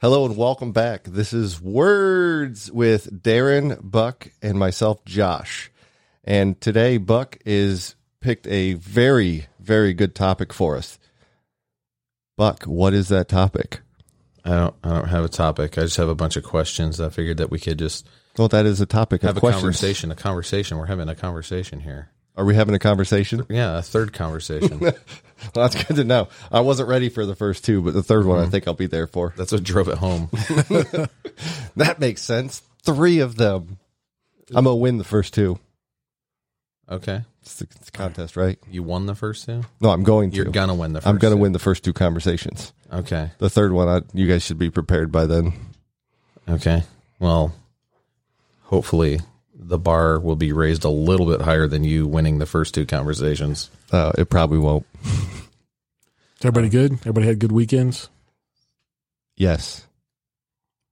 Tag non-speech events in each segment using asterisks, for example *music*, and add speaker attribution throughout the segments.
Speaker 1: Hello and welcome back. This is Words with Darren, Buck, and myself, Josh. And today, Buck is picked a very, very good topic for us. Buck, what is that topic?
Speaker 2: I don't. I don't have a topic. I just have a bunch of questions. I figured that we could just
Speaker 1: Well, that is a topic of
Speaker 2: have a
Speaker 1: questions.
Speaker 2: conversation. A conversation. We're having a conversation here.
Speaker 1: Are we having a conversation?
Speaker 2: *laughs* Yeah, a third conversation.
Speaker 1: Well, that's good to know. I wasn't ready for the first two, but the third one
Speaker 2: Mm-hmm.
Speaker 1: I think I'll be there for.
Speaker 2: That's what drove it home.
Speaker 1: That makes sense. Three of them. I'm going to win the first two.
Speaker 2: Okay,
Speaker 1: It's the it's a contest, right?
Speaker 2: you won the first two.
Speaker 1: No, I'm going to.
Speaker 2: You're gonna win the. 1st
Speaker 1: I'm going to
Speaker 2: two.
Speaker 1: win the first two conversations.
Speaker 2: Okay.
Speaker 1: The third one, I, you guys should be prepared by then.
Speaker 2: Okay. Well, hopefully the bar will be raised a little bit higher than you winning the first two conversations.
Speaker 1: Uh, it probably won't.
Speaker 3: Is everybody good? Everybody had good weekends?
Speaker 1: Yes.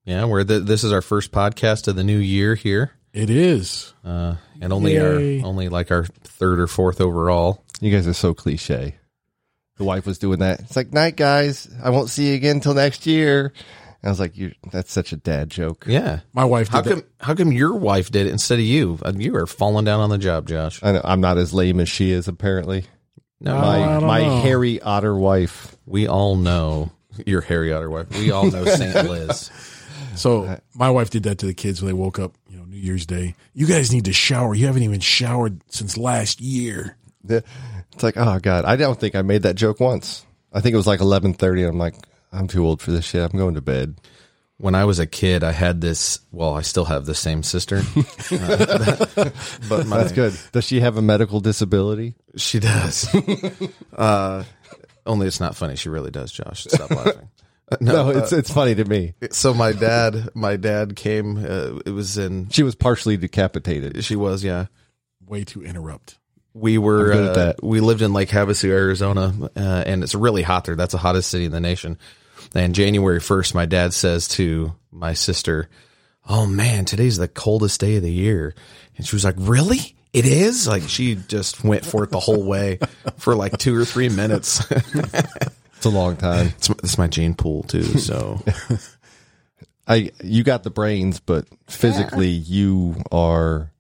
Speaker 2: Yeah, we're the, this is our first podcast of the new year here,
Speaker 3: It is.
Speaker 2: uh, and only
Speaker 3: Yay.
Speaker 2: our only like our third or fourth overall.
Speaker 1: You guys are so cliche. The wife was doing that. It's like, night, guys. I won't see you again till next year. And I was like, you that's such a dad joke.
Speaker 2: Yeah.
Speaker 3: My wife did
Speaker 2: How
Speaker 3: that.
Speaker 2: come? How come your wife did it instead of you? Uh, You are falling down on the job, Josh.
Speaker 1: I know, I'm not as lame as she is, apparently.
Speaker 2: No,
Speaker 3: Oh, I
Speaker 1: My,
Speaker 3: don't
Speaker 1: my
Speaker 3: know.
Speaker 1: hairy otter wife.
Speaker 2: we all know your Harry Otter wife. We all know *laughs* Saint Liz.
Speaker 3: So my wife did that to the kids when they woke up, you know, New Year's Day. You guys need to shower. You haven't even showered since last year.
Speaker 1: Yeah. It's like, oh god, I don't think I made that joke once. I think it was like eleven thirty. I'm like, I'm too old for this shit. I'm going to bed.
Speaker 2: When I was a kid, I had this. Well, I still have the same sister. *laughs*
Speaker 1: But *laughs* that's good. Does she have a medical disability?
Speaker 2: She does. *laughs* uh, only it's not funny. She really does, Josh. Stop laughing.
Speaker 1: No, uh, it's it's funny to me.
Speaker 2: *laughs* So my dad, my dad came. Uh, it was in.
Speaker 1: She was partially decapitated.
Speaker 2: She was yeah.
Speaker 3: Way to interrupt.
Speaker 2: we were
Speaker 1: I'm good at
Speaker 2: uh,
Speaker 1: that.
Speaker 2: we lived in Lake Havasu, Arizona, uh, and it's really hot there. That's the hottest city in the nation. And January first, my dad says to my sister, "Oh man, today's the coldest day of the year," and she was like, "Really?" It is like she just went for it the whole way for like two or three minutes. *laughs*
Speaker 1: It's a long time.
Speaker 2: it's, my- it's my gene pool too, so
Speaker 1: I you got the brains, but physically you are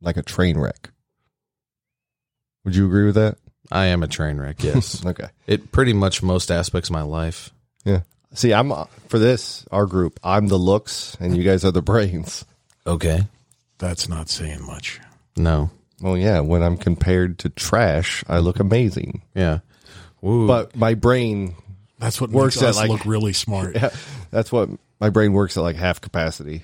Speaker 1: like a train wreck. Would you agree with that?
Speaker 2: I am a train
Speaker 1: *laughs*
Speaker 2: wreck. Yes,
Speaker 1: Okay.
Speaker 2: it pretty much most aspects of my life.
Speaker 1: Yeah. See, I'm uh, for this our group. I'm the looks, and you guys are the brains.
Speaker 2: Okay,
Speaker 3: That's not saying much.
Speaker 2: no,
Speaker 1: Well, yeah. When I'm compared to trash, I look amazing.
Speaker 2: yeah, Ooh.
Speaker 1: but my brain *laughs*
Speaker 3: That's what
Speaker 1: Works
Speaker 3: works
Speaker 1: at,
Speaker 3: makes us
Speaker 1: like-
Speaker 3: look really smart.
Speaker 1: that's what my brain works at like half capacity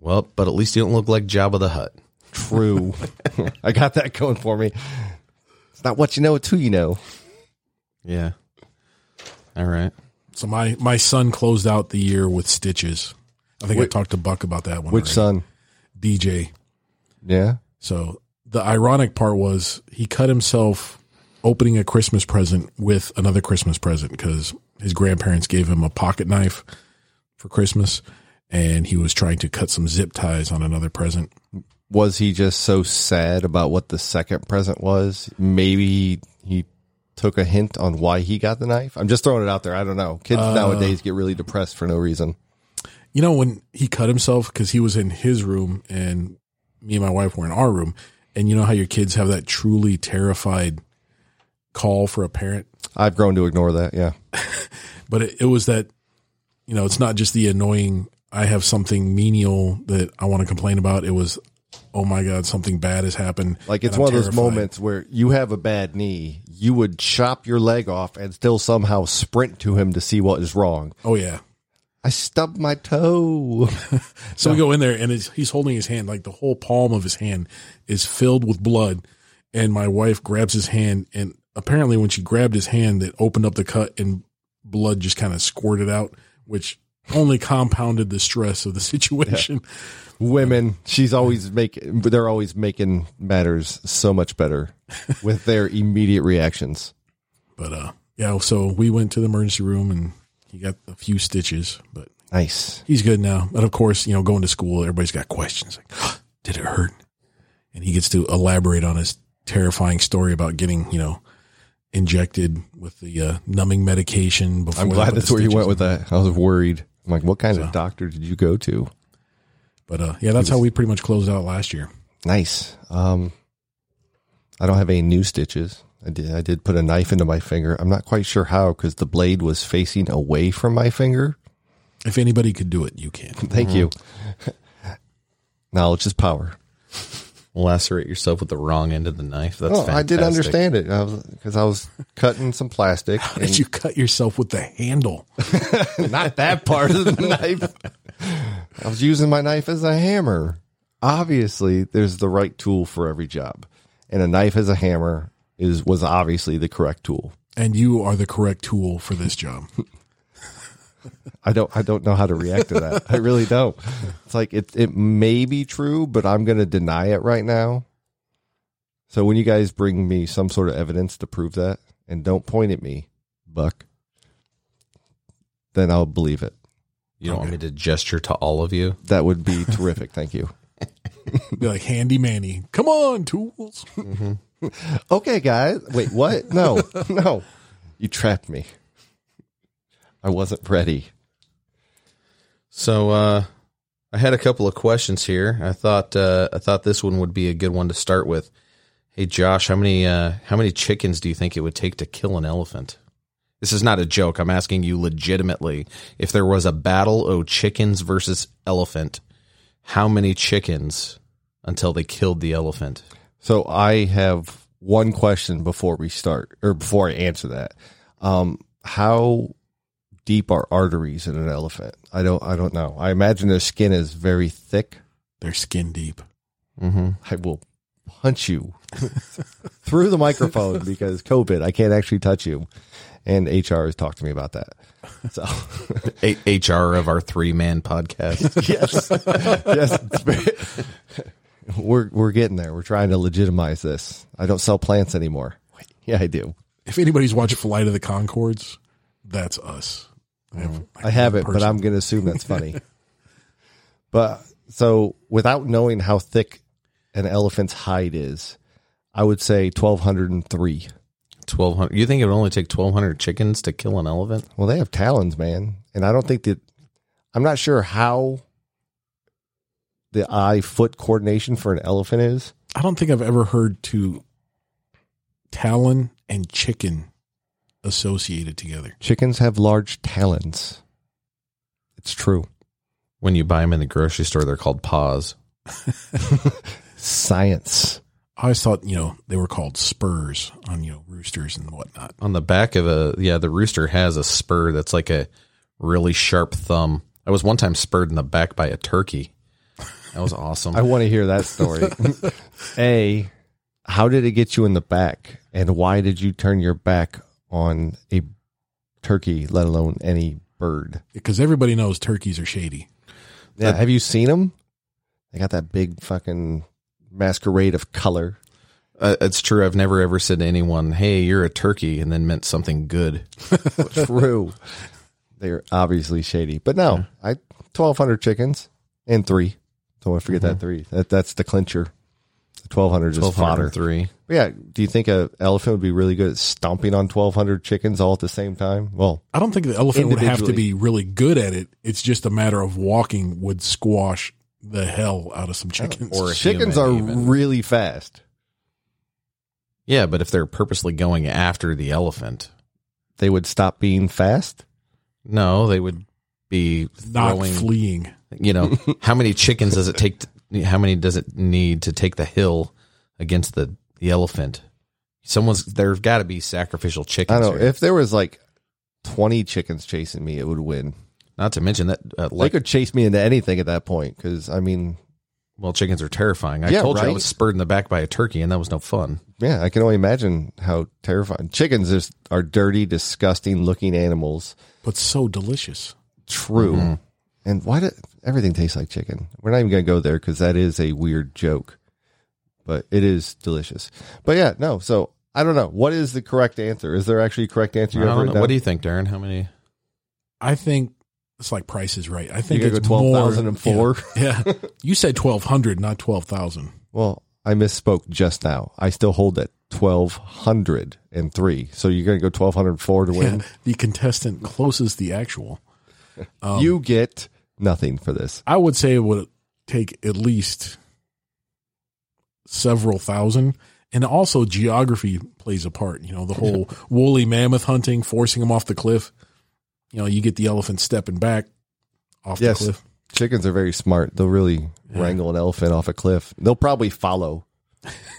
Speaker 2: well, but at least you don't look like Jabba the Hutt.
Speaker 1: true *laughs* i got that going for me it's not what you know it's who you know
Speaker 2: Yeah. All right.
Speaker 3: So my my son closed out the year with stitches. I think I talked to Buck about that one.
Speaker 1: which
Speaker 3: already.
Speaker 1: son
Speaker 3: DJ.
Speaker 1: yeah
Speaker 3: So the ironic part was he cut himself opening a Christmas present with another Christmas present because his grandparents gave him a pocket knife for Christmas and he was trying to cut some zip ties on another present.
Speaker 1: was he just so sad about what the second present was maybe he, he took a hint on why he got the knife i'm just throwing it out there i don't know kids
Speaker 3: Uh,
Speaker 1: nowadays get really depressed for no reason
Speaker 3: You know, when he cut himself because he was in his room and me and my wife were in our room. And you know how your kids have that truly terrified call for a parent?
Speaker 1: i've grown to ignore that yeah
Speaker 3: but it, it was that you know it's not just the annoying i have something menial that i want to complain about it was oh my god something bad has happened
Speaker 1: like
Speaker 3: and
Speaker 1: it's
Speaker 3: I'm
Speaker 1: one of those
Speaker 3: terrified.
Speaker 1: moments where you have a bad knee you would chop your leg off and still somehow sprint to him to see what is wrong
Speaker 3: oh yeah
Speaker 1: I stubbed my toe. *laughs*
Speaker 3: so we go in there and it's, he's holding his hand like the whole palm of his hand is filled with blood and my wife grabs his hand and apparently when she grabbed his hand it opened up the cut and blood just kind of squirted out which only compounded the stress of the *laughs* situation
Speaker 1: Women, she's always making, they're always making matters so much better with their immediate reactions.
Speaker 3: But uh yeah, so we went to the emergency room and he got a few stitches, but
Speaker 1: Nice.
Speaker 3: he's good now. And of course, you know, going to school, everybody's got questions like, *gasps* did it hurt? And he gets to elaborate on his terrifying story about getting, you know, injected with the uh, numbing medication. Before
Speaker 1: I'm
Speaker 3: they
Speaker 1: glad
Speaker 3: put the
Speaker 1: that's where you went
Speaker 3: stitches in.
Speaker 1: with that. I was worried. I'm like, what kind of doctor did you go to?
Speaker 3: But uh, yeah, that's how we pretty much closed out last year.
Speaker 1: Nice. Um, I don't have any new stitches. I did. I did put a knife into my finger. I'm not quite sure how because the blade was facing away from my finger.
Speaker 3: If anybody could do it, you
Speaker 1: *laughs*
Speaker 3: can. *laughs*
Speaker 1: Thank you. *laughs* Knowledge is power.
Speaker 2: Lacerate yourself with the wrong end of the knife. That's
Speaker 1: Oh, I did
Speaker 2: fantastic.
Speaker 1: understand it because I, was cutting some plastic.
Speaker 3: Did you cut yourself with the handle?
Speaker 1: not that part of *laughs* the knife. I was using my knife as a hammer. Obviously, there's the right tool for every job, and a knife as a hammer is was obviously the correct tool.
Speaker 3: And you are the correct tool for this
Speaker 1: *laughs*
Speaker 3: job.
Speaker 1: I don't I don't know how to react to that. I really don't. It's like it it may be true, but I'm going to deny it right now. So when you guys bring me some sort of evidence to prove that and don't point at me, buck, then I'll believe it.
Speaker 2: You don't want me to gesture to all of you?
Speaker 1: That would *laughs* be terrific. Thank you.
Speaker 3: Be like handy manny. Come on, tools.
Speaker 1: Okay, guys. Wait, what? No. No. You trapped me. I wasn't ready.
Speaker 2: So uh, I had a couple of questions here. I thought uh, I thought this one would be a good one to start with. Hey Josh, how many uh, how many chickens do you think it would take to kill an elephant? This is not a joke. I'm asking you legitimately. If there was a battle of chickens versus elephant, how many chickens until they killed the elephant?
Speaker 1: So I have one question before we start, or before I answer that. Um, how deep are arteries in an elephant? I don't. I don't know. I imagine their skin is very thick.
Speaker 3: They're skin deep.
Speaker 2: Mm-hmm.
Speaker 1: I will punch you *laughs* through the microphone because COVID. I can't actually touch you, and HR has talked to me about that. So
Speaker 2: A- HR of our three
Speaker 1: *laughs*
Speaker 2: man podcast.
Speaker 1: yes, yes, it's very- *laughs* we're we're getting there. We're trying to legitimize this. I don't sell plants anymore. Yeah, I do.
Speaker 3: If anybody's watching Flight of the Concords, that's us. I have,
Speaker 1: I haven't, but I'm going to assume that's *laughs* funny. but so, without knowing how thick an elephant's hide is, I would say 1,203.
Speaker 2: Twelve hundred. You think it would only take twelve hundred chickens to kill an elephant?
Speaker 1: Well, they have talons, man. And I don't think that, I'm not sure how the eye foot coordination for an elephant is.
Speaker 3: I don't think I've ever heard two talon and chicken associated together.
Speaker 1: Chickens have large talons. It's true.
Speaker 2: When you buy them in the grocery store, they're called paws.
Speaker 1: Science.
Speaker 3: I always thought, you know, they were called spurs on, you know, roosters and whatnot.
Speaker 2: on the back of a yeah the rooster has a spur that's like a really sharp thumb i was one time spurred in the back by a turkey that was awesome
Speaker 1: *laughs* I want to hear that *laughs* story. a, how did it get you in the back, and why did you turn your back on a turkey, let alone any bird?
Speaker 3: Because everybody knows turkeys are shady.
Speaker 1: Yeah, have you seen them? They got that big fucking masquerade of *laughs* color.
Speaker 2: uh, it's true i've never ever said to anyone hey you're a turkey and then meant something good
Speaker 1: True, they're obviously shady. But no, I twelve hundred chickens and three. Don't want to forget that three. That that's the clincher. The Mm-hmm. twelve hundred is fodder.
Speaker 2: 1203
Speaker 1: But yeah, do you think a elephant would be really good at stomping on twelve hundred chickens all at the same time? Well,
Speaker 3: I don't think the elephant would have to
Speaker 1: Individually.
Speaker 3: be really good at it. It's just a matter of walking would squash the hell out of some chickens.
Speaker 2: or- a
Speaker 1: chickens
Speaker 2: human,
Speaker 1: are
Speaker 2: even.
Speaker 1: really fast.
Speaker 2: yeah but if they're purposely going after the elephant
Speaker 1: They would stop being fast.
Speaker 2: no they would be
Speaker 3: not
Speaker 2: throwing
Speaker 3: fleeing.
Speaker 2: you know
Speaker 1: *laughs*
Speaker 2: how many chickens does it take to, how many does it need to take the hill against the the elephant someone's there's got to be sacrificial chickens
Speaker 1: I don't know
Speaker 2: here.
Speaker 1: if there was like twenty chickens chasing me, it would win.
Speaker 2: Not to mention that, uh,
Speaker 1: They
Speaker 2: like,
Speaker 1: could chase me into anything at that point because I mean,
Speaker 2: well, chickens are terrifying. I
Speaker 1: Yeah,
Speaker 2: told you I
Speaker 1: right?
Speaker 2: was spurred in the back by a turkey, and that was no fun.
Speaker 1: yeah, I can only imagine how terrifying chickens is, are. Dirty, disgusting looking animals.
Speaker 3: but so delicious.
Speaker 1: True.
Speaker 2: Mm-hmm.
Speaker 1: And why did everything taste like chicken? We're not even going to go there because that is a weird joke, but it is delicious. But yeah, no. So I don't know. What is the correct answer? Is there actually a correct answer?
Speaker 2: I don't know.
Speaker 1: down?
Speaker 2: What do you think, Darren? How many?
Speaker 3: I think it's like Price is Right. I think
Speaker 1: gotta
Speaker 3: it's
Speaker 1: go 12,004?
Speaker 3: more. Yeah,
Speaker 1: *laughs*
Speaker 3: yeah. you said twelve hundred, not twelve thousand.
Speaker 1: Well, I misspoke just now. I still hold that 1,203. So you're going to go 1,204 to win.
Speaker 2: *laughs*
Speaker 3: Yeah, the contestant closest the actual.
Speaker 2: Um,
Speaker 1: you get nothing for this.
Speaker 3: I would say it would take at least several thousand. And also, geography plays a part. You know, the whole woolly mammoth hunting, forcing them off the cliff. You know, you get the elephant stepping back off
Speaker 1: Yes.
Speaker 3: the cliff.
Speaker 1: Chickens are very smart. They'll really wrangle an elephant off a cliff. They'll probably
Speaker 2: *laughs*
Speaker 1: follow.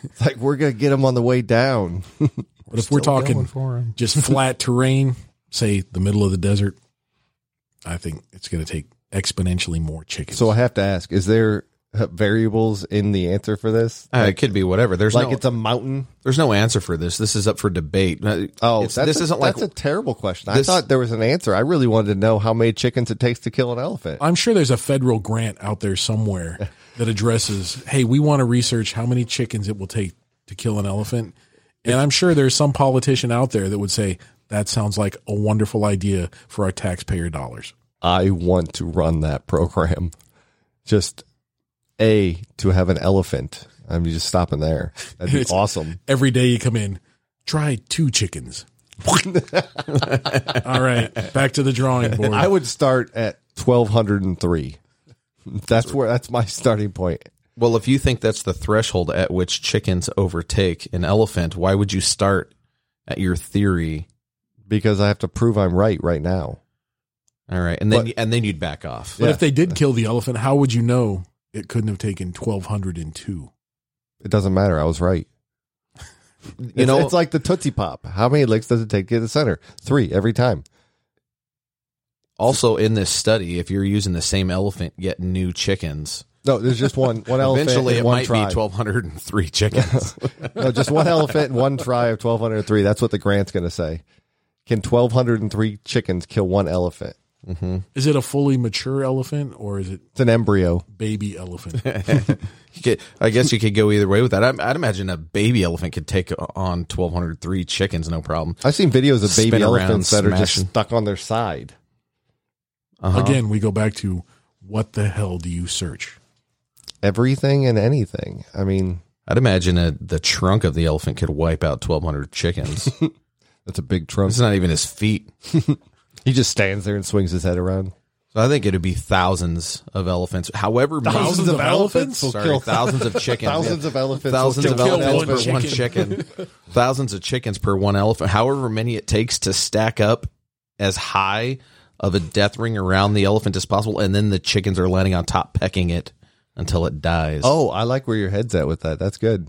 Speaker 1: It's like, we're going to get them on the way down.
Speaker 3: But if we're talking
Speaker 2: for him.
Speaker 1: *laughs*
Speaker 3: just flat terrain, say the middle of the desert, I think it's going to take exponentially more chickens.
Speaker 1: So I have to ask, is there uh, variables in the answer for this?
Speaker 2: Uh, it could be whatever. There's
Speaker 1: Like
Speaker 2: no,
Speaker 1: it's a mountain?
Speaker 2: there's no answer for this. This is up for debate. Uh,
Speaker 1: Oh,
Speaker 2: it's-
Speaker 1: that's
Speaker 2: this
Speaker 1: a,
Speaker 2: isn't like
Speaker 1: that's a terrible question.
Speaker 2: this-
Speaker 1: I thought there was an answer. I really wanted to know how many chickens it takes to kill an elephant.
Speaker 3: I'm sure there's a federal grant out
Speaker 1: *laughs*
Speaker 3: there somewhere that addresses, hey, we want to research how many chickens it will take to kill an elephant. And I'm sure there's some politician out there that would say, that sounds like a wonderful idea for our taxpayer dollars.
Speaker 1: I want to run that program. Just a to have an elephant. I'm just stopping there. That'd be
Speaker 3: It's-
Speaker 1: awesome.
Speaker 3: Every day you come in, try two
Speaker 1: *laughs*
Speaker 3: chickens. All right, back to the drawing board.
Speaker 1: I would start at 1203. That's where that's my starting point.
Speaker 2: well, if you think that's the threshold at which chickens overtake an elephant, why would you start at your theory?
Speaker 1: Because I have to prove I'm right right now.
Speaker 2: All right, and then
Speaker 1: But-
Speaker 2: and then you'd back off.
Speaker 3: but
Speaker 1: yeah.
Speaker 3: if they did kill the elephant, how would you know it couldn't have taken 1,202?
Speaker 1: It doesn't matter. I was right.
Speaker 2: You
Speaker 1: You it's,
Speaker 2: know,
Speaker 1: it's like the Tootsie Pop. How many licks does it take to get to the center? Three every time.
Speaker 2: also in this study, if you're using the same elephant yet new chickens,
Speaker 1: No, there's just one one elephant.
Speaker 2: eventually
Speaker 1: and
Speaker 2: it
Speaker 1: one
Speaker 2: might
Speaker 1: tribe. *laughs*
Speaker 2: be 1,203 chickens.
Speaker 1: No, just one elephant and one tribe of 1,203. That's what the grant's going to say. Can 1,203 chickens kill one elephant?
Speaker 3: Is it a fully mature elephant or is it
Speaker 1: It's an embryo.
Speaker 3: baby elephant?
Speaker 2: You could- I guess you could go either way with that. I, I'd imagine a baby elephant could take on 1,203 chickens, no problem.
Speaker 1: I've seen videos of baby
Speaker 2: Spin around,
Speaker 1: elephants that are just
Speaker 2: smashing.
Speaker 1: stuck on their side.
Speaker 3: Again, we go back to what the hell do you search?
Speaker 1: Everything and anything. I mean,
Speaker 2: I'd imagine a, the trunk of the elephant could wipe out 1,200 chickens.
Speaker 1: that's a big *laughs* trunk.
Speaker 2: it's not even his feet.
Speaker 1: He just stands there and swings his head around.
Speaker 2: So I think it'd be thousands of elephants. However, many-
Speaker 3: Thousands of elephants?
Speaker 1: *laughs* will
Speaker 2: Sorry,
Speaker 1: kill
Speaker 2: thousands of chickens.
Speaker 1: Thousands of elephants will
Speaker 2: Thousands
Speaker 1: kill
Speaker 2: of
Speaker 1: one
Speaker 2: elephants per
Speaker 3: elephant.
Speaker 2: one chicken.
Speaker 1: *laughs*
Speaker 2: thousands of chickens per one elephant. However many it takes to stack up as high of a death ring around the elephant as possible, and then the chickens are landing on top, pecking it until it dies.
Speaker 1: Oh, I like where your head's at with that. That's good.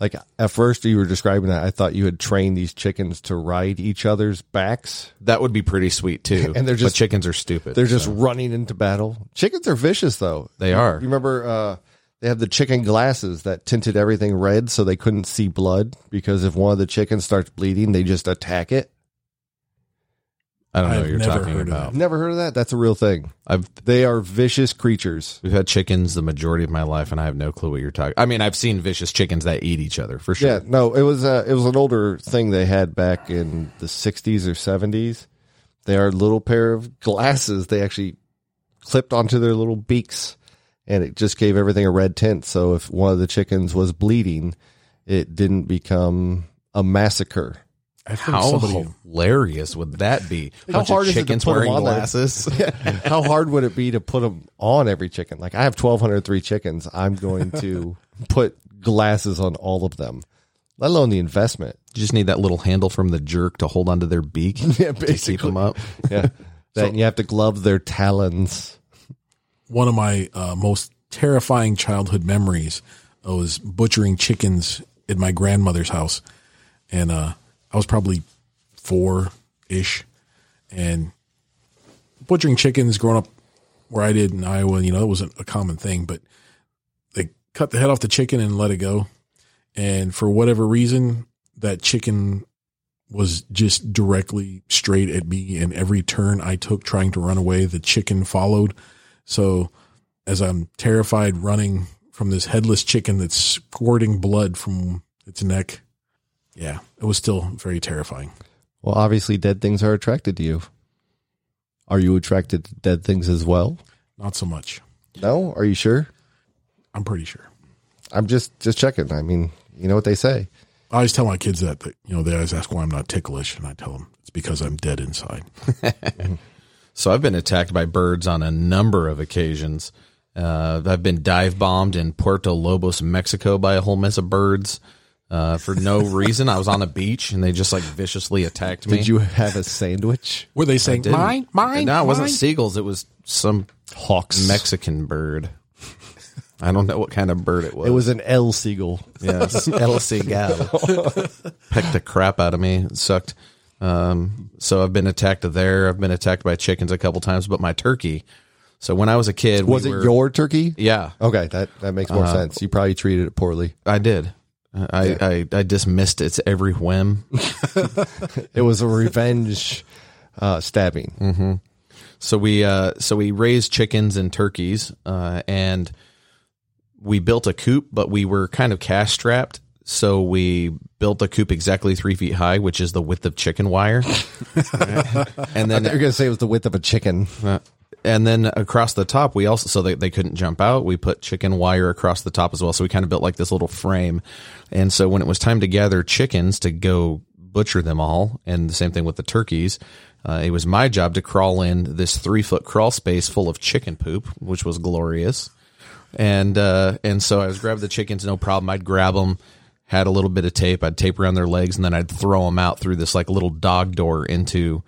Speaker 1: Like at first you were describing that, I thought you had trained these chickens to ride each other's backs.
Speaker 2: that would be pretty sweet too.
Speaker 1: *laughs* And they're
Speaker 2: But
Speaker 1: just-
Speaker 2: chickens are stupid.
Speaker 1: They're just running into battle. Chickens are vicious though.
Speaker 2: They are.
Speaker 1: You remember uh, they have the chicken glasses that tinted everything red so they couldn't see blood because if one of the chickens starts bleeding, they just attack it.
Speaker 2: I don't know what
Speaker 3: I've
Speaker 2: you're
Speaker 3: never
Speaker 2: talking
Speaker 3: heard of
Speaker 2: about.
Speaker 1: Never heard of that? That's a real thing.
Speaker 2: I've
Speaker 1: They are vicious creatures.
Speaker 2: we've had chickens the majority of my life, and I have no clue what you're talking. I mean, I've seen vicious chickens that eat each other for sure.
Speaker 1: Yeah, no, it was uh, it was an older thing they had back in the 60s or 70s. They are a little pair of glasses they actually clipped onto their little beaks and it just gave everything a red tint. So if one of the chickens was bleeding, it didn't become a massacre. *laughs*
Speaker 3: I think
Speaker 2: How
Speaker 3: somebody,
Speaker 2: hilarious would that be? A
Speaker 1: How
Speaker 2: bunch
Speaker 1: hard
Speaker 2: of
Speaker 1: is it to
Speaker 2: chickens
Speaker 1: put 'em
Speaker 2: wearing
Speaker 1: on there? *laughs*
Speaker 2: glasses.
Speaker 1: How hard would it be to put them on every chicken? Like I have 1203 chickens, I'm going to put glasses on all of them. Let alone the investment.
Speaker 2: You just need that little handle from the jerk to hold onto their beak to keep them up.
Speaker 1: Yeah. *laughs* That and you have to glove their talons.
Speaker 3: one of my uh, most terrifying childhood memories uh, was butchering chickens at my grandmother's house. And uh, I was probably four ish. And butchering chickens growing up where I did in Iowa, you know, that wasn't a common thing, but they cut the head off the chicken and let it go. And for whatever reason, that chicken was just directly straight at me. And every turn I took trying to run away, the chicken followed. So as I'm terrified running from this headless chicken that's squirting blood from its neck, yeah, it was still very terrifying.
Speaker 1: Well, obviously, dead things are attracted to you. Are you attracted to dead things as well?
Speaker 3: Not so much.
Speaker 1: No. Are you sure?
Speaker 3: I'm pretty sure.
Speaker 1: I'm just just checking. I mean, you know what they say.
Speaker 3: I always tell my kids that, that you know they always ask why I'm not ticklish, and I tell them it's because I'm dead inside.
Speaker 2: So I've been attacked by birds on a number of occasions. Uh, I've been dive bombed in Puerto Lobos, Mexico, by a whole mess of birds uh, for no reason. I was on a beach and they just like viciously attacked me.
Speaker 1: Did you have a *laughs* sandwich?
Speaker 3: Were they saying
Speaker 2: Didn't-
Speaker 3: mine, mine?
Speaker 2: No, it wasn't
Speaker 3: mine?"
Speaker 2: seagulls. It was some
Speaker 1: Hawks.
Speaker 2: Mexican bird. I don't know what kind of bird it was.
Speaker 1: It was an L seagull.
Speaker 2: Yes, El Seagal *laughs* pecked the crap out of me. It sucked. Um, so I've been attacked there. I've been attacked by chickens a couple times, but my turkey. So when I was a kid, we
Speaker 1: *laughs* Was it
Speaker 2: were-
Speaker 1: your turkey?
Speaker 2: Yeah,
Speaker 1: Okay, that, that makes more sense. You probably treated it poorly.
Speaker 2: I did. I, I, I dismissed its every whim.
Speaker 1: It was a revenge uh, stabbing.
Speaker 2: So we uh, so we raised chickens and turkeys, uh, and we built a coop, but we were kind of cash strapped. So we built the coop exactly three feet high, which is the width of
Speaker 1: *laughs*
Speaker 2: chicken wire. and then
Speaker 1: You're going to say it was the width of a chicken.
Speaker 2: Uh, and then across the top, we also so they, they couldn't jump out. We put chicken wire across the top as well, so we kind of built like this little frame. And so when it was time to gather chickens to go butcher them all, and the same thing with the turkeys, uh, it was my job to crawl in this three foot crawl space full of chicken poop, which was glorious. And uh, and so I was grab the chickens, no problem. I'd grab them, had a little bit of tape, I'd tape around their legs, and then I'd throw them out through this like little dog door into.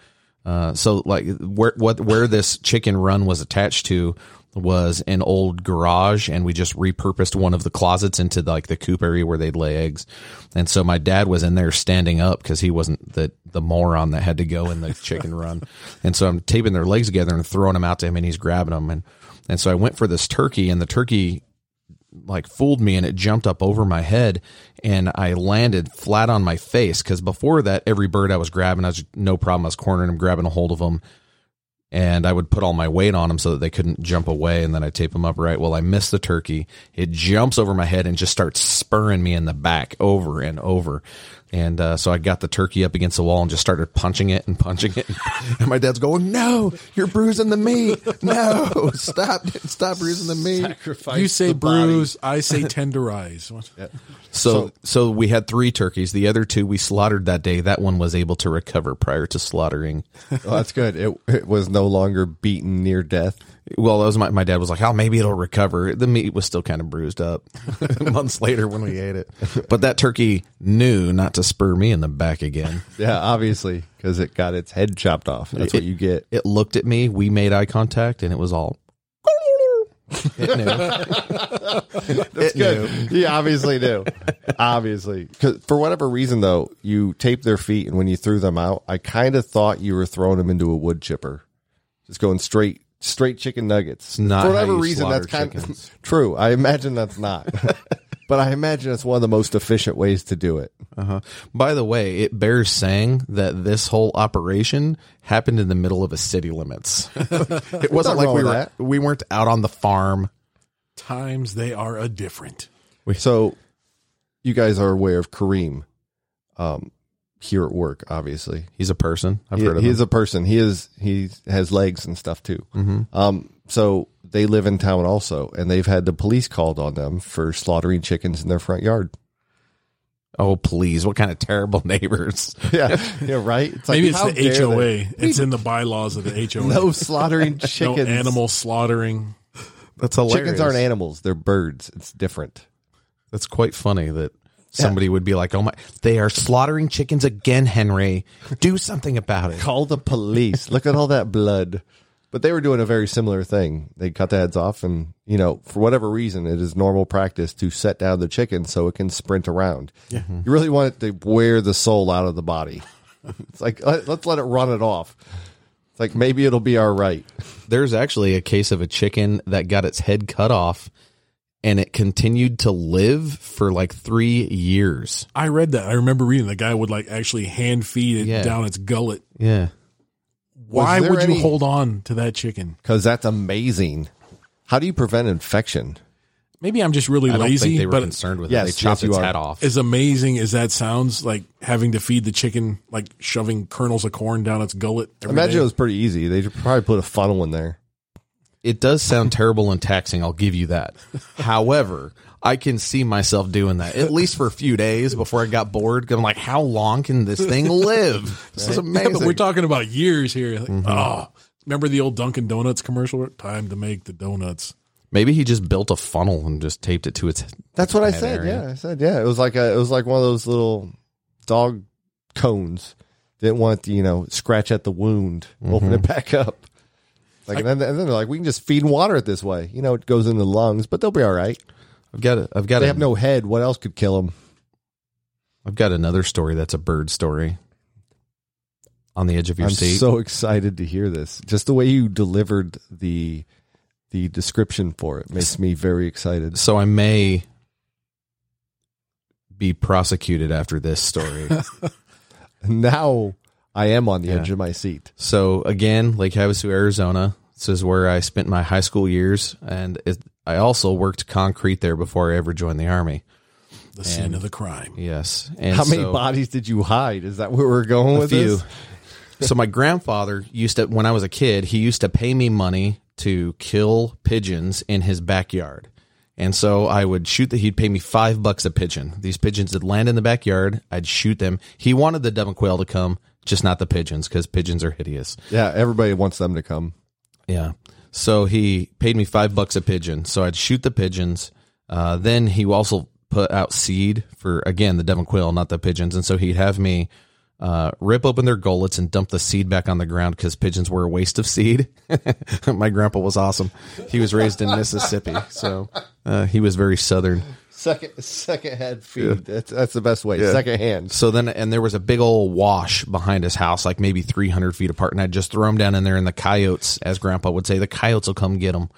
Speaker 2: Uh, so like where what where this chicken run was attached to was an old garage, and we just repurposed one of the closets into like the coop area where they'd lay eggs. And so my dad was in there standing up because he wasn't the the moron that had to go in the chicken run. And so I'm taping their legs together and throwing them out to him, and he's grabbing them and. And so I went for this turkey, and the turkey like fooled me and it jumped up over my head and I landed flat on my face because before that every bird I was grabbing I was no problem I was cornering them grabbing a hold of them and I would put all my weight on them so that they couldn't jump away and then I tape them up right well I missed the turkey it jumps over my head and just starts spurring me in the back over and over and uh, so I got the turkey up against the wall and just started punching it and punching it *laughs* and my dad's going no you're bruising the meat no *laughs* stop stop bruising the meat
Speaker 3: You say bruise,
Speaker 2: *laughs*
Speaker 3: I say tenderize. What-
Speaker 2: So, so we had three turkeys. The other two we slaughtered that day. That one was able to recover prior
Speaker 1: *laughs*
Speaker 2: to slaughtering.
Speaker 1: Oh, that's good. It, it was no longer beaten near death.
Speaker 2: Well, that was my, my dad was like, "Oh, maybe it'll recover." The meat was still kind of
Speaker 1: *laughs*
Speaker 2: bruised up. *laughs* Months later, when we ate it, but that turkey knew not to spur me in the back again.
Speaker 1: Yeah, obviously, because it got its head chopped off. That's what you get.
Speaker 2: It looked at me. We made eye contact, and it was all. *laughs* It knew.
Speaker 1: *laughs* That's good. *laughs* You obviously do. obviously. 'Cause for whatever reason, though, you taped their feet, and when you threw them out, I kind of thought you were throwing them into a wood chipper, just going straight straight chicken nuggets.
Speaker 2: not
Speaker 1: for
Speaker 2: how
Speaker 1: whatever
Speaker 2: you
Speaker 1: reason, that's
Speaker 2: slaughter
Speaker 1: kind
Speaker 2: chickens.
Speaker 1: of *laughs* true. I imagine that's
Speaker 2: *laughs*
Speaker 1: not, but I imagine it's one of the most efficient ways to do it.
Speaker 2: Uh-huh. By the way, it bears saying that this whole operation happened in the middle of a city
Speaker 1: *laughs*
Speaker 2: limits. it wasn't like
Speaker 1: wrong
Speaker 2: we
Speaker 1: with
Speaker 2: were
Speaker 1: that.
Speaker 2: we weren't out on the farm.
Speaker 3: Times they are a different.
Speaker 1: So, you guys are aware of Kareem, um, here at work, obviously.
Speaker 2: He's a person. I've
Speaker 1: He,
Speaker 2: heard of
Speaker 1: he
Speaker 2: him.
Speaker 1: is a person. He is he has legs and stuff too.
Speaker 3: Mm-hmm.
Speaker 2: Mhm.
Speaker 1: Um, so they live in town also, and they've had the police called on them for slaughtering chickens in their front yard. *laughs*
Speaker 2: Oh please! What kind of terrible *laughs* neighbors?
Speaker 3: *laughs*
Speaker 1: Yeah, yeah, right. It's
Speaker 3: Maybe it's
Speaker 1: how
Speaker 3: the
Speaker 1: dare they-
Speaker 3: HOA. It's in the bylaws of the
Speaker 2: *laughs*
Speaker 3: HOA.
Speaker 1: No slaughtering
Speaker 3: *laughs* No
Speaker 1: chickens.
Speaker 3: animal slaughtering.
Speaker 2: That's hilarious.
Speaker 1: Chickens aren't animals; they're birds. It's different.
Speaker 2: That's quite funny that somebody would be like, "Oh my, they are slaughtering chickens again, Henry. Do something
Speaker 1: *laughs*
Speaker 2: about it."
Speaker 1: Call the police. Look at all that blood. But they were doing a very similar thing. They cut the heads off, and you know, for whatever reason, it is normal practice to set down the chicken so it can sprint around. Yeah. You really want it to wear the soul out of the body. *laughs* It's like let, let's let it run it off. It's like maybe it'll be all right.
Speaker 2: There's actually a case of a chicken that got its head cut off, and it continued to live for like three years.
Speaker 3: I read that. I remember reading the guy would like actually hand feed it
Speaker 2: Yeah.
Speaker 3: down its gullet.
Speaker 2: Yeah.
Speaker 3: Why
Speaker 1: there
Speaker 3: would
Speaker 1: any-
Speaker 3: you hold on to that chicken?
Speaker 1: Because that's amazing. How do you prevent infection?
Speaker 3: Maybe I'm just really
Speaker 2: I don't
Speaker 3: lazy,
Speaker 2: think they were
Speaker 3: but
Speaker 2: concerned with
Speaker 1: Yes,
Speaker 2: it. They chopped
Speaker 1: yes, you
Speaker 2: its
Speaker 1: are.
Speaker 2: head off.
Speaker 3: as amazing as that sounds, like having to feed the chicken, like shoving kernels of corn down its gullet. every
Speaker 1: Imagine
Speaker 3: day.
Speaker 1: it was pretty easy. They should probably put a funnel in there.
Speaker 2: it does sound terrible and taxing. I'll give
Speaker 1: *laughs*
Speaker 2: you that. However, I can see myself doing that at least for a few days before I got bored. I'm like, how long can this
Speaker 1: *laughs*
Speaker 2: thing live? This is
Speaker 3: Yeah,
Speaker 2: amazing. Mm-hmm.
Speaker 3: but *laughs* we're talking about years here. Like, Oh, remember the old Dunkin' Donuts commercial? Time to make the donuts.
Speaker 2: Maybe he just built a funnel and just taped it to its.
Speaker 1: That's what I
Speaker 2: That
Speaker 1: said.
Speaker 2: area.
Speaker 1: Yeah, I said yeah. It was like a, it was like one of those little dog cones. Didn't want to, you know scratch at the wound, open
Speaker 2: Mm-hmm.
Speaker 1: it back up. Like and then, and then they're like, we can just feed 'em water it this way. You know, it goes in the lungs, but they'll be all right.
Speaker 2: I've got a, I've got
Speaker 1: They
Speaker 2: a,
Speaker 1: have no head. What else could kill them?
Speaker 2: I've got another story that's a bird story. On the edge of your
Speaker 1: I'm
Speaker 2: seat.
Speaker 1: so excited to hear this. Just the way you delivered the the description for it makes me very excited.
Speaker 2: so I may be prosecuted after
Speaker 1: *laughs*
Speaker 2: this story.
Speaker 1: Now I am on the edge of my seat.
Speaker 2: so again, Lake Havasu, Arizona. This is where I spent my high school years, and it, I also worked concrete there before I ever joined the army.
Speaker 3: The scene of the crime.
Speaker 2: Yes. And
Speaker 1: How many
Speaker 2: so-
Speaker 1: bodies did you hide? Is that where we're going with
Speaker 2: few.
Speaker 1: this?
Speaker 2: so my grandfather used to, when I was a kid, he used to pay me money to kill pigeons in his backyard. And so I would shoot the He'd pay me five bucks a pigeon. These pigeons would land in the backyard. I'd shoot them. He wanted the dove and quail to come, just not the pigeons, because pigeons are hideous.
Speaker 1: Yeah, everybody wants them to come.
Speaker 2: Yeah. So he paid me five bucks a pigeon. So I'd shoot the pigeons. Uh, then he also put out seed for again the Devon quail, not the pigeons. And so he'd have me uh, rip open their gullets and dump the seed back on the ground because pigeons were a waste of seed. *laughs* My grandpa was awesome. He was raised in Mississippi, so uh, he was very southern.
Speaker 1: Second, second hand feed. That's that's the best way. Second hand.
Speaker 2: So then, and there was a big old wash behind his house, like maybe 300 feet apart. And I'd just throw him down in there, and the coyotes, as grandpa would say, the coyotes will come get him.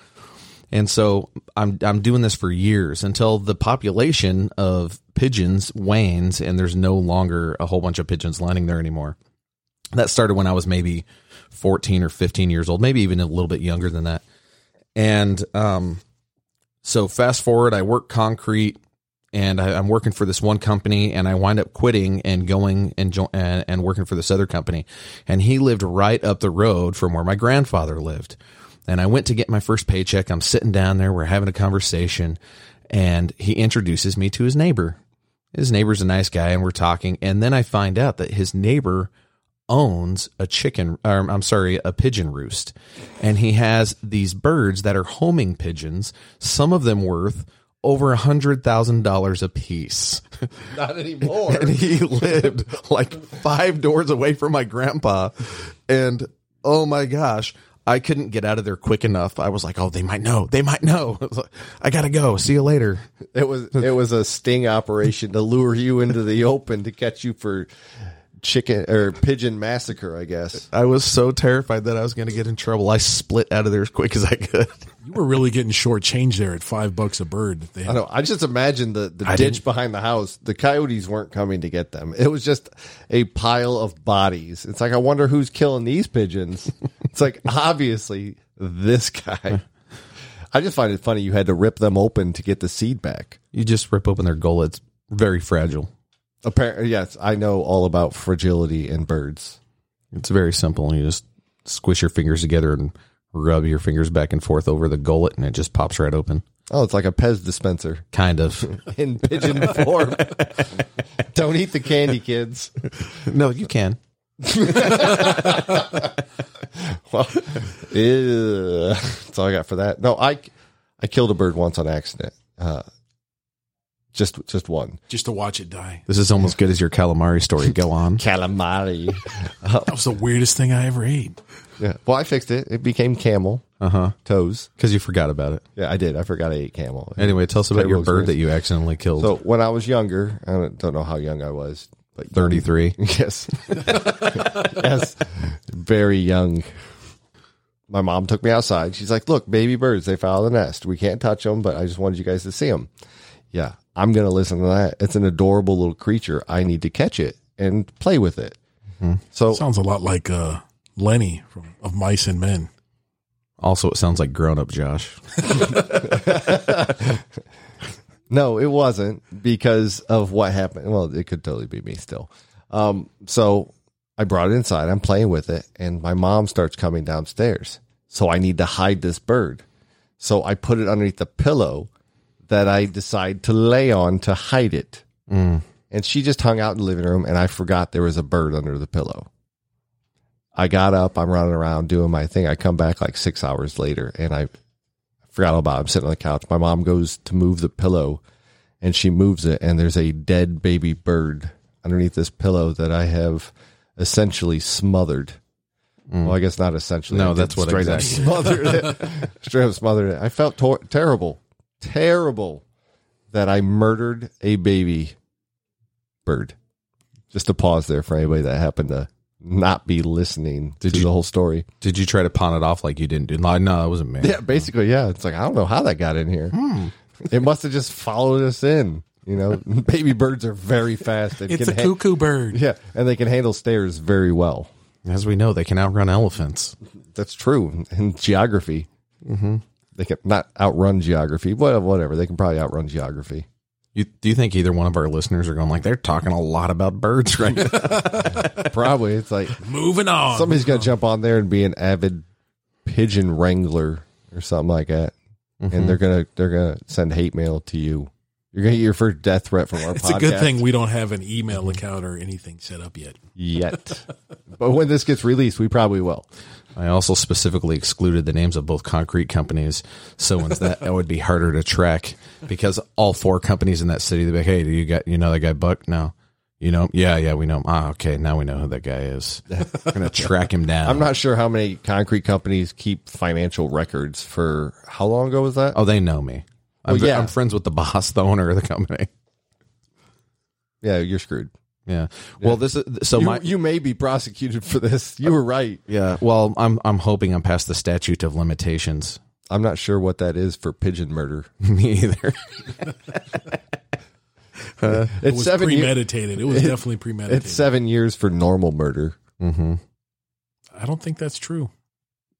Speaker 2: And so I'm, I'm doing this for years until the population of pigeons wanes and there's no longer a whole bunch of pigeons lining there anymore. That started when I was maybe 14 or 15 years old, maybe even a little bit younger than that. And um, so fast forward, I work concrete and I, I'm working for this one company, and I wind up quitting and going and, jo- and and working for this other company. And he lived right up the road from where my grandfather lived. And I went to get my first paycheck. I'm sitting down there, we're having a conversation, and he introduces me to his neighbor. His neighbor's a nice guy, and we're talking. And then I find out that his neighbor owns a chicken, or I'm sorry, a pigeon roost. And he has these birds that are homing pigeons, some of them worth over a hundred thousand dollars a piece.
Speaker 1: *laughs* Not anymore.
Speaker 2: *laughs* And he lived like five doors away from my grandpa. And oh my gosh, I couldn't get out of there quick enough. I was like, oh, they might know. They might know. *laughs* I, was like, "I gotta go. See you later.
Speaker 1: it was it was a sting operation to lure you into the open to catch you for chicken or pigeon massacre. I guess.
Speaker 2: I was so terrified that I was gonna get in trouble. I split out of there as quick as I could.
Speaker 3: You were really getting short change there at five bucks a bird. They
Speaker 1: I
Speaker 3: had.
Speaker 2: Uh,
Speaker 1: know. I just imagined the the ditch behind the house. The coyotes weren't coming to get them. It was just a pile of bodies. It's like I wonder who's killing these *laughs* pigeons. it's like obviously this guy. I just find it funny you had to rip them open to get the seed back.
Speaker 2: You just rip open their gullets. Very fragile.
Speaker 1: Apparently, yes, I know all about fragility in birds.
Speaker 2: It's very simple. You just squish your fingers together and rub your fingers back and forth over the gullet, and it just pops right open.
Speaker 1: Oh, it's like a Pez dispenser *laughs*
Speaker 2: Kind of.
Speaker 1: in pigeon form. *laughs* Don't eat the candy, kids. *laughs*
Speaker 2: no, you can.
Speaker 1: Well, ew. that's all I got for that. No, I I killed a bird once on accident. Uh, just just one
Speaker 3: just to watch it die.
Speaker 2: This is almost good as your calamari story.
Speaker 1: *laughs*
Speaker 2: Go on.
Speaker 1: calamari.
Speaker 3: That was the weirdest thing I ever ate.
Speaker 1: yeah. Well, I fixed it. It became camel
Speaker 2: Uh huh.
Speaker 1: toes.
Speaker 2: Because you forgot about it.
Speaker 1: Yeah, I did. I forgot I ate camel.
Speaker 2: Anyway, tell us about
Speaker 1: Terrible
Speaker 2: your bird
Speaker 1: experience.
Speaker 2: that you accidentally killed.
Speaker 1: So when I was younger, I don't don't know how young I was, but
Speaker 2: 33.
Speaker 1: *laughs* um, Yes. yes. Very young. My mom took me outside. She's like, look, baby birds, they found the nest. We can't touch them, but I just wanted you guys to see them. Yeah, I'm going to listen to that. It's an adorable little creature. I need to catch it and play with it. So,
Speaker 3: Sounds a lot like uh, Lenny from of Mice and Men.
Speaker 2: Also, it sounds like grown up Josh.
Speaker 1: no, it wasn't because of what happened. Well, it could totally be me still. Um, so I brought it inside. I'm playing with it, and my mom starts coming downstairs. So I need to hide this bird. So I put it underneath the pillow that I decide to lay on to hide it. And she just hung out in the living room, and I forgot there was a bird under the pillow. I got up, I'm running around doing my thing. I come back like six hours later, and I forgot all about it. I'm sitting on the couch. My mom goes to move the pillow, and she moves it, and there's a dead baby bird underneath this pillow that I have essentially smothered. Well, I guess not essentially.
Speaker 2: Mm. No,
Speaker 1: I did
Speaker 2: that's what
Speaker 1: straight
Speaker 2: exactly-
Speaker 1: up smothered it.
Speaker 2: *laughs*
Speaker 1: straight up smothered it. I felt tor- terrible, terrible that I murdered a baby bird. Just to pause there for anybody that happened to not be listening
Speaker 2: Did
Speaker 1: to
Speaker 2: you-
Speaker 1: the whole story.
Speaker 2: Did you try to pawn it off like you didn't do? Like, no, that wasn't me.
Speaker 1: Yeah, basically, yeah. It's like I don't know how that got in here. It must have just followed us in. You know, *laughs* baby birds are very fast and
Speaker 3: It's a
Speaker 1: can ha-
Speaker 3: cuckoo bird.
Speaker 1: yeah, and they can handle stairs very well.
Speaker 2: As we know, they can outrun elephants.
Speaker 1: That's true in geography. They can not outrun geography, but whatever. They can probably outrun *laughs* geography.
Speaker 2: You, do you think either one of our listeners are going like they're talking a lot about birds right now?
Speaker 1: Probably, it's like
Speaker 3: *laughs* Moving on.
Speaker 1: somebody's gonna jump on there and be an avid pigeon wrangler or something like that, and they're gonna they're gonna send hate mail to you. You're gonna get your first death threat from our
Speaker 3: *laughs* it's
Speaker 1: podcast.
Speaker 3: a good thing we don't have an email account or anything set up yet.
Speaker 1: yet. but when this gets released, we probably will.
Speaker 2: I also specifically excluded the names of both concrete companies, so once that *laughs* that would be harder to track because all four companies in that city they'd be like, "Hey, do you got you know that guy Buck? No, you know, yeah, yeah, we know him. Ah, okay, now we know who that guy
Speaker 1: *laughs*
Speaker 2: is. We're gonna track him down.
Speaker 1: I'm not sure how many concrete companies keep financial records for how long ago was that?
Speaker 2: Oh, they know me. I'm,
Speaker 1: Well, yeah.
Speaker 2: I'm friends with the boss, the owner of the company. *laughs*
Speaker 1: Yeah, you're screwed.
Speaker 2: Yeah. Well, this is so
Speaker 1: You,
Speaker 2: my
Speaker 1: you may be prosecuted for this. You were right.
Speaker 2: yeah. Well, I'm I'm hoping I'm past the statute of limitations. *laughs*
Speaker 1: I'm not sure what that is for pigeon murder.
Speaker 2: me either.
Speaker 3: It
Speaker 1: It's
Speaker 3: was
Speaker 1: seven. Year,
Speaker 3: premeditated. it was definitely premeditated.
Speaker 1: it's seven years for normal murder.
Speaker 2: Mm-hmm.
Speaker 3: I don't think that's true.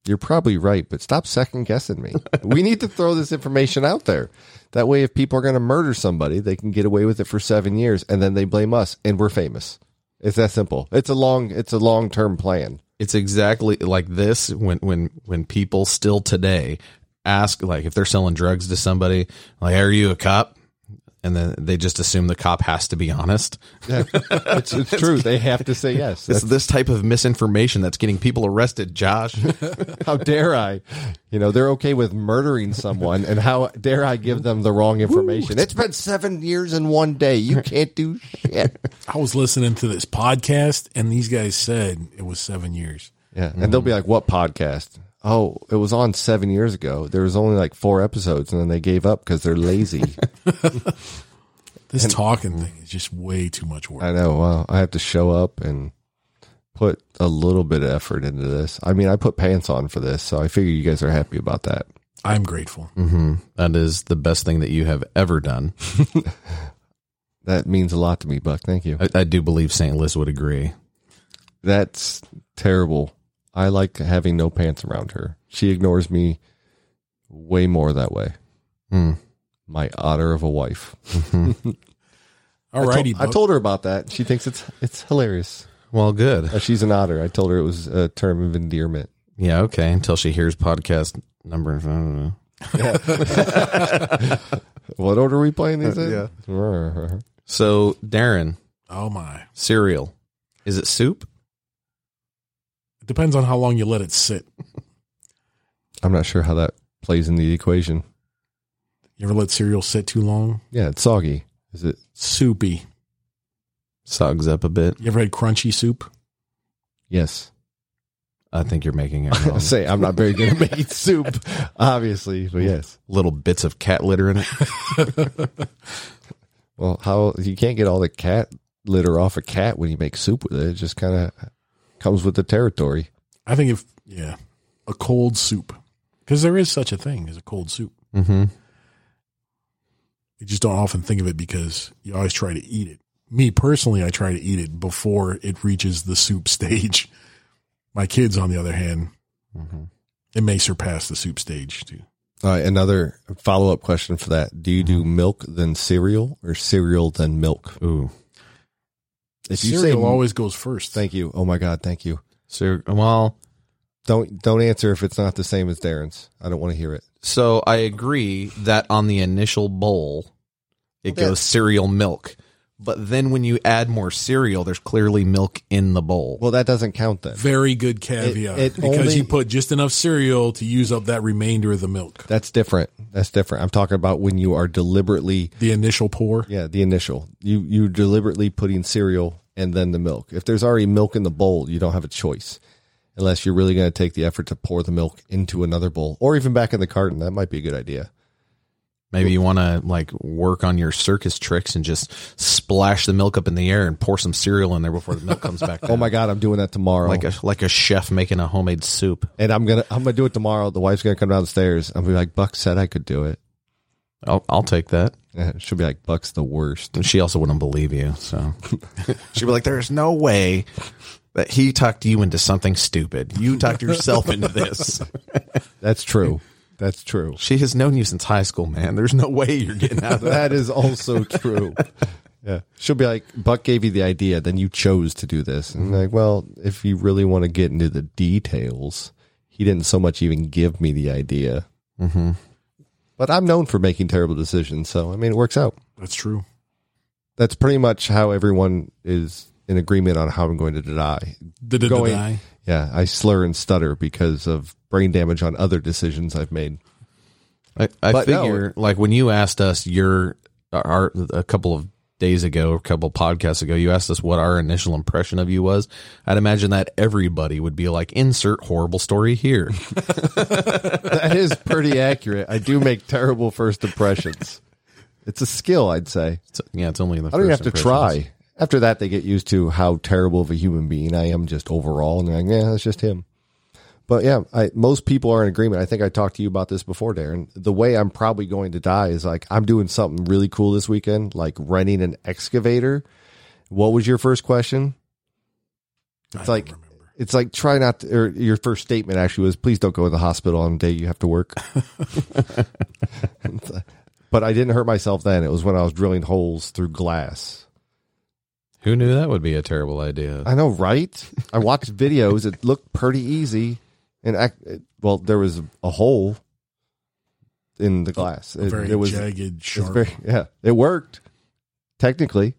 Speaker 1: You're probably right, but stop second guessing me. we need to throw this information out there. That way, if people are going to murder somebody, they can get away with it for seven years, and then they blame us, and we're famous. It's that simple. It's a long. It's a long term plan.
Speaker 2: It's exactly like this when when when people still today ask like if they're selling drugs to somebody, like are you a cop? And then they just assume the cop has to be honest.
Speaker 1: It's, it's true. They have to say yes.
Speaker 2: It's this type of misinformation that's getting people arrested, Josh.
Speaker 1: How dare I? You know, they're okay with murdering someone, and how dare I give them the wrong information? It's been seven years and one day. You can't do shit.
Speaker 3: I was listening to this podcast, and these guys said it was seven years.
Speaker 1: Yeah. And they'll be like, what podcast? Oh, it was on seven years ago. There was only like four episodes, and then they gave up because they're lazy.
Speaker 3: This talking thing is just way too much work.
Speaker 1: I know. Well, I have to show up and put a little bit of effort into this. I mean, I put pants on for this, so I figure you guys are happy about that.
Speaker 3: I'm grateful.
Speaker 2: *laughs*
Speaker 1: Mm.
Speaker 2: that is the best thing that you have ever done.
Speaker 1: That means a lot to me, Buck. Thank you.
Speaker 2: I, I do believe St. Liz would agree.
Speaker 1: That's terrible. I like having no pants around her. She ignores me way more that way.
Speaker 2: Hmm.
Speaker 1: My otter of a wife.
Speaker 3: All
Speaker 1: I,
Speaker 3: righty,
Speaker 1: told, I told her about that. She thinks it's it's hilarious.
Speaker 2: Well, good.
Speaker 1: Uh, she's an otter. I told her it was a term of endearment.
Speaker 2: Yeah, okay. Until she hears podcast number. I don't know.
Speaker 1: What order are we playing these in? Uh, Yeah.
Speaker 2: So, Darren,
Speaker 3: oh my!
Speaker 2: cereal. Is it soup?
Speaker 3: It depends on how long you let it sit.
Speaker 1: I'm not sure how that plays in the equation.
Speaker 3: You ever let cereal sit too long?
Speaker 1: Yeah, it's soggy. Is it?
Speaker 3: Soupy.
Speaker 2: Sogs up a bit.
Speaker 3: You ever had crunchy soup?
Speaker 1: Yes.
Speaker 2: I think you're making *laughs* it
Speaker 1: *laughs*
Speaker 2: wrong.
Speaker 1: Say, I'm not very good at making *laughs* soup, obviously, but yes.
Speaker 2: Little bits of cat litter in it.
Speaker 1: Well, how you can't get all the cat litter off a cat when you make soup with it. It just kind of comes with the territory.
Speaker 3: I think if yeah, a cold soup because there is such a thing as a cold soup.
Speaker 2: Mm-hmm.
Speaker 3: You just don't often think of it because you always try to eat it. Me personally, I try to eat it before it reaches the soup *laughs* stage. My kids, on the other hand,
Speaker 2: Mm-hmm.
Speaker 3: it may surpass the soup stage too.
Speaker 1: All right, another follow up question for that: Do you do milk then cereal or cereal then milk?
Speaker 2: Ooh.
Speaker 1: If you
Speaker 3: cereal
Speaker 1: say
Speaker 3: always goes first.
Speaker 1: thank you, oh my god, thank you.
Speaker 2: Cere- well,
Speaker 1: Don't don't answer if it's not the same as Darren's. I don't want to hear it.
Speaker 2: So I agree that on the initial bowl, it
Speaker 1: Yeah.
Speaker 2: goes cereal milk. But then when you add more cereal, there's clearly milk in the bowl.
Speaker 1: Well, that doesn't count then.
Speaker 3: Very good caveat.
Speaker 1: it
Speaker 3: because
Speaker 1: only-
Speaker 3: he put just enough cereal to use up that remainder of the milk.
Speaker 1: That's different. That's different. I'm talking about when you are deliberately
Speaker 3: The initial pour.
Speaker 1: yeah, the initial. You you deliberately putting cereal and then the milk. If there's already milk in the bowl, you don't have a choice. Unless you're really going to take the effort to pour the milk into another bowl or even back in the carton, that might be a good idea.
Speaker 2: Maybe you want to like work on your circus tricks and just splash the milk up in the air and pour some cereal in there before the milk comes *laughs* back.
Speaker 1: Oh my god, I'm doing that tomorrow.
Speaker 2: Like a like a chef making a homemade soup.
Speaker 1: and I'm gonna I'm gonna do it tomorrow. The wife's gonna come downstairs. I'm gonna be like, Buck said I could do it. *laughs*
Speaker 2: I'll, I'll take that.
Speaker 1: And she'll be like, Buck's the worst.
Speaker 2: And she also wouldn't believe you. So *laughs* she'd be like, "There's no way that he talked you into something stupid. You talked yourself into this."
Speaker 1: That's true. That's true.
Speaker 2: *laughs* She has known you since high school, man. There's no way you're getting out of that.
Speaker 1: That is also true. Yeah. She'll be like, Buck gave you the idea, then you chose to do this. And like, well, if you really want to get into the details, he didn't so much even give me the idea. Mm-hmm. But I'm known for making terrible decisions. So, I mean, it works out.
Speaker 3: That's true.
Speaker 1: That's pretty much how everyone is in agreement on how I'm going to die. Going-
Speaker 3: Going,
Speaker 1: Yeah. I slur and stutter because of brain damage on other decisions I've made.
Speaker 2: I, I
Speaker 1: But no.
Speaker 2: figure, like when you asked us your our a couple of days ago, a couple podcasts ago, you asked us what our initial impression of you was. I'd imagine that everybody would be like, "Insert horrible story *laughs* here."
Speaker 1: that is pretty accurate. I do make terrible first impressions. It's a skill, I'd say.
Speaker 2: It's- yeah, it's only the.
Speaker 1: I don't even have to try. After that, they get used to how terrible of a human being I am just overall, and they're like, "Yeah, that's just him." But yeah, I, most people are in agreement. I think I talked to you about this before, Darren. The way I'm probably going to die is like I'm doing something really cool this weekend, like renting an excavator. What was your first question? It's like it's like try not to, or your first statement actually was please don't go to the hospital on the day you have to work. *laughs* but I didn't hurt myself then. It was when I was drilling holes through glass.
Speaker 2: Who knew that would be a terrible idea?
Speaker 1: I know, right? I watched *laughs* videos. It looked pretty easy, and I, it- well, there was a hole in the glass. It,
Speaker 3: very
Speaker 1: it was it
Speaker 3: jagged,
Speaker 1: was
Speaker 3: sharp.
Speaker 1: very- yeah, it worked. Technically,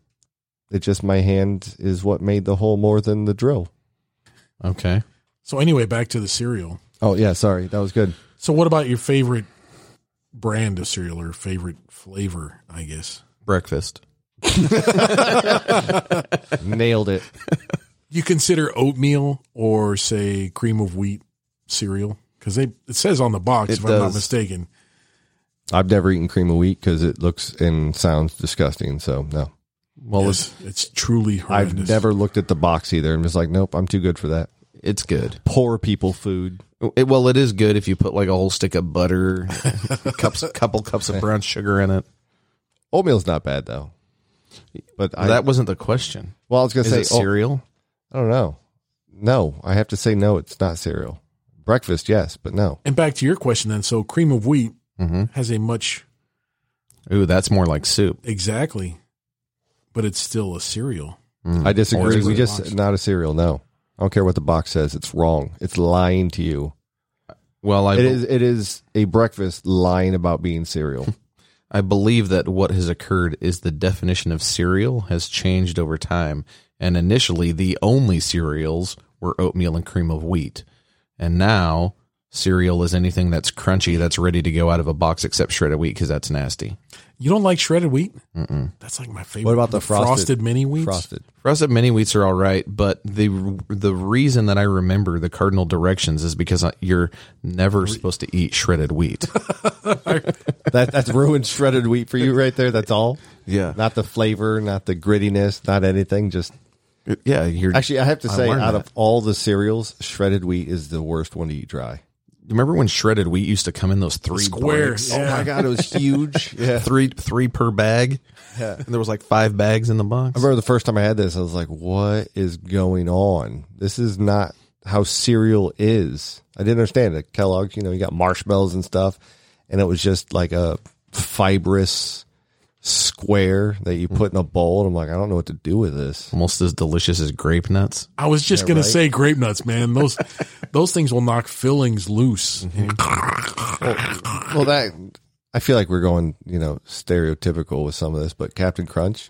Speaker 1: it just my hand is what made the hole more than the drill.
Speaker 2: Okay.
Speaker 3: so anyway, back to the cereal.
Speaker 1: Oh yeah, sorry, that was good.
Speaker 3: So what about your favorite brand of cereal or favorite flavor, I guess?
Speaker 2: Breakfast.
Speaker 1: *laughs* Nailed it.
Speaker 3: You consider oatmeal or say cream of wheat cereal? Because they it says on the box,
Speaker 2: It
Speaker 3: if I'm not
Speaker 2: does.
Speaker 3: mistaken.
Speaker 1: I've never eaten cream of wheat because it looks and sounds disgusting. So no,
Speaker 2: Well, it's
Speaker 3: It's, it's truly
Speaker 1: I've
Speaker 3: horrendous.
Speaker 1: never looked at the box either and was like, nope, I'm too good for that.
Speaker 2: it's good.
Speaker 1: Poor people food.
Speaker 2: It, well, it is good if you put like a whole stick of butter,
Speaker 1: *laughs*
Speaker 2: cups, couple cups of brown sugar in it.
Speaker 1: Oatmeal's not bad though. But I,
Speaker 2: that wasn't the question.
Speaker 1: well, I was gonna
Speaker 2: Is
Speaker 1: say oh.
Speaker 2: it
Speaker 1: oat-
Speaker 2: cereal?
Speaker 1: I don't know. No, I have to say no. It's not cereal. Breakfast, yes, but no.
Speaker 3: And back to your question then. So cream of wheat
Speaker 1: Mm-hmm.
Speaker 3: has a much
Speaker 2: Ooh, that's more like soup.
Speaker 3: exactly, but it's still a cereal.
Speaker 2: Mm.
Speaker 1: I disagree.
Speaker 3: is
Speaker 1: We
Speaker 3: it
Speaker 1: just
Speaker 3: boxed?
Speaker 1: not a cereal. No, I don't care what the box says. It's wrong. It's lying to you.
Speaker 2: Well, I
Speaker 1: It is. It is a breakfast lying about being cereal.
Speaker 2: I believe that what has occurred is the definition of cereal has changed over time. And initially, the only cereals were oatmeal and cream of wheat. And now, cereal is anything that's crunchy that's ready to go out of a box except shredded wheat because that's nasty.
Speaker 3: You don't like shredded wheat? That's like my favorite.
Speaker 1: *laughs* What about the frosted-
Speaker 3: mini wheats?
Speaker 1: Frosted.
Speaker 2: Frosted mini wheats are all right, but the the reason that I remember the cardinal directions is because I- you're never supposed to eat
Speaker 1: *laughs*
Speaker 2: shredded wheat. *laughs*
Speaker 1: That that's ruined shredded wheat for you right there. That's all.
Speaker 2: Yeah.
Speaker 1: Not the flavor, not the grittiness, not anything. Just
Speaker 2: yeah, you're
Speaker 1: actually, I have to
Speaker 2: I
Speaker 1: say,
Speaker 2: learned
Speaker 1: out
Speaker 2: that.
Speaker 1: of all the cereals, shredded wheat is the worst one to eat dry.
Speaker 2: remember when shredded wheat used to come in those three
Speaker 3: Square.
Speaker 2: bricks?
Speaker 3: Yeah.
Speaker 1: Oh my god, it *laughs* was huge. yeah.
Speaker 2: three three per bag. And there was like five bags in the
Speaker 1: I
Speaker 2: box.
Speaker 1: remember the first time I had this, I was like, what is going on? This is not how cereal is. I didn't understand it. Kellogg's, you know, you got marshmallows and stuff, and it was just like a fibrous square that you put in a bowl. And I'm like, I don't know what to do with this.
Speaker 2: Almost as delicious as grape nuts.
Speaker 1: *laughs*
Speaker 3: I was just gonna say grape nuts, man. Those Those things will knock fillings loose.
Speaker 1: Mm-hmm. Well, that I feel like we're going, you know, stereotypical with some of this, but Captain Crunch,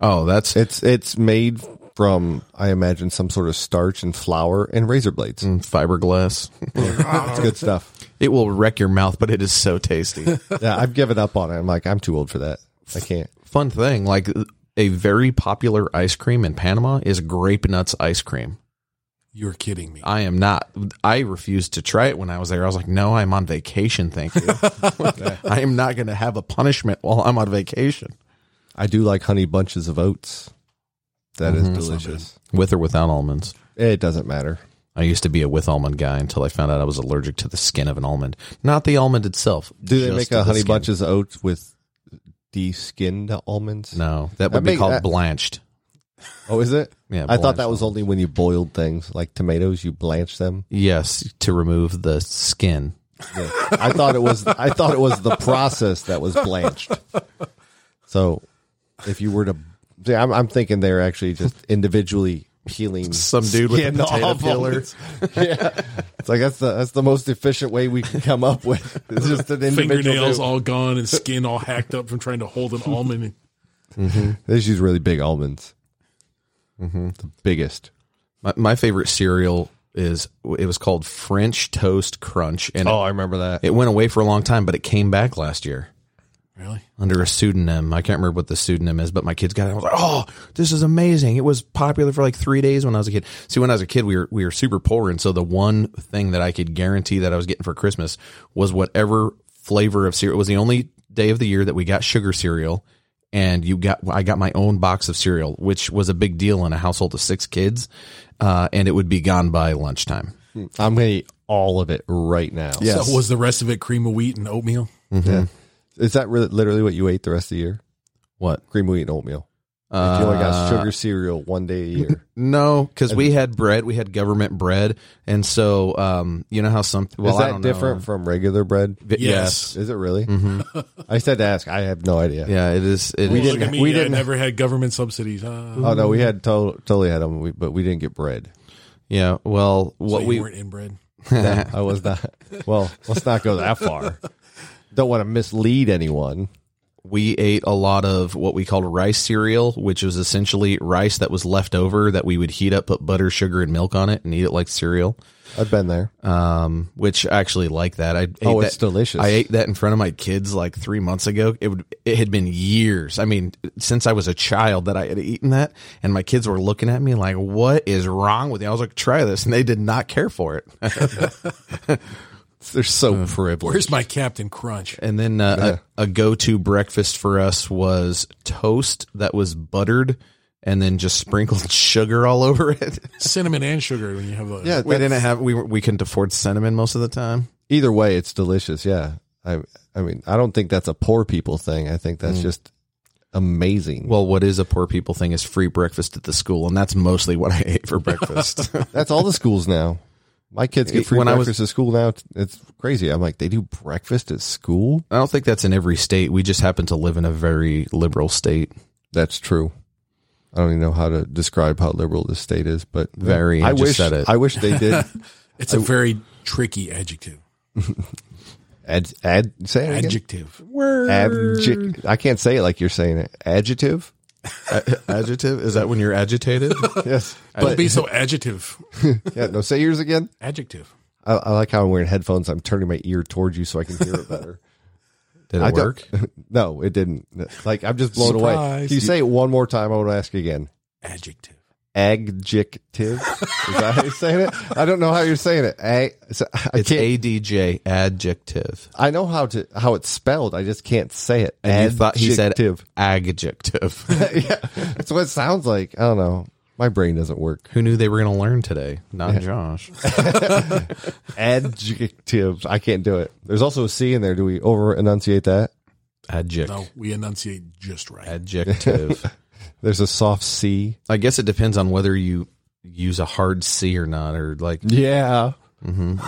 Speaker 2: Oh, that's
Speaker 1: it's it's made from I imagine some sort of starch and flour and razor blades.
Speaker 2: Mm. fiberglass.
Speaker 1: *laughs*
Speaker 2: *laughs*
Speaker 1: It's good stuff.
Speaker 2: It will wreck your mouth, but it is so
Speaker 1: *laughs*
Speaker 2: tasty.
Speaker 1: Yeah, I've given up on it. I'm like, I'm too old for that. I can't.
Speaker 2: Fun thing, like a very popular ice cream in Panama is grape nuts ice cream.
Speaker 3: You're kidding me.
Speaker 2: I am not. I refused to try it when I was there. I was like, no, I'm on vacation. Thank you. *laughs* I am not going to have a punishment while I'm on vacation.
Speaker 1: I do like honey bunches of oats. That
Speaker 2: Mm-hmm.
Speaker 1: is delicious.
Speaker 2: With or without almonds.
Speaker 1: It doesn't matter.
Speaker 2: I used to be a with almond guy until I found out I was allergic to the skin of an almond, not the almond itself.
Speaker 1: Do they
Speaker 2: just
Speaker 1: make
Speaker 2: the
Speaker 1: a honey
Speaker 2: skin.
Speaker 1: bunches of oats with de-skinned almonds?
Speaker 2: No, that would be
Speaker 1: make-
Speaker 2: called
Speaker 1: that-
Speaker 2: blanched.
Speaker 1: Oh, is it?
Speaker 2: Yeah,
Speaker 1: I thought
Speaker 2: blanched
Speaker 1: that was only when you boiled things like tomatoes. You blanch them.
Speaker 2: Yes, to remove the skin.
Speaker 1: Yeah. I thought it was. I thought it was the process that was blanched. So, if you were to, see, I'm, I'm thinking they're actually just individually peeling
Speaker 2: Some dude with a
Speaker 1: skin
Speaker 2: potato
Speaker 1: off
Speaker 2: peeler.
Speaker 1: almonds. yeah, it's like that's the that's the most efficient way we can come up with. *laughs* It's just an individual.
Speaker 3: Fingernails
Speaker 1: dude.
Speaker 3: all gone and skin all hacked up from trying to
Speaker 1: *laughs*
Speaker 3: hold an almond.
Speaker 1: They just use really big almonds. Mm-hmm. The biggest.
Speaker 2: My, my favorite cereal is it was called French Toast Crunch, and
Speaker 1: Oh, I remember that.
Speaker 2: it, it went away for a long time, but it came back last year
Speaker 3: Really?
Speaker 2: under a pseudonym. I can't remember what the pseudonym is, but my kids got it. I was like, "Oh, this is amazing!" It was popular for like three days when I was a kid. See, when I was a kid, we were we were super poor, and so the one thing that I could guarantee that I was getting for Christmas was whatever flavor of cereal. It was the only day of the year that we got sugar cereal, and you got I got my own box of cereal, which was a big deal in a household of six kids, uh, and it would be gone by lunchtime.
Speaker 1: I'm gonna eat all of it right now.
Speaker 2: Yes.
Speaker 3: So was the rest of it cream of wheat and oatmeal?
Speaker 1: Yeah. Mm-hmm. Is that really, literally what you ate the rest of the year?
Speaker 2: What?
Speaker 1: Cream wheat and oatmeal. Like you only got
Speaker 2: Uh,
Speaker 1: sugar cereal one day a year.
Speaker 2: No, because we had bread. We had government bread, and so um, you know how some well,
Speaker 1: Is
Speaker 2: I
Speaker 1: that
Speaker 2: don't
Speaker 1: different from regular bread?
Speaker 2: Know. Vi- Mm-hmm.
Speaker 3: Yes.
Speaker 1: Is it really? *laughs* I just had to ask. I have no idea.
Speaker 2: Yeah, it is. It
Speaker 3: We
Speaker 2: is-
Speaker 3: didn't. Look at me,
Speaker 1: we
Speaker 3: I
Speaker 1: didn't-
Speaker 3: never had government subsidies. Uh,
Speaker 1: Oh no, we had to- totally had them, we, but we didn't get bread.
Speaker 2: Yeah. Well,
Speaker 3: so
Speaker 2: what
Speaker 3: you
Speaker 2: we
Speaker 3: weren't inbred.
Speaker 1: No,
Speaker 2: *laughs*
Speaker 1: I was not. Well, let's not go that far. Don't want to mislead anyone.
Speaker 2: we ate a lot of what we called rice cereal, which was essentially rice that was left over that we would heat up, put butter, sugar, and milk on it, and eat it like cereal.
Speaker 1: I've been there.
Speaker 2: Um, which I actually like that. I ate
Speaker 1: Oh, it's
Speaker 2: that-
Speaker 1: delicious.
Speaker 2: I ate that in front of my kids like three months ago. It would it had been years. I mean, since I was a child that I had eaten that, and my kids were looking at me like, "What is wrong with you?" I was like, "Try this," and they did not care for it.
Speaker 1: They're
Speaker 2: uh,
Speaker 1: so privileged.
Speaker 3: Where's my Captain Crunch?
Speaker 2: And then uh, a, a go-to breakfast for us was toast that was buttered and then just sprinkled *laughs* sugar all over it.
Speaker 3: Cinnamon and sugar when you have a.
Speaker 1: Yeah,
Speaker 2: we
Speaker 1: that's-
Speaker 2: didn't have we were- we couldn't afford cinnamon most of the time.
Speaker 1: either way, it's delicious. Yeah. I I mean, I don't think that's a poor people thing. I think
Speaker 2: Mm.
Speaker 1: that's just amazing.
Speaker 2: Well, what is a poor people thing is free breakfast at the school, and that's mostly what I ate for *laughs* breakfast.
Speaker 1: that's all the schools now. My kids get free
Speaker 2: When I was-
Speaker 1: breakfast at school now. It's crazy. I'm like, they do breakfast at school?
Speaker 2: I don't think that's in every state. We just happen to live in a very liberal state.
Speaker 1: That's true. I don't even know how to describe how liberal this state is, but
Speaker 2: Very.
Speaker 1: I
Speaker 2: I just
Speaker 1: wish
Speaker 2: said it.
Speaker 1: I wish they
Speaker 2: *laughs*
Speaker 1: did.
Speaker 3: It's a very tricky adjective.
Speaker 1: ad, ad, say it again.
Speaker 3: Adjective.
Speaker 1: Adjec- I can't say it like you're saying it.
Speaker 2: *laughs*
Speaker 1: Adjective.
Speaker 2: Adjective is that when you're *laughs* agitated?
Speaker 1: Yes.
Speaker 3: Don't be
Speaker 1: *laughs*
Speaker 3: so adjective.
Speaker 1: Yeah. No. Say yours again.
Speaker 3: Adjective.
Speaker 1: I, I like how I'm wearing headphones. I'm turning my ear towards you so I can hear it better.
Speaker 2: Did it
Speaker 1: I don't- *laughs*
Speaker 2: *laughs* work?
Speaker 1: No, it didn't. Like I'm just blown away.
Speaker 3: Surprise.
Speaker 1: Can you say it one more time? I want to ask you again.
Speaker 3: Adjective.
Speaker 1: Adjective. Is that how you're saying it? I don't know how you're saying it. A- so- I
Speaker 2: It's
Speaker 1: can't.
Speaker 2: adj adjective.
Speaker 1: I know how to how it's spelled. I just can't say it.
Speaker 2: And you thought he said *laughs*
Speaker 1: Adjective.
Speaker 2: adjective. *laughs*
Speaker 1: yeah, that's what it sounds like. I don't know. My brain doesn't work.
Speaker 2: Who knew they were going to learn today?
Speaker 1: *laughs*
Speaker 2: Not Josh.
Speaker 1: Adjective. I can't do it. There's also a C in there. Do we over enunciate that?
Speaker 2: Adject.
Speaker 3: No, we enunciate just right.
Speaker 2: Adjective.
Speaker 1: There's a soft C.
Speaker 2: I guess it depends on whether you use a hard C or not, or like Mm-hmm.
Speaker 1: Yeah.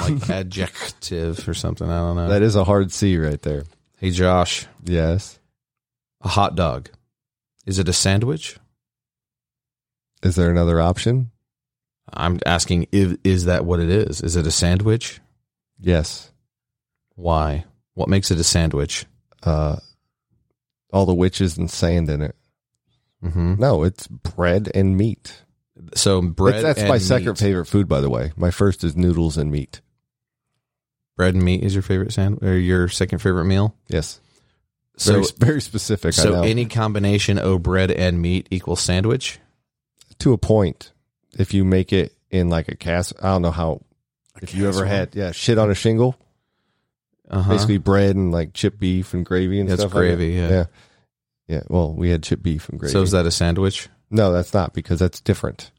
Speaker 1: *laughs*
Speaker 2: like adjective or something. I don't know.
Speaker 1: That is a hard C right there.
Speaker 2: hey, Josh,
Speaker 1: Yes.
Speaker 2: a hot dog. Is it a sandwich?
Speaker 1: Is there another option?
Speaker 2: I'm asking, if, is that what it is? Is it a sandwich?
Speaker 1: Yes.
Speaker 2: Why? What makes it a sandwich?
Speaker 1: Uh, all the witches and sand in it.
Speaker 2: Mm-hmm.
Speaker 1: No, it's bread and meat.
Speaker 2: So bread.
Speaker 1: It's- that's
Speaker 2: and
Speaker 1: my second
Speaker 2: meat.
Speaker 1: favorite food, by the way. My first is noodles and meat.
Speaker 2: Bread and meat is your favorite sandwich, or your second favorite meal.
Speaker 1: Yes.
Speaker 2: So,
Speaker 1: very, *laughs* very specific. I
Speaker 2: so
Speaker 1: know.
Speaker 2: any combination of bread and meat equals sandwich.
Speaker 1: to a point, if you make it in like a cast, I don't know how.
Speaker 3: A
Speaker 1: If you ever
Speaker 3: casserole.
Speaker 1: had, yeah, shit on a shingle,
Speaker 2: Uh-huh.
Speaker 1: basically bread and like chip beef and gravy and
Speaker 2: That's
Speaker 1: stuff. like that.
Speaker 2: gravy, yeah.
Speaker 1: yeah, yeah. Well, we had chip beef and gravy.
Speaker 2: So is that a sandwich?
Speaker 1: No, that's not because that's different.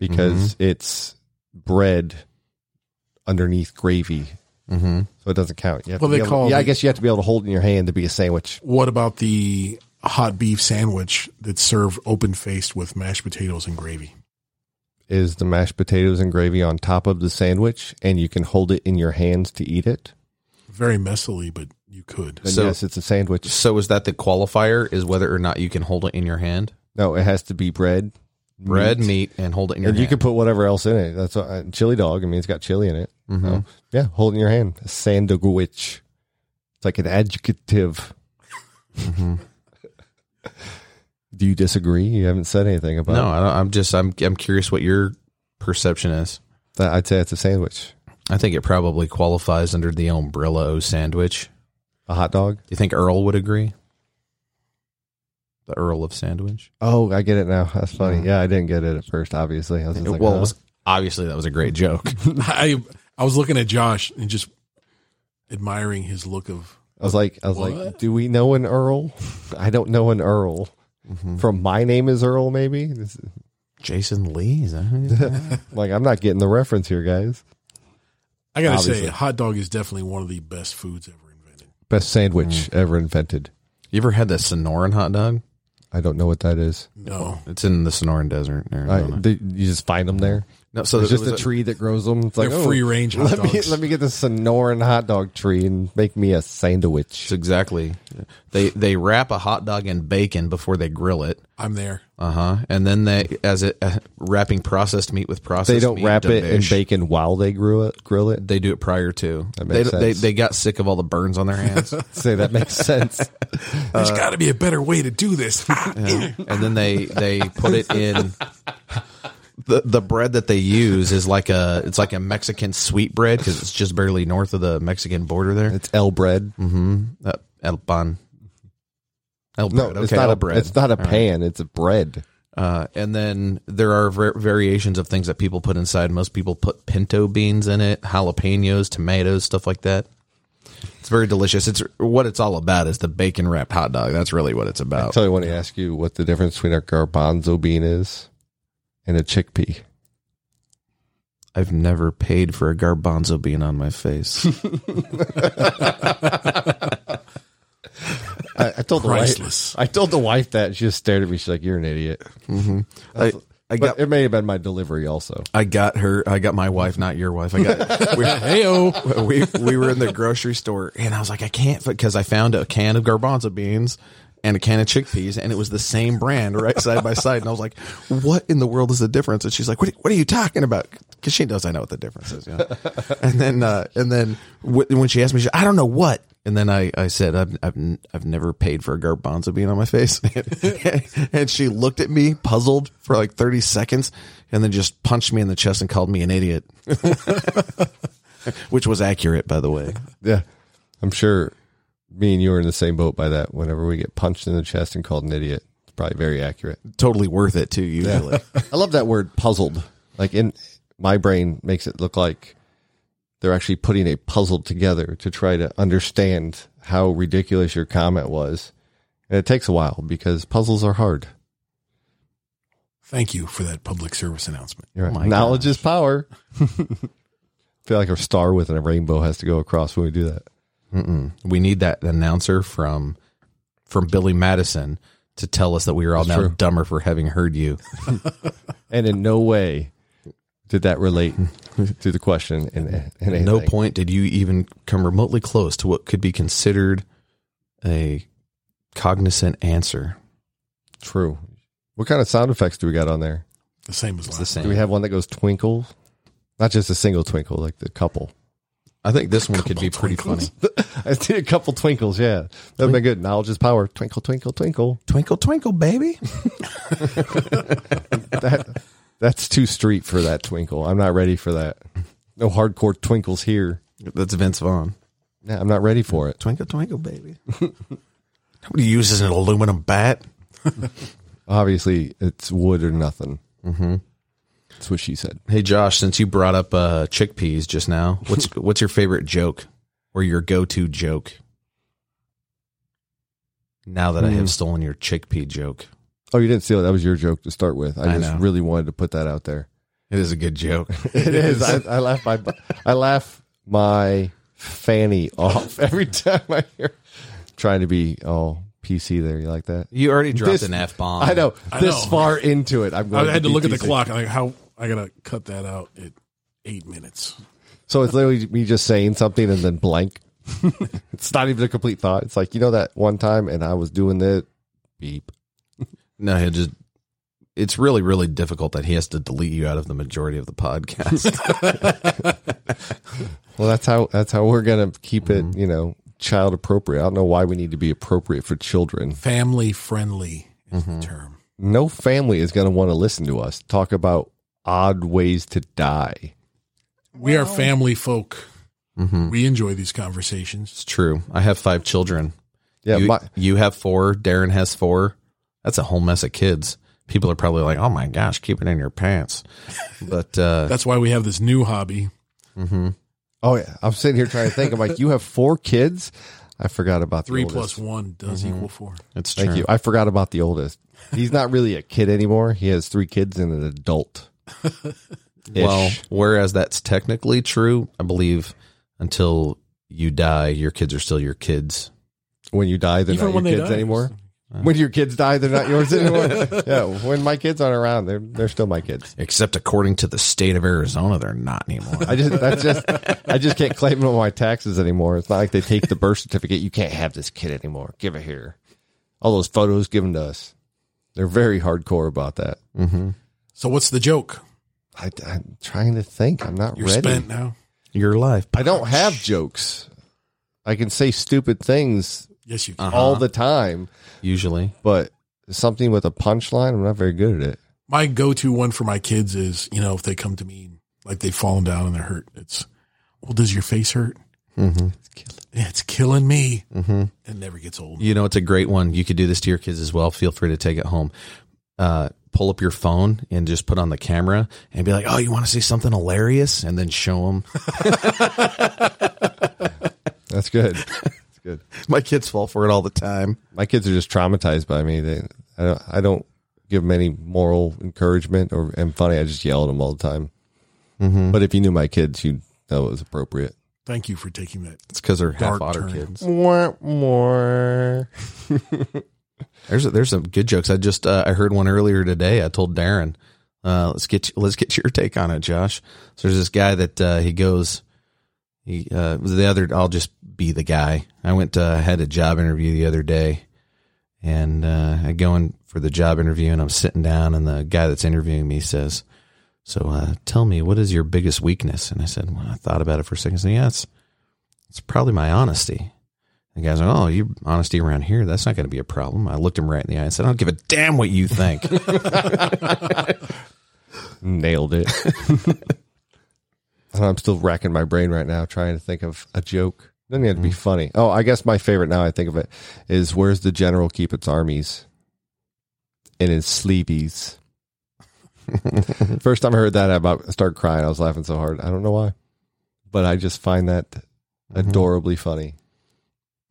Speaker 1: Because
Speaker 2: Mm-hmm.
Speaker 1: it's bread underneath gravy,
Speaker 2: Mm-hmm.
Speaker 1: so it doesn't count. You have
Speaker 3: Well,
Speaker 1: to be
Speaker 3: they
Speaker 1: able-
Speaker 3: call
Speaker 1: yeah, I
Speaker 3: it-
Speaker 1: guess you have to be able to hold it in your hand to be a sandwich.
Speaker 3: What about the hot beef sandwich that's served open faced with mashed potatoes and gravy?
Speaker 1: Is the mashed potatoes and gravy on top of the sandwich, and you can hold it in your hands to eat it?
Speaker 3: Very messily, but you
Speaker 2: *laughs*
Speaker 3: could. *laughs*
Speaker 1: Then
Speaker 2: So-
Speaker 1: yes, it's a sandwich.
Speaker 2: So is that the qualifier? Is whether or not you can hold it in your hand?
Speaker 1: No, it has to be bread,
Speaker 2: Bread, meat, and hold it in your
Speaker 1: and you
Speaker 2: hand.
Speaker 1: can put whatever else in it. That's what, uh, chili dog. I mean, it's got chili in it.
Speaker 2: Mm-hmm.
Speaker 1: So, yeah, hold it in your hand. A sandwich. It's like an adjective.
Speaker 2: Mm-hmm.
Speaker 1: Do you disagree? You haven't said anything about
Speaker 2: no, I don't, I'm just I'm I'm curious what your perception is.
Speaker 1: that. I'd say it's a sandwich.
Speaker 2: I think it probably qualifies under the umbrella of sandwich.
Speaker 1: A hot dog.
Speaker 2: Do you think Earl would agree? The Earl of Sandwich.
Speaker 1: Oh, I get it now. That's funny. Yeah, I didn't get it at first. Obviously, I was just like,
Speaker 2: well, it
Speaker 1: huh?
Speaker 2: was, obviously that was a
Speaker 1: *laughs*
Speaker 2: great joke.
Speaker 3: I I was looking at Josh and just admiring his look of
Speaker 1: I was like, I was like,
Speaker 3: What?
Speaker 1: do we know an Earl? *laughs* I don't know an Earl. From my name is Earl, maybe. This-
Speaker 2: Jason Lee. Is that who it is?
Speaker 1: like, I'm not getting the reference here, guys.
Speaker 3: I gotta
Speaker 1: Obviously.
Speaker 3: say, hot dog is definitely one of the best foods ever invented.
Speaker 1: Best
Speaker 2: Mm.
Speaker 1: sandwich ever invented.
Speaker 2: *laughs* you ever had the Sonoran hot dog?
Speaker 1: I don't know what that is.
Speaker 3: No,
Speaker 2: It's in the Sonoran Desert,
Speaker 1: I,
Speaker 2: Arizona.
Speaker 1: th- you just find them there.
Speaker 2: no, so
Speaker 1: It's
Speaker 2: there
Speaker 1: just
Speaker 2: was
Speaker 1: a tree that grows them. It's like
Speaker 3: They're
Speaker 1: oh,
Speaker 3: free-range hot
Speaker 1: let Me,
Speaker 3: dogs.
Speaker 1: let me get the Sonoran hot dog tree and make me a
Speaker 2: It's
Speaker 1: sandwich.
Speaker 2: exactly. They they wrap a hot dog in bacon before they grill it.
Speaker 3: I'm there.
Speaker 2: Uh huh. And then they as it uh, wrapping processed meat with processed.
Speaker 1: They don't
Speaker 2: meat
Speaker 1: wrap
Speaker 2: to
Speaker 1: it in
Speaker 2: dish.
Speaker 1: bacon while they grill it. Grill it.
Speaker 2: They do it prior to. they,
Speaker 1: makes
Speaker 2: they
Speaker 1: sense.
Speaker 2: they got sick of all the burns on
Speaker 1: *laughs*
Speaker 2: their hands.
Speaker 1: Say that makes sense.
Speaker 2: uh,
Speaker 3: There's got to be a better way to
Speaker 2: *laughs*
Speaker 3: do this. *laughs*
Speaker 2: and then they they put it in the the bread that they use is like a it's like a Mexican sweet bread because it's just barely north of the Mexican border there.
Speaker 1: It's L bread.
Speaker 2: Uh, el pan, el
Speaker 1: No,
Speaker 2: bread.
Speaker 1: it's
Speaker 2: okay,
Speaker 1: not
Speaker 2: el
Speaker 1: a
Speaker 2: bread.
Speaker 1: It's not a pan. It's a bread.
Speaker 2: Uh, and then there are var- variations of things that people put inside. Most people put pinto beans in it, jalapenos, tomatoes, stuff like that. It's very delicious. It's what it's all about is the bacon wrapped hot dog. That's really what it's about.
Speaker 1: So I want to ask you what the difference between a garbanzo bean is and a chickpea.
Speaker 2: I've never paid for a garbanzo bean on my *laughs* face.
Speaker 1: I, I told
Speaker 3: Priceless.
Speaker 1: the wife. I told the wife that she just stared at me. She's like, "You're an idiot."
Speaker 2: I, I
Speaker 1: But
Speaker 2: got
Speaker 1: it may have been my delivery also.
Speaker 2: I got her. I got my wife, not your wife. I got we,
Speaker 3: Heyo,
Speaker 2: we we were in the grocery store, and I was like, I can't because I found a can of garbanzo beans and a can of chickpeas, and it was the same brand right side by side. And I was like, What in the world is the difference? And she's like, What, what are you talking about? Because she knows I know what the difference is. You know? and then uh, and then w- when she asked me, she, I don't know what. And then I, I said, I've, I've, n- I've never paid for a garbanzo bean on my face. *laughs* and she looked at me puzzled for like 30 seconds and then just punched me in the chest and called me an idiot, *laughs* which was accurate, by the way.
Speaker 1: Yeah. I'm sure me and you are in the same boat by that. Whenever we get punched in the chest and called an idiot, it's probably very accurate.
Speaker 2: Totally worth it, too, usually.
Speaker 1: *laughs* I love that word puzzled. Like in my brain makes it look like they're actually putting a puzzle together to try to understand how ridiculous your comment was. And it takes a while because puzzles are hard.
Speaker 3: thank you for that public service announcement.
Speaker 1: You're right.
Speaker 2: my
Speaker 1: Knowledge is power. *laughs* I feel like a star with a rainbow has to go across when we do that.
Speaker 2: we need that announcer from from Billy Madison to tell us that we are all now
Speaker 1: true.
Speaker 2: dumber for having heard you.
Speaker 1: And in no way did that relate to the question. In, in anything.
Speaker 2: no point did you even come remotely close to what could be considered a cognizant answer.
Speaker 1: True. What kind of sound effects do we got on there?
Speaker 3: The same as
Speaker 2: It's the
Speaker 3: last.
Speaker 1: Do
Speaker 2: same.
Speaker 1: we have one that goes twinkle? Not just a single twinkle, like the couple. *laughs*
Speaker 2: I think this one could be pretty
Speaker 3: twinkles.
Speaker 2: funny.
Speaker 1: I see a couple twinkles. Yeah, that'd be good. Knowledge is power. Twinkle, twinkle, twinkle.
Speaker 2: Twinkle, twinkle, baby.
Speaker 1: That that's too street for that twinkle. I'm not ready for that. No hardcore twinkles here.
Speaker 2: That's Vince Vaughn.
Speaker 1: Nah, I'm not ready for it.
Speaker 2: Twinkle, twinkle, baby. *laughs* Nobody uses an aluminum bat.
Speaker 1: Obviously, it's wood or nothing. Mm-hmm. That's what she said.
Speaker 2: Hey Josh, since you brought up uh, chickpeas just now, *laughs* what's what's your favorite joke or your go to joke? Now that I have stolen your chickpea joke,
Speaker 1: Oh, you didn't steal it. That was your joke to start with. I,
Speaker 2: I
Speaker 1: just
Speaker 2: know.
Speaker 1: really wanted to put that out there.
Speaker 2: it is a good joke.
Speaker 1: *laughs* It is. I, I laugh my I laugh my fanny *laughs* off every time I hear. Trying to be all PC there. You like that?
Speaker 2: *laughs* You already dropped
Speaker 1: This-
Speaker 2: an f bomb.
Speaker 1: I know.
Speaker 3: I
Speaker 1: This
Speaker 3: know.
Speaker 1: far into it, I'm
Speaker 3: I
Speaker 1: going.
Speaker 3: had to
Speaker 1: be
Speaker 3: look at the
Speaker 1: PC.
Speaker 3: clock. I'm like, how I gotta cut that out at eight minutes.
Speaker 1: So it's literally me just saying something and then blank. *laughs* it's not even a complete thought. It's like you know that one time, and I was doing that. Beep.
Speaker 2: No, he just. It's really, really difficult that he has to delete you out of the majority of the *laughs* podcast.
Speaker 1: Well, that's how that's how we're gonna keep it.
Speaker 3: Mm-hmm.
Speaker 1: You know, child appropriate. I don't know why we need to be appropriate for children.
Speaker 3: Family friendly is
Speaker 1: Mm-hmm.
Speaker 3: the term.
Speaker 1: No family is gonna want to listen to us talk about odd ways to die.
Speaker 3: We are family folk.
Speaker 1: Mm-hmm.
Speaker 2: Mhm.
Speaker 3: We enjoy these conversations.
Speaker 2: it's true. I have five children.
Speaker 1: Yeah,
Speaker 2: you,
Speaker 1: my,
Speaker 2: you have four. Darren has four. That's a whole mess of kids. People are probably like, "Oh my gosh, keep it in
Speaker 1: *laughs*
Speaker 2: your pants." But uh, mm-hmm,
Speaker 3: That's why we have this new hobby.
Speaker 1: oh yeah, I'm sitting here trying to think. I'm like, you have four kids. I forgot about the
Speaker 3: Three
Speaker 1: oldest.
Speaker 3: plus one does
Speaker 1: Mm-hmm.
Speaker 3: equal four.
Speaker 2: it's true.
Speaker 1: Thank you. I forgot about the oldest. He's not really a kid anymore. He has three kids and an adult.
Speaker 3: *laughs*
Speaker 2: Well,
Speaker 1: Ish.
Speaker 2: whereas that's technically true, I believe until you die, your kids are still your kids.
Speaker 1: when you die, they're
Speaker 3: Even
Speaker 1: not
Speaker 3: when
Speaker 1: your
Speaker 3: they
Speaker 1: kids
Speaker 3: die.
Speaker 1: anymore. When your kids die, they're not yours
Speaker 3: *laughs*
Speaker 1: anymore. yeah, when my kids aren't around, they're they're still my kids.
Speaker 2: Except according to the state of Arizona, they're not
Speaker 1: *laughs*
Speaker 2: anymore.
Speaker 1: I just that's just I just can't claim them on my taxes anymore. It's not like they take the birth certificate. You can't have this kid anymore. Give it here. All those photos given to us. They're very hardcore about that.
Speaker 3: So what's the joke?
Speaker 1: I, am trying to think. I'm not
Speaker 3: You're
Speaker 1: ready.
Speaker 3: spent now.
Speaker 2: your life.
Speaker 1: I don't have jokes. I can say stupid things
Speaker 3: Yes, you.
Speaker 1: all the time,
Speaker 2: Usually.
Speaker 1: but something with a punchline, I'm not very good at it.
Speaker 3: My go-to one for my kids is, you know, if they come to me and, like they've fallen down and they're hurt, it's, well, does your face hurt? Mm-hmm. It's killing me. Mm-hmm. It never gets old.
Speaker 2: You know, it's a great one. You could do this to your kids as well. Feel free to take it home. Uh, pull up your phone and just put on the camera and be like, oh, you want to see something hilarious? And then show them.
Speaker 1: That's good. That's good.
Speaker 2: *laughs* My kids fall for it all the time.
Speaker 1: my kids are just traumatized by me. They, I don't, I don't give them any moral encouragement or and funny. I just yell at them all the time. But if you knew my kids, you'd know it was appropriate.
Speaker 3: Thank you for taking that.
Speaker 2: It's because they're half
Speaker 3: Dark
Speaker 2: otter
Speaker 3: turn.
Speaker 2: kids.
Speaker 1: More, more.
Speaker 2: *laughs* There's there's some good jokes. I just uh, I heard one earlier today. I told Darren, uh, let's get let's get your take on it, Josh. So there's this guy that uh, he goes, he uh, was the other. I'll just be the guy. I went uh, had a job interview the other day, and uh, I go in for the job interview, and I'm sitting down, and the guy that's interviewing me says, "So uh, tell me, what is your biggest weakness?" And I said, "Well, I thought about it for a second. I said, yeah, it's it's probably my honesty." The guy's like, "Oh, your honesty around here, that's not going to be a problem." I looked him right in the eye and said, "I don't give a damn what you *laughs* think."
Speaker 1: Nailed it. *laughs* And I'm still racking my brain right now trying to think of a joke. Doesn't have to be funny. Oh, I guess my favorite now I think of it is where's the general keep its armies? In his sleeveys. First time I heard that, I about started crying. I was laughing so hard. I don't know why, but I just find that adorably funny.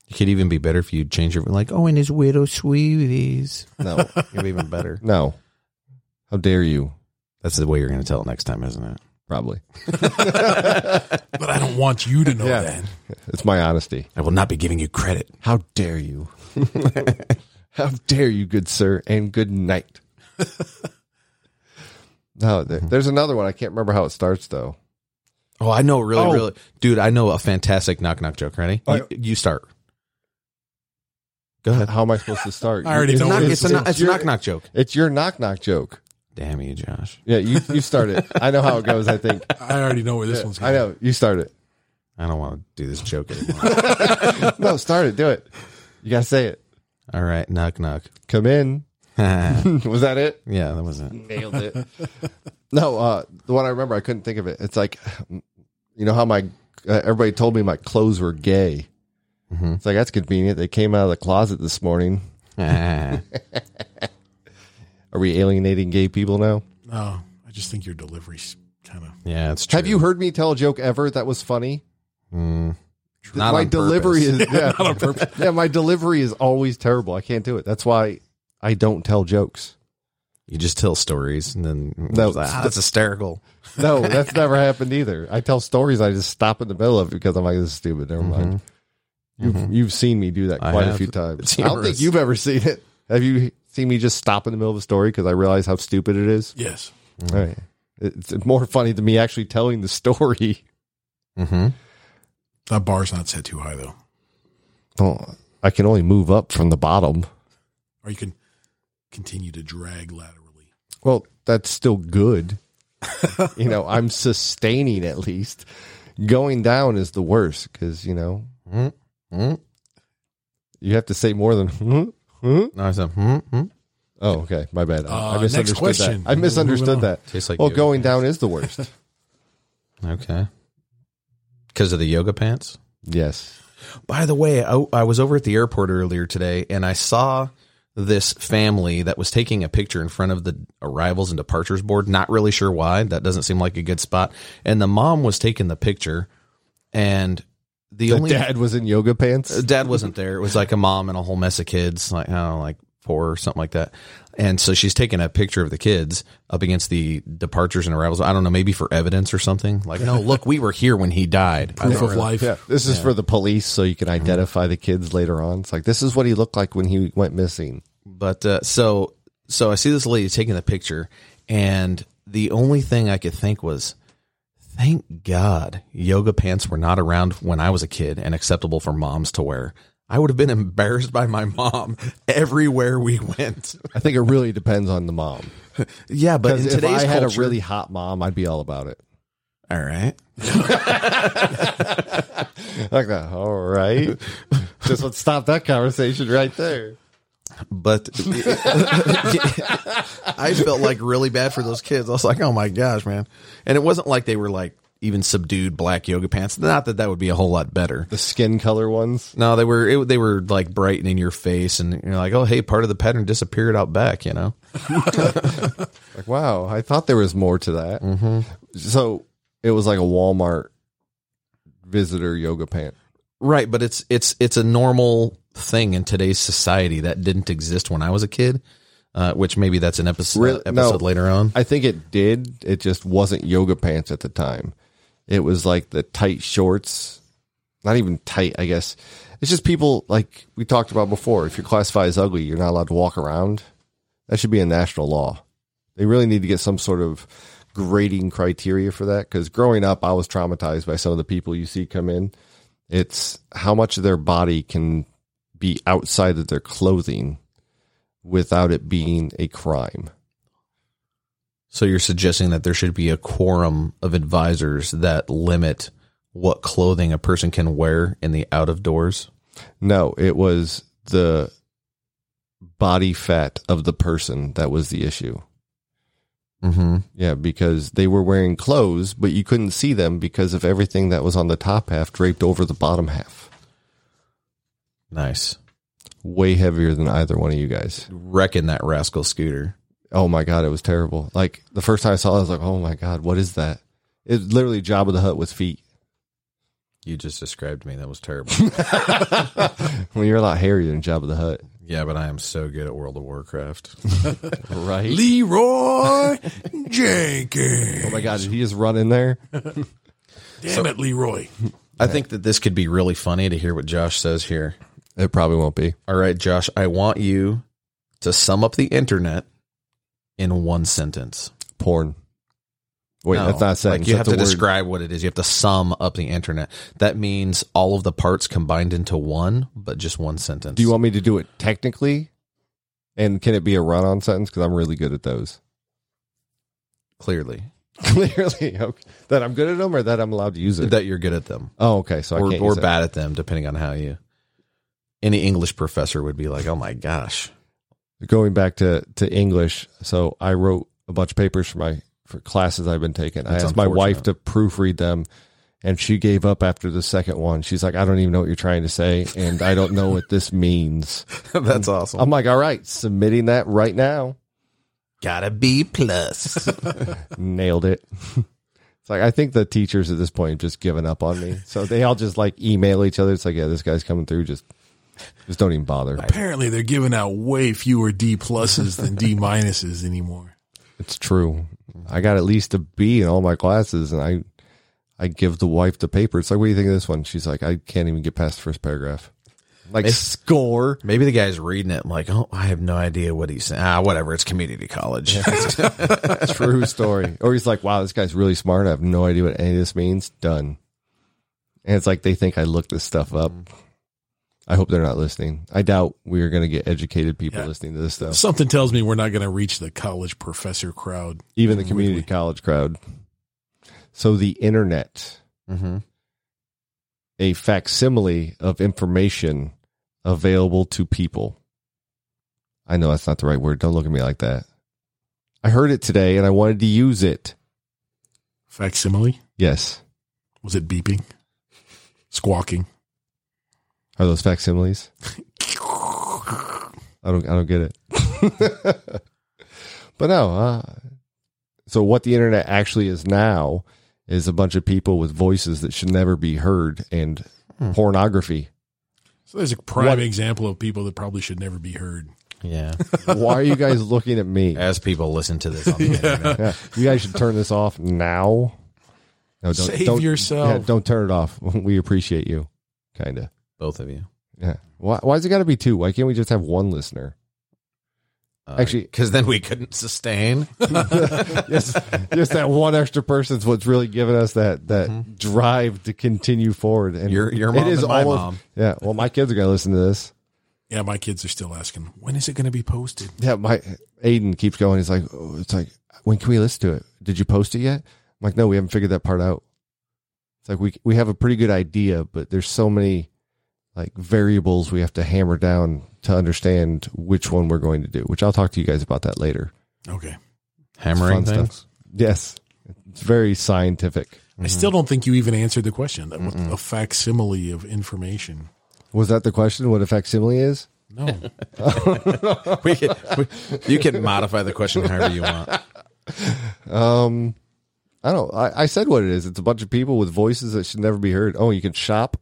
Speaker 2: it could even be better if you change it like, "Oh, and his widow sweeties."
Speaker 1: No,
Speaker 2: It'd be even *laughs* better.
Speaker 1: no. How dare you?
Speaker 2: That's the way you're going to tell it next time, isn't it?
Speaker 1: Probably.
Speaker 3: But I don't want you to
Speaker 1: *laughs*
Speaker 3: know
Speaker 1: Yeah.
Speaker 3: that.
Speaker 1: It's my honesty.
Speaker 2: I will not be giving you credit.
Speaker 1: How dare you? *laughs* How dare you, good sir, and good night. *laughs* no, there, there's another one. I can't remember how it starts though.
Speaker 2: Oh, I know, really,
Speaker 1: Oh.
Speaker 2: really, dude. I know a fantastic knock knock joke. Ready?
Speaker 1: Oh,
Speaker 2: you, you start. Go ahead.
Speaker 1: How am I supposed to start?
Speaker 3: I already
Speaker 1: it's,
Speaker 3: know
Speaker 2: Knock-
Speaker 3: what
Speaker 2: it's, a, knock- it's a
Speaker 1: your-
Speaker 2: knock knock joke.
Speaker 1: it's your knock knock joke.
Speaker 2: Damn you, Josh.
Speaker 1: Yeah, you, you start it. I know how it goes, I think.
Speaker 3: I already know where this one's
Speaker 1: I
Speaker 3: going.
Speaker 1: know. You start it.
Speaker 2: I don't want to do this joke anymore. *laughs*
Speaker 1: No, start it. Do it. You got to say it.
Speaker 2: All right, knock knock. *laughs*
Speaker 1: Come in. *laughs*
Speaker 2: yeah,
Speaker 1: Was that it?
Speaker 2: that was *laughs* it.
Speaker 1: Nailed it. *laughs* no, uh, the one I remember, I couldn't think of it. It's like, you know how my uh, everybody told me my clothes were gay.
Speaker 2: Mm-hmm.
Speaker 1: It's like that's convenient. They came out of the closet this morning. Are we alienating gay people now?
Speaker 3: No, I just think your delivery's kind
Speaker 1: *laughs*
Speaker 3: of.
Speaker 2: yeah, it's true.
Speaker 1: Have you heard me tell a joke ever that was funny?
Speaker 2: Mm. Not
Speaker 1: my
Speaker 2: on
Speaker 1: delivery
Speaker 2: purpose. *laughs*
Speaker 1: is yeah, yeah, my delivery is always terrible. I can't do it. That's why I don't tell jokes.
Speaker 2: You just tell stories and then
Speaker 1: No,
Speaker 2: it's like, "Ah, that's hysterical.
Speaker 1: *laughs* No, that's *laughs* never happened either. I tell stories I just stop in the middle of because I'm like, this is stupid. Never mind. You've, you've seen me do that
Speaker 2: I
Speaker 1: quite a
Speaker 2: have.
Speaker 1: few times.
Speaker 2: It's
Speaker 1: Mm-hmm. I don't think
Speaker 2: humorous.
Speaker 1: you've ever seen it. Have you seen me just stop in the middle of a story because I realize how stupid it is?
Speaker 3: Yes.
Speaker 1: All Mm-hmm. right. It's more funny than me actually telling the *laughs* story.
Speaker 2: Mm-hmm.
Speaker 3: That bar's not set too high, though.
Speaker 1: Oh, I can only move up from the bottom.
Speaker 3: Or you can continue to drag laterally.
Speaker 1: Well, that's still good. you know, I'm sustaining at least. Going down is the worst because, you know,
Speaker 2: Mm-hmm.
Speaker 1: you have to say more than, hmm? Hmm?
Speaker 2: No, I said, hmm, hmm.
Speaker 1: Oh, okay. My bad.
Speaker 3: Uh,
Speaker 1: I
Speaker 3: next
Speaker 1: misunderstood
Speaker 3: question.
Speaker 1: that. I misunderstood
Speaker 3: Moving on.
Speaker 1: that.
Speaker 2: Tastes like
Speaker 1: well,
Speaker 2: yoga
Speaker 1: going down is the worst.
Speaker 2: Okay. Because of the yoga pants?
Speaker 1: yes.
Speaker 2: By the way, I, I was over at the airport earlier today and I saw this family that was taking a picture in front of the arrivals and departures board. Not really sure why. That doesn't seem like a good spot. And the mom was taking the picture and the,
Speaker 1: The
Speaker 2: only Uh,
Speaker 1: dad was in yoga pants.
Speaker 2: dad wasn't there. It was like a mom and a whole mess of kids, like I don't know, like four or something like that. And so she's taking a picture of the kids up against the departures and arrivals. I don't know, maybe for evidence or something. Like, no, look, we were here when he died. I
Speaker 3: Proof
Speaker 2: don't
Speaker 3: of
Speaker 2: really-
Speaker 3: life.
Speaker 1: Yeah. This is for the police so you can identify the kids later on. It's like, this is what he looked like when he went missing.
Speaker 2: But uh, so so I see this lady taking the picture, and the only thing I could think was, thank God yoga pants were not around when I was a kid and acceptable for moms to wear. I would have been embarrassed by my mom *laughs* everywhere we went.
Speaker 1: I think it really depends on the mom.
Speaker 2: Yeah, but in
Speaker 1: 'Cause
Speaker 2: today's
Speaker 1: if I had
Speaker 2: culture,
Speaker 1: a really hot mom, I'd be all about it.
Speaker 2: all right.
Speaker 1: Like that. All right. Just let's stop that conversation right there.
Speaker 2: But I felt like really bad for those kids. I was like, oh my gosh, man! And it wasn't like they were like even subdued black yoga pants. Not that that would be a whole lot better.
Speaker 1: The skin color ones.
Speaker 2: No, they were it, they were like bright and in your face, and you're like, oh hey, part of the pattern disappeared out back. You know,
Speaker 1: Like, wow, I thought there was more to that. So it was like a Walmart visitor yoga pant.
Speaker 2: right? But it's it's it's a normal thing in today's society that didn't exist when I was a kid. Uh, which maybe that's an episode
Speaker 1: Really? No.
Speaker 2: episode later on.
Speaker 1: I think it did. It just wasn't yoga pants at the time. It was like the tight shorts, not even tight, I guess. It's just people like we talked about before. If you're classified as ugly, you're not allowed to walk around. That should be a national law. They really need to get some sort of grading criteria for that because growing up, I was traumatized by some of the people you see come in. It's how much of their body can be outside of their clothing without it being a crime.
Speaker 2: So you're suggesting that there should be a quorum of advisors that limit what clothing a person can wear in the out of doors?
Speaker 1: No, it was the body fat of the person that was the issue.
Speaker 2: Mm-hmm.
Speaker 1: Yeah, because they were wearing clothes, but you couldn't see them because of everything that was on the top half draped over the bottom half.
Speaker 2: Nice.
Speaker 1: Way heavier than either one of you guys.
Speaker 2: Wrecking that rascal scooter.
Speaker 1: Oh my god, it was terrible. Like the first time I saw it, I was like, "Oh my god, what is that?" It's literally Job of the Hut with feet. *laughs*
Speaker 2: You just described me. That was terrible.
Speaker 1: Well, you're a lot hairier than Job of the Hut,
Speaker 2: yeah, but I am so good at World of Warcraft.
Speaker 1: right? *laughs*
Speaker 3: Leroy Jenkins.
Speaker 1: Oh my god, did he just run in there?
Speaker 3: Damn it, Leroy.
Speaker 2: I think that this could be really funny to hear what Josh says here.
Speaker 1: It probably won't be.
Speaker 2: All right, Josh, I want you to sum up the internet in one sentence.
Speaker 1: Porn. Wait,
Speaker 2: No.
Speaker 1: that's not a sentence.
Speaker 2: Like you have
Speaker 1: that's
Speaker 2: to
Speaker 1: a word.
Speaker 2: describe what it is. You have to sum up the internet. That means all of the parts combined into one, but just one sentence.
Speaker 1: Do you want me to do it technically? And can it be a run on sentence? Because I'm really good at those. *laughs*
Speaker 2: clearly
Speaker 1: Clearly, okay. that I'm good at them or that I'm allowed to use it.
Speaker 2: that you're good at them
Speaker 1: oh, okay. So I
Speaker 2: or,
Speaker 1: can't.
Speaker 2: or
Speaker 1: use it.
Speaker 2: bad at them, depending on how you. Any English professor would be like, "Oh my gosh, *laughs*
Speaker 1: Going back to to English, so I wrote a bunch of papers for my for classes I've been taking.
Speaker 2: That's
Speaker 1: I asked my wife to
Speaker 2: unfortunate.
Speaker 1: proofread them, and she gave up after the second one. She's like, I don't even know what you're trying to say, and I don't know what this means. Mm.
Speaker 2: that's awesome."
Speaker 1: I'm like, all right, submitting that right now.
Speaker 2: Got to
Speaker 1: *laughs*
Speaker 2: B plus.
Speaker 1: Nailed it. *laughs* It's like I think the teachers at this point have just given up on me. So they all just like email each other. It's like, yeah, this guy's coming through. Just, just don't even bother.
Speaker 3: Apparently, they're giving out way fewer D pluses than D minuses
Speaker 1: *laughs*
Speaker 3: anymore.
Speaker 1: It's true. I got at least a B in all my classes, and I, I give the wife the paper. It's like, what do you think of this one? She's like, I can't even get past the first paragraph. Like score.
Speaker 2: Maybe the guy's reading it. I'm like, "Oh, I have no idea what he's saying." Ah, whatever. It's community college. *laughs*
Speaker 1: True story. Or he's like, wow, this guy's really smart. I have no idea what any of this means. Done. And it's like they think I looked this stuff up. I hope they're not listening. I doubt we are going to get educated people
Speaker 3: Yeah.
Speaker 1: listening to this stuff.
Speaker 3: Something tells me we're not going to reach the college professor crowd.
Speaker 1: Even the community college crowd. So the internet,
Speaker 2: mm-hmm.
Speaker 1: a facsimile of information available to people. I know that's not the right word. Don't look at me like that. I heard it today and I wanted to use it.
Speaker 3: Facsimile?
Speaker 1: Yes.
Speaker 3: Was it beeping? Squawking?
Speaker 1: Are those facsimiles? I don't I don't get it. *laughs* but no, uh, so what the internet actually is now is a bunch of people with voices that should never be heard and
Speaker 3: Hmm.
Speaker 1: pornography.
Speaker 3: So there's a prime
Speaker 1: What-
Speaker 3: example of people that probably should never be heard.
Speaker 2: Yeah.
Speaker 1: Why are you
Speaker 3: *laughs*
Speaker 1: guys looking at me?
Speaker 2: As people listen to this on the
Speaker 1: *laughs*
Speaker 2: internet,
Speaker 1: Yeah, you guys should turn this off now. No,
Speaker 3: Save yourself.
Speaker 1: yeah, don't turn it off. *laughs* We appreciate you, kind of.
Speaker 2: both of you.
Speaker 1: Yeah. Why? Why's it got to be two? Why can't we just have one listener? Actually-
Speaker 2: because Uh, then we couldn't sustain.
Speaker 1: yes, just that one extra person's what's really giving us that that
Speaker 3: Mm-hmm.
Speaker 1: drive to continue forward. And
Speaker 2: Your- your mom and my mom.
Speaker 1: Yeah. Well, my kids are gonna listen to this.
Speaker 3: Yeah, my kids are still asking, when is it going to be posted?
Speaker 1: Yeah. My Aiden keeps going. He's like, oh, it's like, when can we listen to it? Did you post it yet? I'm like, no, we haven't figured that part out. It's like we we have a pretty good idea, but there's so many like variables we have to hammer down to understand which one we're going to do. Which I'll talk to you guys about that later.
Speaker 3: Okay.
Speaker 2: Hammering
Speaker 1: Fun stuff.
Speaker 2: things.
Speaker 1: Yes, it's very scientific.
Speaker 3: I still don't think you even answered the question. That was a facsimile of information.
Speaker 1: Was that the question? What a facsimile is?
Speaker 3: No.
Speaker 2: *laughs* We could, we, you can modify the question however you want.
Speaker 1: I don't. I, I said what it is. It's a bunch of people with voices that should never be heard. Oh, you can shop.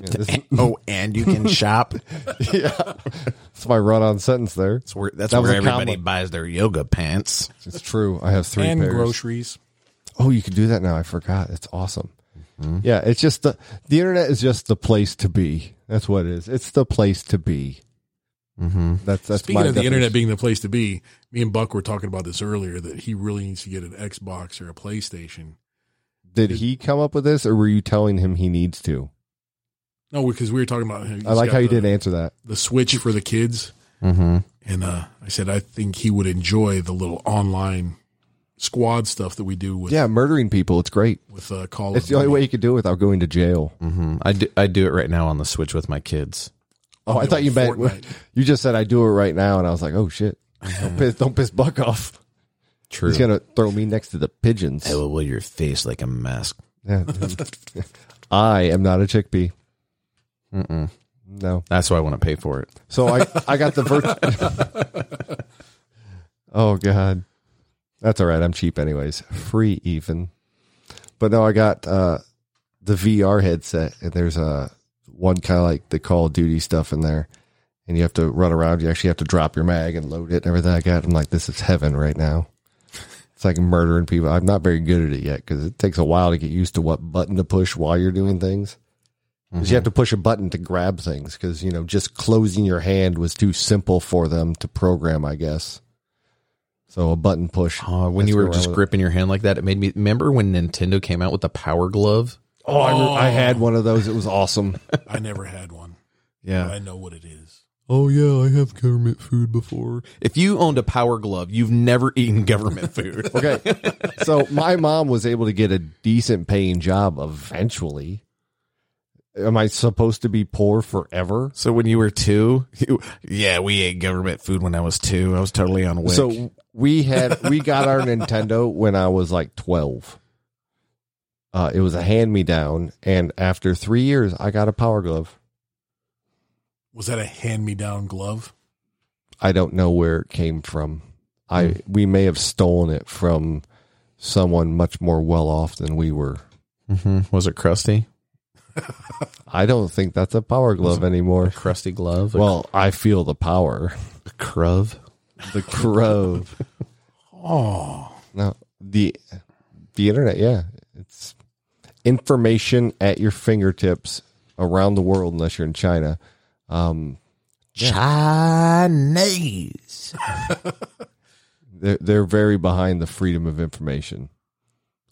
Speaker 1: Yeah, this-
Speaker 2: oh, and you can shop.
Speaker 1: *laughs* that's my run-on sentence there.
Speaker 2: That's where, that's
Speaker 1: That was
Speaker 2: where
Speaker 1: a combo.
Speaker 2: everybody buys their yoga pants.
Speaker 1: It's true. I have *laughs* three
Speaker 3: and
Speaker 1: pairs.
Speaker 3: groceries.
Speaker 1: Oh, you can do that now. I forgot. It's awesome.
Speaker 3: Mm-hmm.
Speaker 1: Yeah, it's just the the internet is just the place to be. That's what it is. It's the place to be. Mm-hmm. That's that's
Speaker 3: Speaking
Speaker 1: my
Speaker 3: of the
Speaker 1: definition.
Speaker 3: internet being the place to be, me and Buck were talking about this earlier that he really needs to get an Xbox or a PlayStation.
Speaker 1: Did he come up with this, or were you telling him he needs to?
Speaker 3: No, because we were talking about. uh,
Speaker 1: I like how you
Speaker 3: the,
Speaker 1: didn't answer that.
Speaker 3: the Switch for the kids,
Speaker 2: Mm-hmm.
Speaker 3: and uh, I said I think he would enjoy the little online squad stuff that we do with
Speaker 1: Yeah, murdering people. It's great.
Speaker 3: with uh, Call of
Speaker 1: It's the only
Speaker 3: Duty.
Speaker 1: way you could do it without going to jail.
Speaker 2: Mm-hmm. I do. I do it right now on the Switch with my kids.
Speaker 1: Oh, I
Speaker 3: Yeah,
Speaker 1: thought you meant
Speaker 3: Fortnite.
Speaker 1: *laughs* you just said I do it right now, and I was like, oh shit,
Speaker 3: *laughs*
Speaker 1: don't piss, don't piss Buck off.
Speaker 2: True.
Speaker 1: He's gonna throw me next to the pigeons.
Speaker 2: I will wear your face like a mask.
Speaker 1: Yeah. I am not a chickpea.
Speaker 2: Mm-mm.
Speaker 1: No,
Speaker 2: That's why I want to pay for it.
Speaker 1: so I I got the virtual. *laughs* oh god, that's all right. I'm cheap anyways, free even. But no, I got uh, the VR headset, and there's a one kind of like the Call of Duty stuff in there, and you have to run around. You actually have to drop your mag and load it and everything like that. I'm like, this is heaven right now. It's like murdering people. I'm not very good at it yet because it takes a while to get used to what button to push while you're doing things. 'Cause you have to push a button to grab things because you know just closing your hand was too simple for them to program, I guess. So a button push.
Speaker 2: Uh, when
Speaker 1: Let's
Speaker 2: you
Speaker 1: go
Speaker 2: were
Speaker 1: around
Speaker 2: just
Speaker 1: with it.
Speaker 2: gripping your hand like that, it made me remember when Nintendo came out with the Power Glove.
Speaker 1: Oh, I, re- I had one of those. It was awesome.
Speaker 3: I never had one.
Speaker 1: Yeah.
Speaker 3: I know what it is.
Speaker 2: Oh yeah, I have government food before. If you owned a power glove, you've never eaten government *laughs* food.
Speaker 1: Okay. so my mom was able to get a decent paying job eventually. Am I supposed to be poor forever?
Speaker 2: so when you were two, you, yeah, we ate government food when I was two. I was totally on wick.
Speaker 1: So we had we got our Nintendo when I was like twelve. Uh, it was a hand me down, and after three years, I got a power glove.
Speaker 3: Was that a hand me down glove?
Speaker 1: I don't know where it came from. I we may have stolen it from someone much more well off than we were.
Speaker 2: hmm was it crusty?
Speaker 1: I don't think that's a power glove anymore.
Speaker 2: Crusty glove? Well,
Speaker 1: Well, I feel the power,
Speaker 2: a crove.
Speaker 1: the crove.
Speaker 3: Oh,
Speaker 1: No, the the internet, yeah, it's information at your fingertips around the world, unless you're in China. Um,
Speaker 2: Chinese.
Speaker 1: they're they're very behind the freedom of information.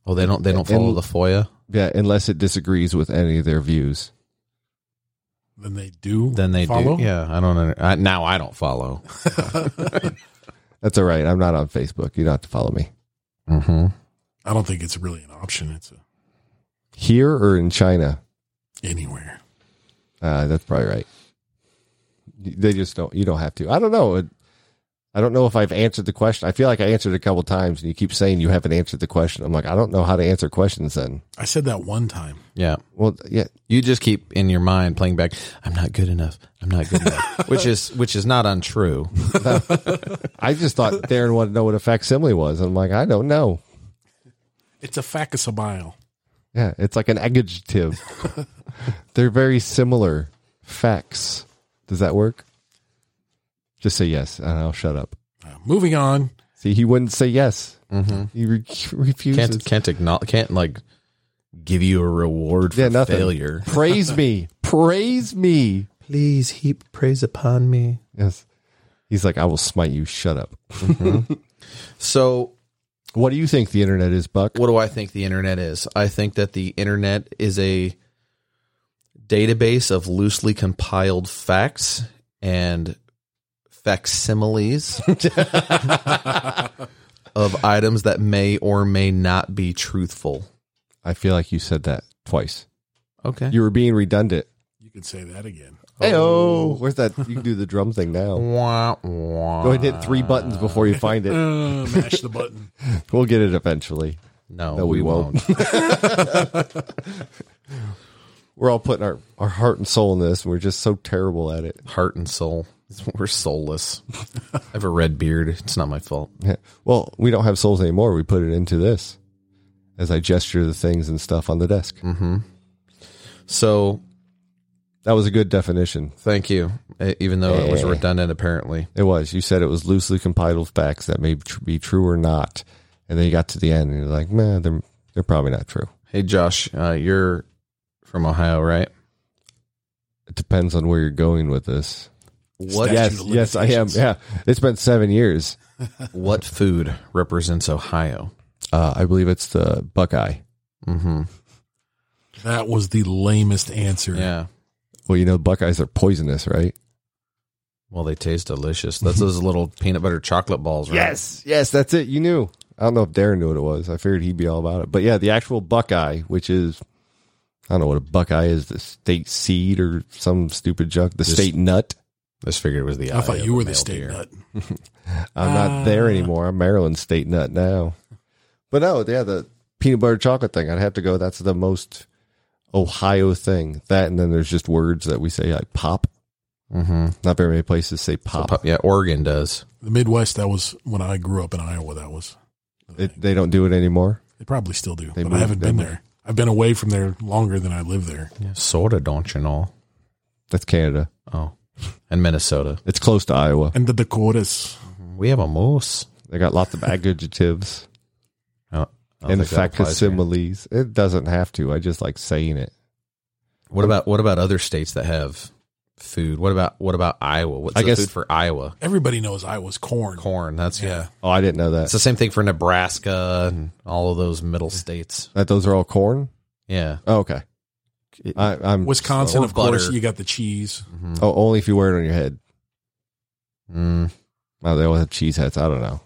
Speaker 2: Oh, they don't. They don't follow
Speaker 1: And-
Speaker 2: the FOIA.
Speaker 1: Yeah, unless it disagrees with any of their views.
Speaker 3: then they do.
Speaker 2: Then they
Speaker 3: follow?
Speaker 2: do. Yeah, I don't. Under, I, now I don't follow.
Speaker 1: That's all right. I'm not on Facebook. You don't have to follow me
Speaker 2: Mm-hmm.
Speaker 3: I don't think it's really an option. It's a,
Speaker 1: here or in China.
Speaker 3: anywhere.
Speaker 1: Uh, that's probably right. They just don't. You don't have to. I don't know. It- I don't know if I've answered the question. I feel like I answered it a couple times, and you keep saying you haven't answered the question. I'm like, I don't know how to answer questions. Then
Speaker 3: I said that one time.
Speaker 2: Yeah.
Speaker 1: Well, yeah,
Speaker 2: You just keep in your mind playing back. I'm not good enough. I'm not good *laughs* enough. which is which is not untrue.
Speaker 1: I just thought Darren wanted to know what a facsimile was. I'm like, I don't know.
Speaker 3: It's a facus a mile.
Speaker 1: Yeah, it's like an adjective. *laughs* They're very similar. Facts. Does that work? Just say yes, and I'll shut up.
Speaker 3: Uh, moving on.
Speaker 1: See, he wouldn't say yes. He re- *laughs* refuses.
Speaker 2: Mm-hmm. Can't can't acknowledge, can't like give you a reward for
Speaker 1: yeah, nothing.
Speaker 2: failure.
Speaker 1: Praise me. Praise me.
Speaker 2: Please heap praise upon me.
Speaker 1: Yes. He's like, I will smite you. Shut up.
Speaker 2: So,
Speaker 1: What do you think the internet is, Buck?
Speaker 2: what do I think the internet is? I think that the internet is a database of loosely compiled facts and *laughs* facsimiles of items that may or may not be truthful.
Speaker 1: I feel like you said that twice.
Speaker 2: Okay.
Speaker 1: You were being redundant.
Speaker 3: You can say that again.
Speaker 1: Hey, oh, where's that? You can do the drum thing now.
Speaker 2: Wah, wah.
Speaker 1: Go ahead and hit three buttons before you find
Speaker 3: *laughs*
Speaker 1: it.
Speaker 3: Uh, mash the button.
Speaker 1: We'll get it eventually.
Speaker 2: No,
Speaker 1: No, we
Speaker 2: we, won't.
Speaker 1: We're all putting our, our heart and soul in this, and we're just so terrible at it.
Speaker 2: Heart and soul. We're soulless. I have a red beard. It's not my fault.
Speaker 1: Yeah. *laughs* Well, we don't have souls anymore. We put it into this as I gesture the things and stuff on the desk.
Speaker 2: So
Speaker 1: That was a good definition.
Speaker 2: thank you. E- Even though it was
Speaker 1: Eh.
Speaker 2: redundant, apparently.
Speaker 1: It was. You said it was loosely compiled facts that may tr- be true or not. And then you got to the end and you're like, man, they're, they're probably not true.
Speaker 2: Hey, Josh, uh, you're from Ohio,
Speaker 3: *laughs*
Speaker 2: right?
Speaker 1: It depends on where you're going with this.
Speaker 2: What
Speaker 3: Statute
Speaker 1: Yes, yes,
Speaker 3: of
Speaker 1: I am.
Speaker 3: limitations.
Speaker 1: Yeah. It's been seven years.
Speaker 2: what food represents Ohio?
Speaker 1: Uh, I believe it's the Buckeye.
Speaker 2: Mm-hmm.
Speaker 3: That was the lamest answer.
Speaker 2: Yeah.
Speaker 1: Well, you know, Buckeyes are poisonous, right?
Speaker 2: Well, they taste delicious. That's those
Speaker 3: *laughs*
Speaker 2: little peanut butter chocolate balls, right?
Speaker 1: Yes, yes, that's it. You knew. I don't know if Darren knew what it was. I figured he'd be all about it. But yeah, the actual Buckeye, which is, I don't know what a Buckeye is, the state seed or some stupid junk, the state nut.
Speaker 2: This figured it was the.
Speaker 3: I
Speaker 2: eye
Speaker 3: thought
Speaker 2: of
Speaker 3: you
Speaker 2: a
Speaker 3: were the
Speaker 2: male
Speaker 3: state
Speaker 2: deer.
Speaker 3: nut.
Speaker 1: I'm not there anymore. I'm Maryland state nut now. But no, yeah, the peanut butter chocolate thing. I'd have to go. That's the most Ohio thing. That and then there's just words that we say like pop.
Speaker 2: Mhm.
Speaker 1: Not very many places say pop.
Speaker 2: Pop- Yeah, Oregon does.
Speaker 3: The Midwest, that was when I grew up in Iowa. That was.
Speaker 1: It, they don't do it anymore.
Speaker 3: They probably still do,
Speaker 1: They
Speaker 3: but I
Speaker 1: moved
Speaker 3: haven't been
Speaker 1: them.
Speaker 3: there. I've been away from there longer than I lived there.
Speaker 2: Yeah, sorta, don't you know?
Speaker 1: That's Canada.
Speaker 2: Oh, and Minnesota.
Speaker 1: It's close to Iowa.
Speaker 3: And the Dakotas.
Speaker 2: We have a moose.
Speaker 1: They got lots
Speaker 2: *laughs*
Speaker 1: of adjectives.
Speaker 2: Oh, I don't
Speaker 1: and
Speaker 2: think that applies here.
Speaker 1: facsimiles. It doesn't have to. I just like saying it.
Speaker 2: What about what about other states that have food? What about what about Iowa? What's
Speaker 1: I
Speaker 2: the
Speaker 1: guess-
Speaker 2: food for Iowa?
Speaker 3: Everybody knows Iowa's corn.
Speaker 2: Corn. That's yeah.
Speaker 3: Yeah.
Speaker 1: Oh, I didn't know
Speaker 2: It's
Speaker 1: that.
Speaker 2: the same thing for Nebraska and all of those middle states.
Speaker 1: That those are all corn.
Speaker 2: Yeah.
Speaker 1: Oh, okay. I, I'm
Speaker 3: Wisconsin,
Speaker 2: Or
Speaker 1: Mm.
Speaker 3: of course,
Speaker 2: butter.
Speaker 3: you got the cheese.
Speaker 1: oh, only if you wear it on your head.
Speaker 2: Mm-hmm. Mm.
Speaker 1: Oh, they all have cheese heads. I don't know.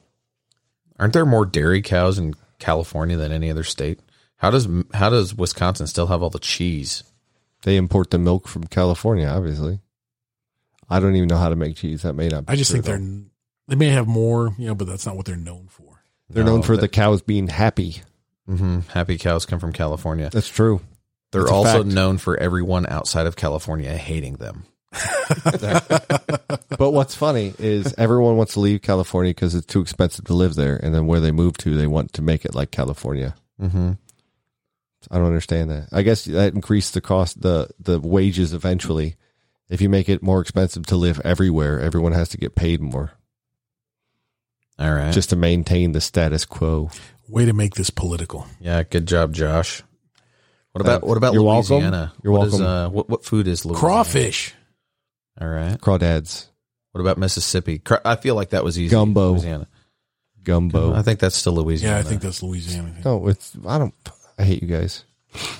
Speaker 2: Aren't there more dairy cows in California than any other state? How does how does Wisconsin still have all the cheese?
Speaker 1: They import the milk from California, obviously. I don't even know how to make cheese. That may not. Be
Speaker 3: I just
Speaker 1: true,
Speaker 3: think
Speaker 1: though.
Speaker 3: they're they may have more, you know, but that's not what they're known for.
Speaker 1: they're
Speaker 2: No,
Speaker 1: known for the
Speaker 2: that-
Speaker 1: cows being happy.
Speaker 2: Mhm. happy cows come from California.
Speaker 1: That's true.
Speaker 2: They're
Speaker 1: That's a
Speaker 2: also
Speaker 1: fact.
Speaker 2: known for everyone outside of California hating them.
Speaker 1: But what's funny
Speaker 3: *laughs*
Speaker 1: is everyone wants to leave California because it's too expensive to live there, and then where they move to, they want to make it like California.
Speaker 2: Mm-hmm.
Speaker 1: I don't understand that. I guess that increased the cost, the the wages eventually. If you make it more expensive to live everywhere, everyone has to get paid more
Speaker 2: All right.
Speaker 1: just to maintain the status quo.
Speaker 3: Way to make this political.
Speaker 2: yeah. Good job, Josh. What about
Speaker 1: Uh,
Speaker 2: what about
Speaker 1: you're welcome.
Speaker 2: Louisiana?
Speaker 1: You're
Speaker 2: What is,
Speaker 1: welcome.
Speaker 2: uh, what what food is Louisiana?
Speaker 3: Crawfish.
Speaker 2: All right.
Speaker 1: Crawdads,
Speaker 2: What about Mississippi? Cra- I feel like that was easy.
Speaker 1: Gumbo.
Speaker 2: Louisiana.
Speaker 1: gumbo.
Speaker 2: I think that's still
Speaker 3: Yeah,
Speaker 2: Louisiana.
Speaker 3: I think that's Louisiana.
Speaker 1: no, it's I don't. I hate you guys.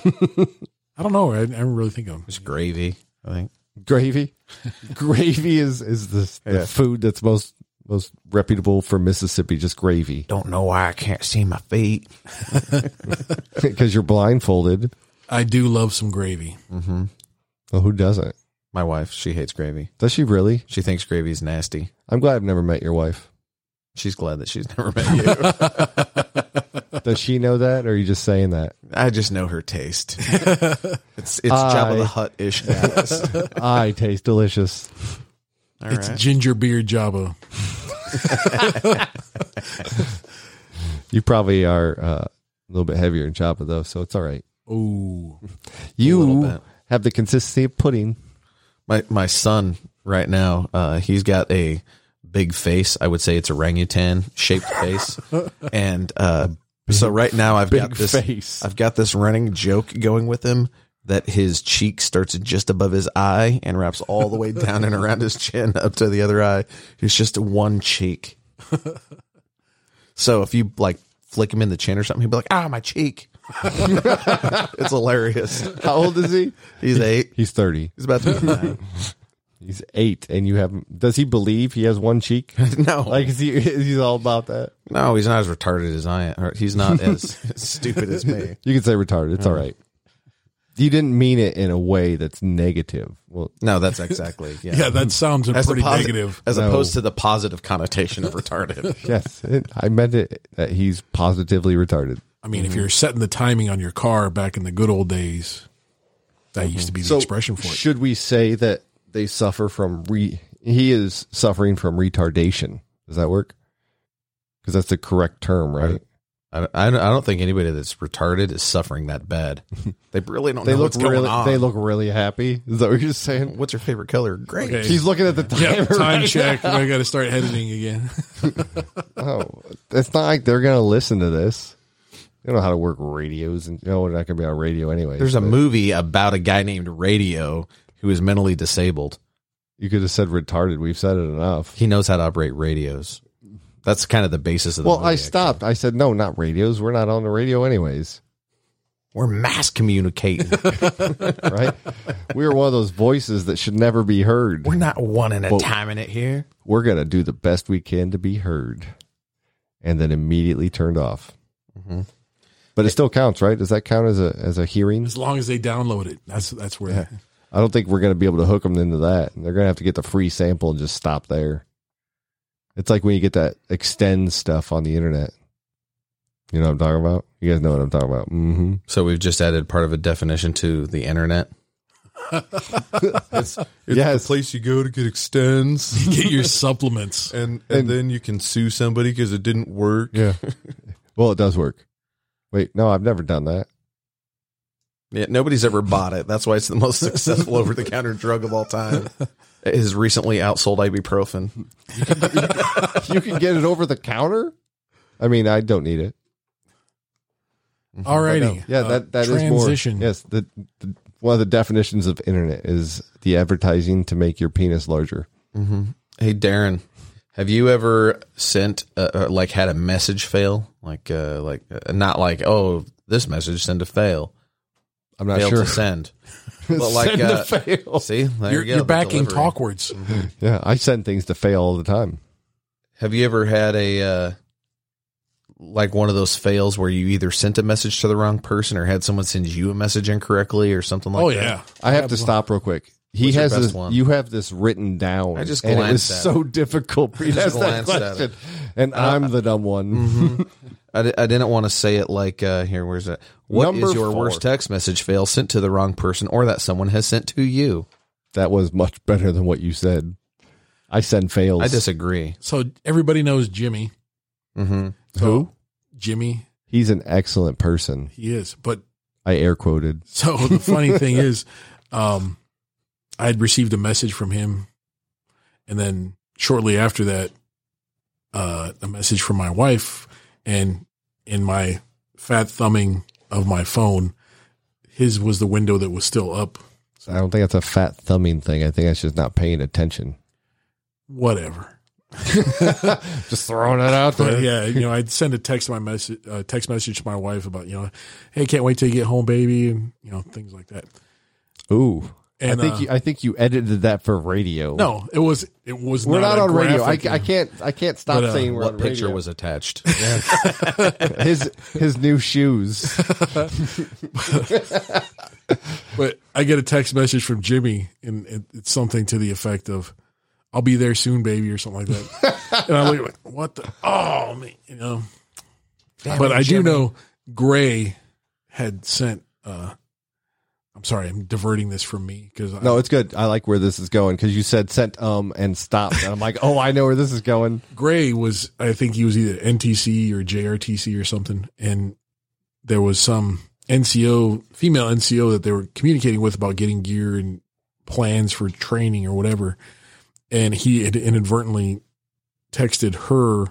Speaker 3: I don't know. I, I didn't really think of
Speaker 2: it's
Speaker 3: them.
Speaker 2: gravy. I think. *laughs*
Speaker 1: Gravy, gravy is is the, the
Speaker 2: Yeah.
Speaker 1: food that's most most reputable for Mississippi. Just gravy
Speaker 2: *laughs* Don't know why I can't see my feet.
Speaker 1: because you're blindfolded.
Speaker 3: I do love some gravy.
Speaker 2: Mm-hmm.
Speaker 1: Well, who doesn't?
Speaker 2: My wife, she hates gravy.
Speaker 1: Does she really?
Speaker 2: She thinks gravy is nasty.
Speaker 1: I'm glad I've never met your wife.
Speaker 2: She's glad that she's *laughs* never met you.
Speaker 1: Does she know that, or are you just saying
Speaker 2: *laughs*
Speaker 1: that?
Speaker 2: I just know her taste. *laughs* It's it's
Speaker 1: I-
Speaker 2: Jabba the Hutt ish. It's
Speaker 1: I taste delicious.
Speaker 3: it's ginger beer java.
Speaker 1: You probably are uh, a little bit heavier in Java, though, so it's all right.
Speaker 3: Oh,
Speaker 1: You
Speaker 2: bit.
Speaker 1: have the consistency of pudding.
Speaker 2: my my son right now. Uh, he's got a big face. I would say it's orangutan
Speaker 1: *laughs*
Speaker 2: shaped face, and uh, so right now I've got
Speaker 1: big
Speaker 2: this.
Speaker 1: face.
Speaker 2: I've got this running joke going with him that his cheek starts just above his eye and wraps all
Speaker 1: *laughs*
Speaker 2: the way down and around his chin up to the other eye. It's just one cheek. so if you like flick him in the chin or something, he'd be like, "Ah, my
Speaker 1: *laughs*
Speaker 2: cheek." *laughs* it's hilarious.
Speaker 1: How old is he?
Speaker 2: *laughs* He's eight.
Speaker 1: He's 30.
Speaker 2: He's about
Speaker 1: *laughs*
Speaker 2: to be nine.
Speaker 1: He's eight, and you have. Does he believe he has one
Speaker 2: *laughs*
Speaker 1: cheek?
Speaker 2: No,
Speaker 1: Like, is he? Is he all about that?
Speaker 2: no, he's not as retarded as I am. Or
Speaker 1: *laughs*
Speaker 2: he's not as stupid as me.
Speaker 1: You can say retarded. It's all right. You didn't mean it in a way that's negative. Well,
Speaker 2: No,
Speaker 1: *laughs*
Speaker 2: that's exactly yeah.
Speaker 3: yeah, that sounds
Speaker 2: As,
Speaker 3: pretty
Speaker 2: a posi-
Speaker 3: negative.
Speaker 2: as
Speaker 1: No.
Speaker 2: opposed to the positive connotation of
Speaker 1: *laughs*
Speaker 2: retarded.
Speaker 1: yes, it, I meant it that he's positively retarded.
Speaker 3: I mean, if you're setting the timing on your car back in the good old days, that used to be the expression for it.
Speaker 1: Should we say that they suffer from re? He is suffering from retardation. Does that work? Because that's the correct term, right?
Speaker 2: I, don't- I don't- I don't think anybody that's retarded is suffering that
Speaker 1: *laughs*
Speaker 2: bad. They really don't
Speaker 1: They
Speaker 2: know
Speaker 1: look
Speaker 2: what's going
Speaker 1: really.
Speaker 2: on.
Speaker 1: They look really happy. Is that what you're saying?
Speaker 2: what's your favorite color? Great.
Speaker 3: Okay.
Speaker 1: He's looking at the time.
Speaker 3: *laughs* yeah,
Speaker 1: *laughs*
Speaker 3: time
Speaker 1: right
Speaker 3: check. I got to start editing again. *laughs*
Speaker 1: now. Oh, It's not like they're gonna listen to this. They don't know how to work radios, and you know, we're not gonna be on radio anyway.
Speaker 2: There's a movie about a guy named Radio who is mentally disabled.
Speaker 1: You could have said retarded. We've said it enough.
Speaker 2: He knows how to operate radios. That's kind of the basis of the
Speaker 1: Well,
Speaker 2: movie,
Speaker 1: I
Speaker 2: actually.
Speaker 1: stopped. I said, no, not radios. We're not on the radio, anyways.
Speaker 2: We're
Speaker 1: *laughs*
Speaker 2: mass communicating.
Speaker 1: Right? *laughs* we are one of those voices that should never be heard.
Speaker 2: We're not one in a time in it here.
Speaker 1: We're going to do the best we can to be heard and then immediately turned off. Mm-hmm. But it still counts, right? Does that count as a as a hearing?
Speaker 3: As long as they download it, that's that's where.
Speaker 1: I don't think we're going to be able to hook them into that. They're going to have to get the free sample and just stop there. It's like when you get that extend stuff on the internet. You know what I'm talking about? You guys know what I'm talking about. hmm
Speaker 2: So we've just added part of a definition to the internet.
Speaker 3: *laughs*
Speaker 1: *laughs* Yes.
Speaker 4: place you go to get extends
Speaker 3: Get your supplements.
Speaker 4: and, and then you can sue somebody because it didn't work
Speaker 1: Yeah. *laughs* well, it does work. Wait, no, I've never done that.
Speaker 2: Yeah, nobody's ever bought it. That's why it's the *laughs* most successful over the counter drug of all time. *laughs* It has recently outsold ibuprofen.
Speaker 1: You can get it over the counter. I mean, I don't need it. But no.
Speaker 3: Alrighty,
Speaker 1: Yeah,
Speaker 3: Uh,
Speaker 1: that that is
Speaker 3: transition.
Speaker 1: more. Yes, the, the one of the definitions of internet is the advertising to make your penis larger.
Speaker 2: Mm-hmm. Hey, Darren, have you ever sent uh, uh, like had a message fail? Like uh, like uh, not like oh this message send to fail
Speaker 1: I'm not
Speaker 2: failed
Speaker 1: sure.
Speaker 2: to send.
Speaker 1: *laughs*
Speaker 2: But like,
Speaker 1: Send to
Speaker 2: uh, *laughs*
Speaker 1: fail.
Speaker 2: see, there
Speaker 3: Oh, You're,
Speaker 2: you go,
Speaker 3: you're
Speaker 2: the
Speaker 3: backing
Speaker 2: delivery.
Speaker 3: talkwards.
Speaker 1: Yeah, I send things to fail all the time.
Speaker 2: Have you ever had a uh, like one of those fails where you either sent a message to the wrong person or had someone send you a message incorrectly or something like
Speaker 3: oh
Speaker 2: that?
Speaker 3: yeah,
Speaker 1: I have to stop real quick. He
Speaker 2: What's your
Speaker 1: has
Speaker 2: best
Speaker 1: this.
Speaker 2: one?
Speaker 1: You have this written down.
Speaker 2: I just
Speaker 1: and it was
Speaker 2: glanced at
Speaker 1: so difficult. to
Speaker 2: just
Speaker 1: ask that
Speaker 2: glanced at it. Uh, mm.
Speaker 1: question, and I'm the dumb one.
Speaker 2: Mm-hmm. *laughs* I, di- I didn't want to say it like uh, here. Where's that? What is
Speaker 1: Number
Speaker 2: your
Speaker 1: four.
Speaker 2: worst text message fail sent to the wrong person or that someone has sent to you?
Speaker 1: That was much better than what you said. I send fails.
Speaker 2: I disagree.
Speaker 3: so everybody knows Jimmy.
Speaker 2: Mm-hmm.
Speaker 3: So,
Speaker 1: Who?
Speaker 3: Jimmy.
Speaker 1: He's an excellent person.
Speaker 3: He is. But
Speaker 1: I air quoted.
Speaker 3: so *laughs* the funny thing is, um, I had received a message from him, and then shortly after that, uh, a message from my wife, and in my fat thumbing of my phone, his was the window that was still up.
Speaker 1: I don't think that's a fat thumbing thing. I think that's just not paying attention.
Speaker 2: *laughs*
Speaker 3: Whatever.
Speaker 1: Just throwing it out
Speaker 3: But
Speaker 1: there.
Speaker 3: yeah, you know, I'd send a text to my message, uh, text message to my wife about you know, hey, can't wait till you get home, baby, and you know things like that.
Speaker 1: Ooh.
Speaker 3: And,
Speaker 1: I think
Speaker 3: uh,
Speaker 1: you, I think you edited that for radio.
Speaker 3: No, it was it was.
Speaker 1: we're not,
Speaker 3: a
Speaker 1: on radio. I,
Speaker 3: graphic.
Speaker 1: I can't I can't stop
Speaker 3: But, uh,
Speaker 1: saying we're
Speaker 2: What
Speaker 1: on
Speaker 2: picture
Speaker 1: radio.
Speaker 2: was attached?
Speaker 1: his his new
Speaker 2: *laughs*
Speaker 1: shoes.
Speaker 3: But I get a text message from Jimmy, and it, it's something to the effect of, "I'll be there soon, baby," or something like that. and I look like, "What the? Oh man!" You know. but I do know Gray had sent. uh I'm sorry, I'm diverting this from me because
Speaker 1: No, it's good. I like where this is going because you said sent um and stopped, and I'm like, oh, I know where this is going.
Speaker 3: Gray was, I think he was either NTC or JRTC or something, and there was some NCO, female NCO that they were communicating with about getting gear and plans for training or whatever, and he had inadvertently texted her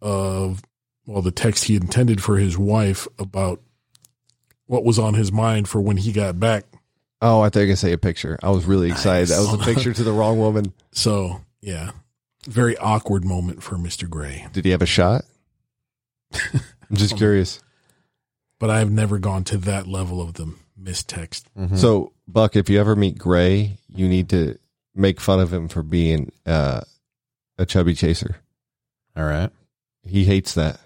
Speaker 3: of well the text he intended for his wife about what was on his mind for when he got back.
Speaker 1: Oh, I thought you were gonna say a picture. I was really excited. That was a picture to the wrong woman.
Speaker 3: So yeah, very awkward moment for Mister Gray.
Speaker 1: Did he have a shot? I'm just curious.
Speaker 3: but I've never gone to that level of the mistext.
Speaker 2: Mm-hmm. *laughs* Hmm.
Speaker 1: So, Buck, if you ever meet Gray, you need to make fun of him for being uh, a chubby chaser.
Speaker 2: All right.
Speaker 1: He hates that.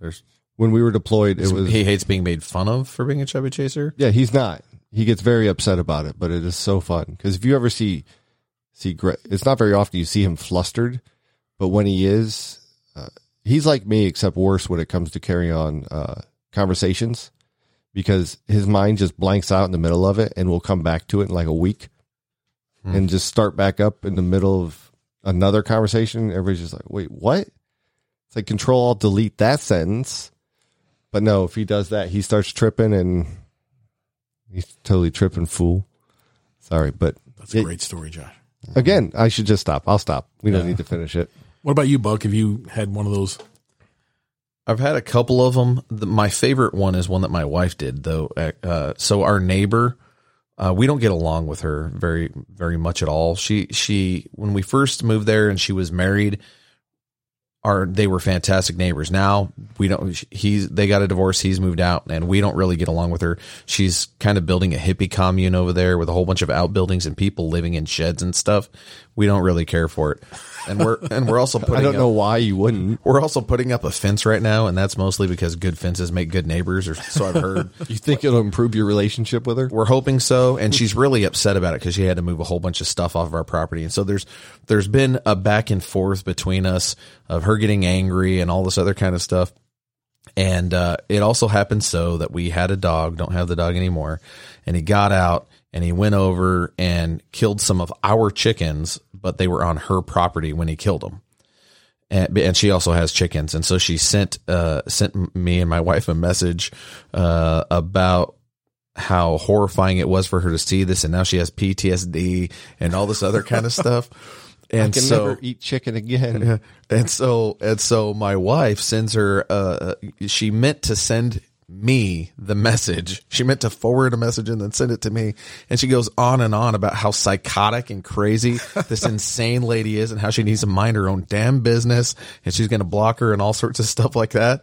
Speaker 2: There's-
Speaker 1: when we were deployed, it was
Speaker 2: he hates being made fun of for being a chubby chaser.
Speaker 1: yeah. He's not. He gets very upset about it, but it is so fun because if you ever see see Gray, it's not very often you see him flustered, but when he is, uh, he's like me except worse when it comes to carry on uh, conversations because his mind just blanks out in the middle of it and will come back to it in like a week
Speaker 2: Hmm.
Speaker 1: and just start back up in the middle of another conversation. Everybody's just like, wait, what? It's like control alt delete that sentence. But no, if he does that, he starts tripping and he's totally tripping fool. Sorry, but
Speaker 3: That's a
Speaker 1: Yeah.
Speaker 3: great story, Josh.
Speaker 1: again, I should just stop. I'll stop. We don't need to finish it.
Speaker 3: What about you, Buck? Have you had one of those?
Speaker 2: I've had a couple of them. The, my favorite one is one that my wife did, though. Uh, so our neighbor, uh, we don't get along with her very, very much at all. She, she, when we first moved there and she was married, our they were fantastic neighbors. Now we don't. He's they got a divorce. He's moved out, and we don't really get along with her. She's kind of building a hippie commune over there with a whole bunch of outbuildings and people living in sheds and stuff. We don't really care for it, and we're and we're also
Speaker 1: *laughs*
Speaker 2: putting.
Speaker 1: I don't
Speaker 2: up-
Speaker 1: know why you wouldn't.
Speaker 2: we're also putting up a fence right now, and that's mostly because good fences make good neighbors, or so I've heard.
Speaker 1: You think it'll improve your relationship with her?
Speaker 2: We're hoping so, and she's really upset about it because she had to move a whole bunch of stuff off of our property, and so there's there's been a back and forth between us of her getting angry and all this other kind of stuff. And uh, it also happened so that we had a dog, don't have the dog anymore, and he got out and he went over and killed some of our chickens, but they were on her property when he killed them and, and she also has chickens, and so she sent uh, sent me and my wife a message uh, about how horrifying it was for her to see this, and now she has PTSD and all this
Speaker 1: *laughs*
Speaker 2: other kind of stuff. And
Speaker 1: Can
Speaker 2: so
Speaker 1: never eat chicken again.
Speaker 2: and so and so my wife sends her uh she meant to send me the message she meant to forward a message and then send it to me and she goes on and on about how psychotic and crazy this insane lady is and how she needs to mind her own damn business and she's going to block her and all sorts of stuff like that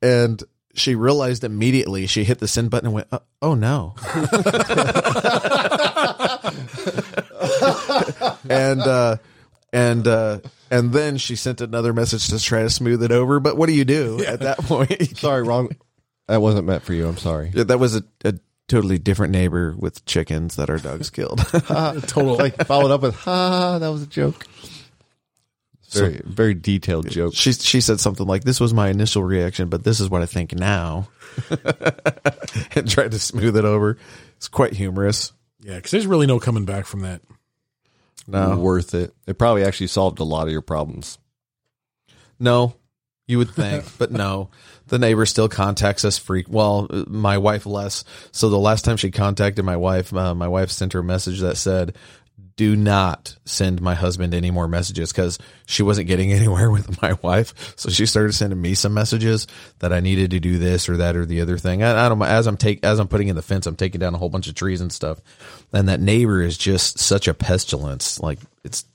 Speaker 2: and She realized immediately. She hit the send button and went, "Oh, oh no!" and uh, and uh, and then she sent another message to try to smooth it over. But what do you do at that point?
Speaker 1: Sorry, wrong. That wasn't meant for you. I'm *laughs* sorry.
Speaker 2: Yeah, that was a, a totally different neighbor with chickens that our dogs killed. *laughs*
Speaker 3: Total.
Speaker 1: Like followed up with ha, that was a joke. Very very detailed joke.
Speaker 2: she she said something like, "This was my initial reaction, but this is what I think now," *laughs* and tried to smooth it over. It's quite humorous.
Speaker 3: yeah, because there's really no coming back from that.
Speaker 2: No,
Speaker 1: Worth it. It probably actually solved a lot of your problems.
Speaker 2: no, you would think, but no. The neighbor still contacts us freak. Well, my wife less. So the last time she contacted my wife, uh, my wife sent her a message that said, "Do not send my husband any more messages," because she wasn't getting *laughs* anywhere with my wife. So she started sending me some messages that I needed to do this or that or the other thing. I, I don't. As I'm take as I'm putting in the fence, I'm taking down a whole bunch of trees and stuff. And that neighbor is just such a pestilence. Like it's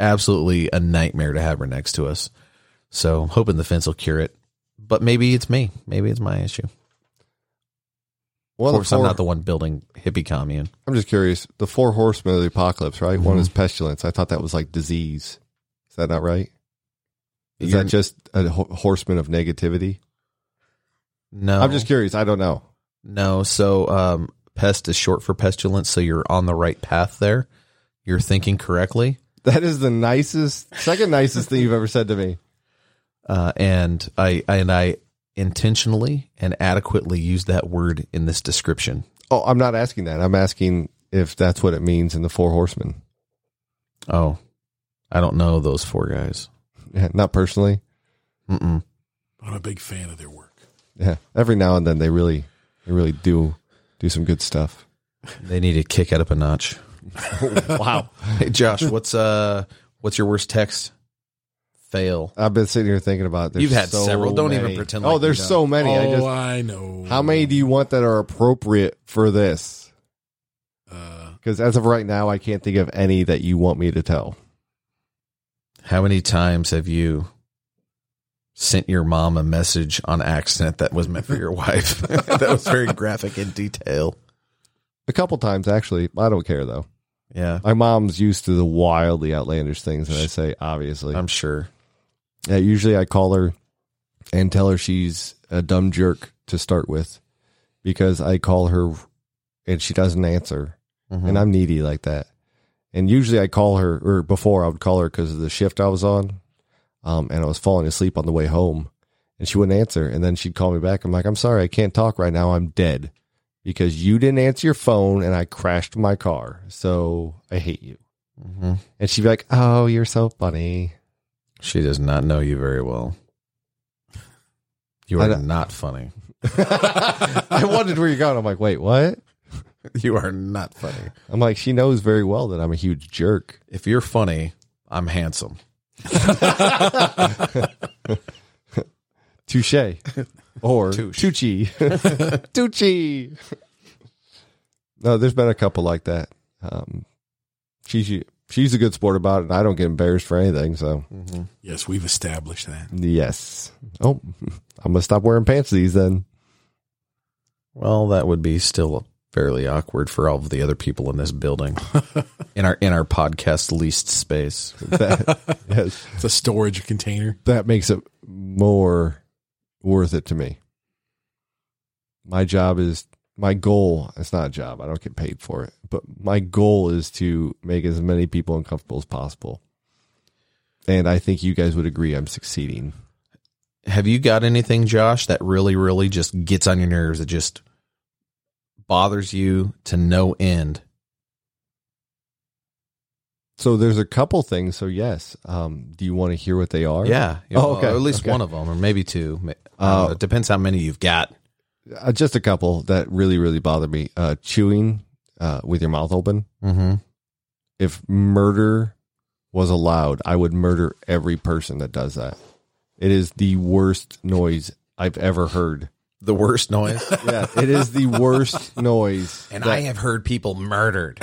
Speaker 2: absolutely a nightmare to have her next to us. So I'm hoping the fence will cure it. But maybe it's me. Maybe it's my issue.
Speaker 1: One of
Speaker 2: Of
Speaker 1: the
Speaker 2: course, I'm
Speaker 1: four-
Speaker 2: not the one building hippie commune.
Speaker 1: I'm just curious. The four horsemen of the apocalypse, right? One
Speaker 2: Mhm.
Speaker 1: is pestilence. I thought that was like disease. Is that not right? Is
Speaker 2: You're-
Speaker 1: that just a ho- horseman of negativity?
Speaker 2: No,
Speaker 1: I'm just curious. I don't know.
Speaker 2: no. So um, pest is short for pestilence. So you're on the right path there. You're thinking correctly.
Speaker 1: That is the nicest, second nicest thing you've ever said to me.
Speaker 2: uh, and I and I intentionally and adequately used that word in this description.
Speaker 1: Oh, I'm not asking that. I'm asking if that's what it means in the Four Horsemen.
Speaker 2: Oh, I don't know those four guys.
Speaker 1: Yeah, not personally.
Speaker 2: Mm-mm.
Speaker 3: I'm a big fan of their work.
Speaker 1: Yeah, every now and then they really, they really do do some good stuff.
Speaker 2: They need to kick it up a notch.
Speaker 1: wow.
Speaker 2: *laughs* Hey, Josh, what's uh, what's your worst text? Fail.
Speaker 1: I've been sitting here thinking about. There's
Speaker 2: You've had
Speaker 1: so
Speaker 2: several. Don't even
Speaker 1: many.
Speaker 2: pretend
Speaker 1: Oh,
Speaker 2: like you
Speaker 1: there's
Speaker 2: don't.
Speaker 1: so many. I
Speaker 3: oh,
Speaker 1: just.
Speaker 3: I know.
Speaker 1: How many do you want that are appropriate for this?
Speaker 3: Uh,
Speaker 1: Because as of right now, I can't think of any that you want me to tell.
Speaker 2: How many times have you sent your mom a message on accident that was meant for your *laughs* wife? that was very graphic in detail.
Speaker 1: A couple times, actually. I don't care though.
Speaker 2: Yeah,
Speaker 1: My mom's used to the wildly outlandish things that I say. Obviously,
Speaker 2: I'm sure.
Speaker 1: Yeah, usually I call her and tell her she's a dumb jerk to start with because I call her and she doesn't answer.
Speaker 2: Mhm.
Speaker 1: And I'm needy like that. And usually I call her, or before I would call her because of the shift I was on. Um, and I was falling asleep on the way home and she wouldn't answer. And then she'd call me back. I'm like, I'm sorry, I can't talk right now. I'm dead because you didn't answer your phone and I crashed my car. So I hate you.
Speaker 2: Mhm.
Speaker 1: And she'd be like, Oh, you're so funny. *laughs*
Speaker 2: She does not know you very well. You
Speaker 1: I
Speaker 2: are
Speaker 1: don't-
Speaker 2: not funny.
Speaker 1: I wondered where you're going. I'm like, wait, what?
Speaker 2: *laughs* You are not funny.
Speaker 1: I'm like, she knows very well that I'm a huge jerk.
Speaker 2: If you're funny, I'm handsome.
Speaker 1: Touche. Or
Speaker 2: Touche.
Speaker 1: Tucci. Tucci. No, there's been a couple like that. Um, she's she's a good sport about it, and I don't get embarrassed for anything. So
Speaker 2: Mm-hmm.
Speaker 3: yes, we've established that. *laughs*
Speaker 1: yes. Oh, *laughs* I'm gonna stop wearing pants these then. *laughs*
Speaker 2: Well, that would be still fairly awkward for all of the other people in this *laughs* building. in our in our podcast leased space.
Speaker 1: That, yes,
Speaker 3: It's a storage container.
Speaker 1: that makes it more worth it to me. My job is my goal. It's not a job. I don't get paid for it, but my goal is to make as many people uncomfortable as possible. And I think you guys would agree I'm succeeding.
Speaker 2: Have you got anything, Josh, that really, really just gets on your nerves? It just bothers you to no end.
Speaker 1: So there's a couple things. So yes, um, do you want to hear what they are?
Speaker 2: Yeah.
Speaker 1: Oh, okay.
Speaker 2: Or at least
Speaker 1: Okay.
Speaker 2: one of them, or maybe two. Ma- I
Speaker 1: Uh,
Speaker 2: don't know. it depends how many you've got.
Speaker 1: uh, just a couple that really really bother me. Uh, chewing uh, with your mouth open.
Speaker 2: Mm-hmm.
Speaker 1: if murder was allowed, I would murder every person that does that. It is the worst noise I've ever heard.
Speaker 2: The worst *laughs* noise.
Speaker 1: Yeah, it is the worst noise.
Speaker 2: And I have heard people murdered.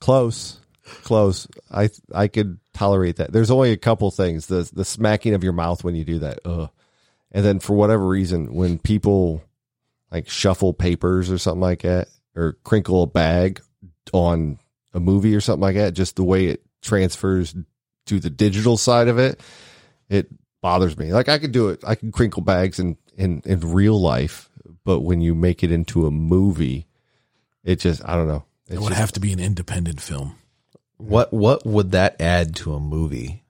Speaker 1: Close, close. I I could tolerate that. There's only a couple things. The the smacking of your mouth when you do that. Ugh. And then for whatever reason, when people like shuffle papers or something like that, or crinkle a bag on a movie or something like that, just the way it transfers to the digital side of it, it bothers me. Like I could do it, I can crinkle bags in in in real life, but when you make it into a movie, it just I don't know. It's
Speaker 3: It would
Speaker 1: just-
Speaker 3: have to be an independent film.
Speaker 2: What what would that add to a movie?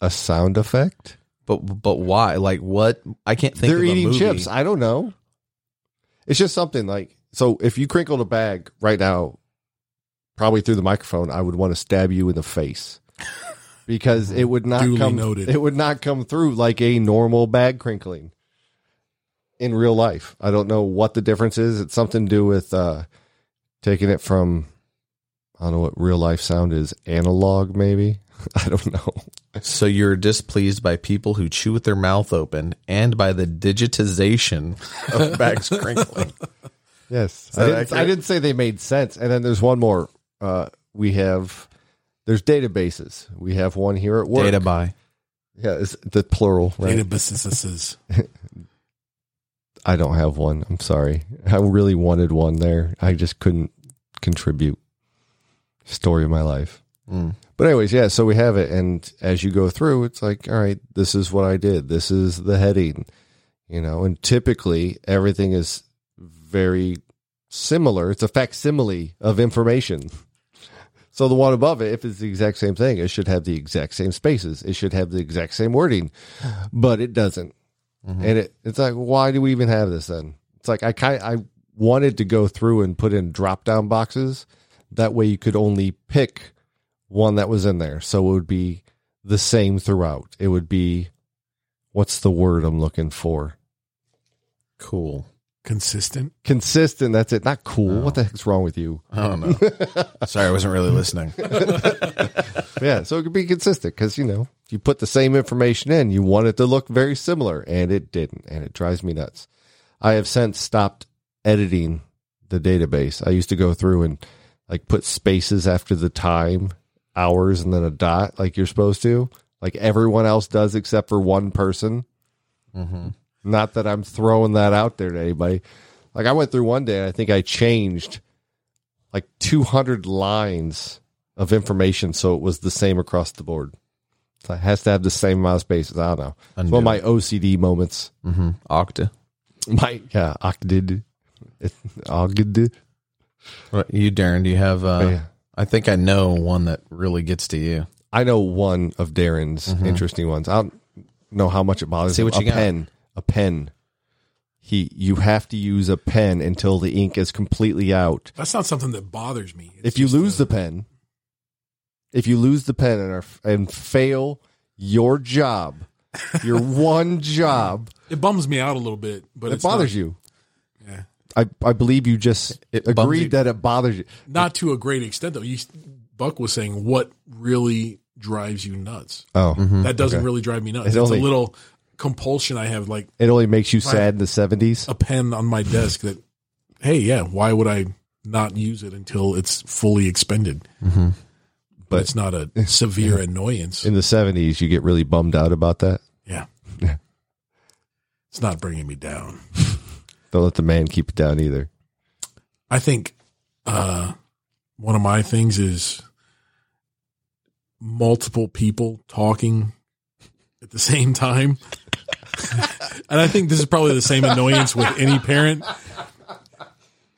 Speaker 1: a sound effect.
Speaker 2: But but why? Like what? I can't think.
Speaker 1: They're
Speaker 2: of a
Speaker 1: eating
Speaker 2: movie.
Speaker 1: chips. I don't know. It's just something like so. If you crinkled a bag right now, probably through the microphone, I would want to stab you in the
Speaker 2: *laughs*
Speaker 1: face because it would not
Speaker 3: Duly
Speaker 1: come.
Speaker 3: noted.
Speaker 1: It would not come through like a normal bag crinkling in real life. I don't know what the difference is. It's something to do with uh, taking it from. I don't know what real life sound is. Analog, maybe. *laughs* I don't know.
Speaker 2: So you're displeased by people who chew with their mouth open and by the digitization *laughs* of bags crinkling.
Speaker 1: Yes,
Speaker 2: that
Speaker 1: I didn't, I
Speaker 2: accurate?
Speaker 1: didn't say they made sense. And then there's one more. Uh, we have there's databases. We have one here at work.
Speaker 2: Data by.
Speaker 1: yeah, it's the plural. Right?
Speaker 3: Data businesses.
Speaker 1: I don't have one. I'm sorry. I really wanted one there. I just couldn't contribute. Story of my life.
Speaker 2: Mm.
Speaker 1: But anyways, yeah, so we have it and as you go through it's like, all right, this is what I did. This is the heading. You know, and typically everything is very similar. It's a facsimile of information. So the one above it, if it's the exact same thing, it should have the exact same spaces. It should have the exact same wording. But it doesn't. And it, it's like, why do we even have this then? It's like I kind I wanted to go through and put in drop down boxes. That way you could only pick one that was in there. So it would be the same throughout. It would be what's the word I'm looking for?
Speaker 2: Cool.
Speaker 3: Consistent.
Speaker 1: Consistent. That's it. Not cool. What the heck's wrong with you?
Speaker 2: I don't *laughs* know. Sorry, I wasn't really listening.
Speaker 1: yeah. So it could be consistent because, you know, you put the same information in, you want it to look very similar, and it didn't. And it drives me nuts. I have since stopped editing the database. I used to go through and like put spaces after the time, hours, and then a dot like you're supposed to, like everyone else does except for one person.
Speaker 2: hmm
Speaker 1: Not that I'm throwing that out there to anybody. Like I went through one day and I think I changed like 200 lines of information so it was the same across the board. So it has to have the same amount of spaces. I don't know. It's one of my OCD moments.
Speaker 2: hmm Octa. *laughs*
Speaker 1: My yeah, octid, It's octid.
Speaker 2: What, you, Darren, do you have? Uh,
Speaker 1: Oh, yeah.
Speaker 2: I think I know one that really gets to you.
Speaker 1: I know one of Darren's interesting ones. I don't know how much it bothers.
Speaker 2: See
Speaker 1: him.
Speaker 2: Mm-hmm. what you
Speaker 1: a
Speaker 2: got.
Speaker 1: pen, a pen. He, you have to use a pen until the ink is completely out.
Speaker 3: That's not something that bothers me. It's
Speaker 1: if you
Speaker 3: just
Speaker 1: lose
Speaker 3: a-
Speaker 1: the pen, if you lose the pen and are, and fail your job,
Speaker 2: *laughs*
Speaker 1: your one job,
Speaker 3: it bums me out a little bit, but
Speaker 1: it
Speaker 3: it's
Speaker 1: bothers
Speaker 3: not,
Speaker 1: you.
Speaker 3: Yeah.
Speaker 1: I, I believe you just
Speaker 2: It bums you.
Speaker 1: agreed that it bothers you.
Speaker 3: Not to a great extent, though. You, Buck was saying what really drives you nuts.
Speaker 1: Oh,
Speaker 3: That doesn't really drive me nuts. Mm-hmm. It's,
Speaker 1: only-
Speaker 3: a little compulsion I have, like
Speaker 1: it only makes you sad in the seventies.
Speaker 3: a pen on my desk that, hey, yeah, why would I not use it until it's fully expended? Mm-hmm. But,
Speaker 1: But-
Speaker 3: it's *laughs* not a severe annoyance.
Speaker 1: In the seventies, you get really bummed out about that.
Speaker 3: yeah. It's not bringing me down.
Speaker 1: Don't let the man keep it down either.
Speaker 3: I think uh, one of my things is multiple people talking at the same time. *laughs* and I think this is probably the same annoyance with any parent.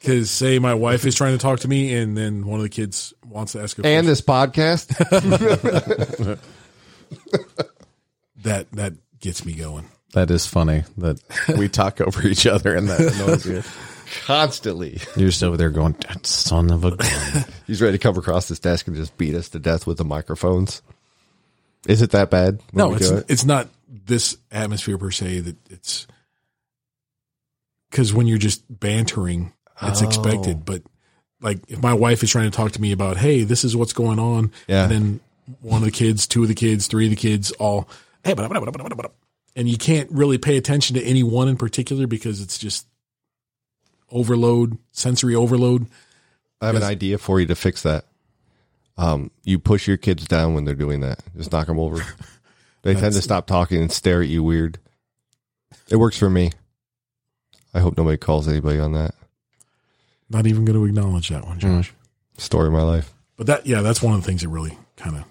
Speaker 3: Because, say, my wife is trying to talk to me, and then one of the kids wants to ask a
Speaker 1: And this *laughs* podcast,
Speaker 3: question. That, that gets me going.
Speaker 2: That is funny *laughs* that we talk over each other and that *laughs* annoys you.
Speaker 1: constantly,
Speaker 2: You're just over there going, son of a gun.
Speaker 1: he's ready to come across this desk and just beat us to death with the microphones. Is it that bad? when
Speaker 3: No,
Speaker 1: we
Speaker 3: it's,
Speaker 1: do it?
Speaker 3: it's not this atmosphere per se that it's because when you're just bantering, it's expected. But like if my wife is trying to talk to me about, hey, this is what's going on,
Speaker 1: Yeah.
Speaker 3: and then one of the kids, two of the kids, three of the kids, all hey, bada, bada, bada, bada, bada, bada. and you can't really pay attention to any one in particular because it's just overload, sensory overload.
Speaker 1: I have an idea for you to fix that. Um, you push your kids down when they're doing that. Just knock them over. They tend to stop talking and stare at you weird. It works for me. I hope nobody calls anybody on that
Speaker 3: Not even going to acknowledge that one, Josh.
Speaker 1: story of my life.
Speaker 3: Mm. But that, yeah, that's one of the things that really kind of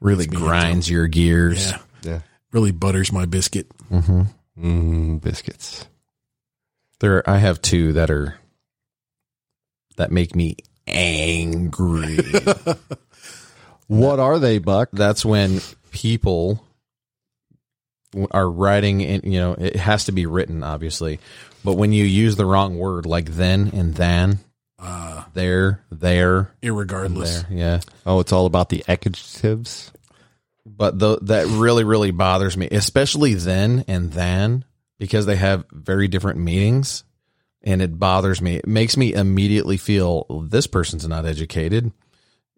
Speaker 2: Really
Speaker 3: It's me,
Speaker 2: grinds your gears.
Speaker 3: yeah,
Speaker 1: Yeah.
Speaker 3: really butters my biscuit.
Speaker 2: Mm-hmm.
Speaker 1: Mm, biscuits.
Speaker 2: There, I have two that are that make me *laughs* angry.
Speaker 1: What are they, Buck?
Speaker 2: That's when people w- are writing, in, you know, it has to be written, obviously. But when you use the wrong word, like then and than,
Speaker 3: Uh,
Speaker 2: there, there, and
Speaker 3: irregardless.
Speaker 2: there, yeah.
Speaker 1: Oh, it's all about the adjectives.
Speaker 2: But tho- that really, really bothers me, especially then and than, because they have very different meanings. And it bothers me. It makes me immediately feel this person's not educated.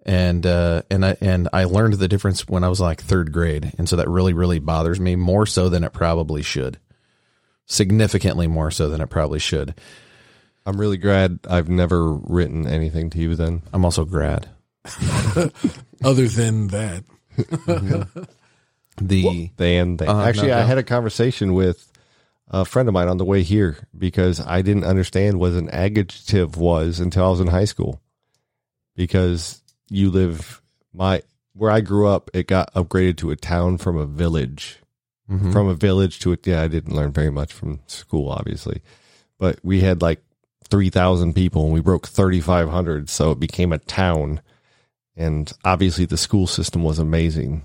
Speaker 2: And uh, and I and I learned the difference when I was like third grade, and so that really really bothers me more so than it probably should, significantly more so than it probably should.
Speaker 1: I'm really glad I've never written anything to you then.
Speaker 2: I'm also grad.
Speaker 3: Other than that,
Speaker 2: The
Speaker 1: They and they.
Speaker 2: Uh,
Speaker 1: Actually,
Speaker 2: no,
Speaker 1: I
Speaker 2: no.
Speaker 1: had a conversation with a friend of mine on the way here because I didn't understand what an adjective was until I was in high school. Because you live my where I grew up, it got upgraded to a town from a village.
Speaker 2: Mhm.
Speaker 1: From a village to a yeah, I didn't learn very much from school, obviously, but we had like three thousand people and we broke thirty five hundred, so it became a town. And obviously, the school system was amazing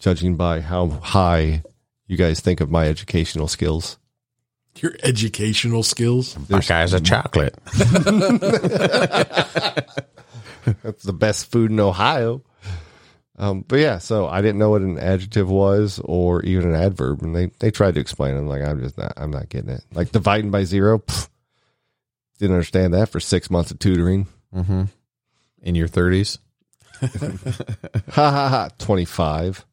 Speaker 1: judging by how high you guys think of my educational skills.
Speaker 3: your educational skills.
Speaker 1: There's-
Speaker 2: Buckeye's a chocolate.
Speaker 1: That's the best food in Ohio. Um, but yeah, so I didn't know what an adjective was or even an adverb, and they they tried to explain. it. I'm like, I'm just not, I'm not getting it. Like dividing by zero, pff, didn't understand that for six months of tutoring.
Speaker 2: hmm In your thirties,
Speaker 1: Ha ha ha. Twenty five.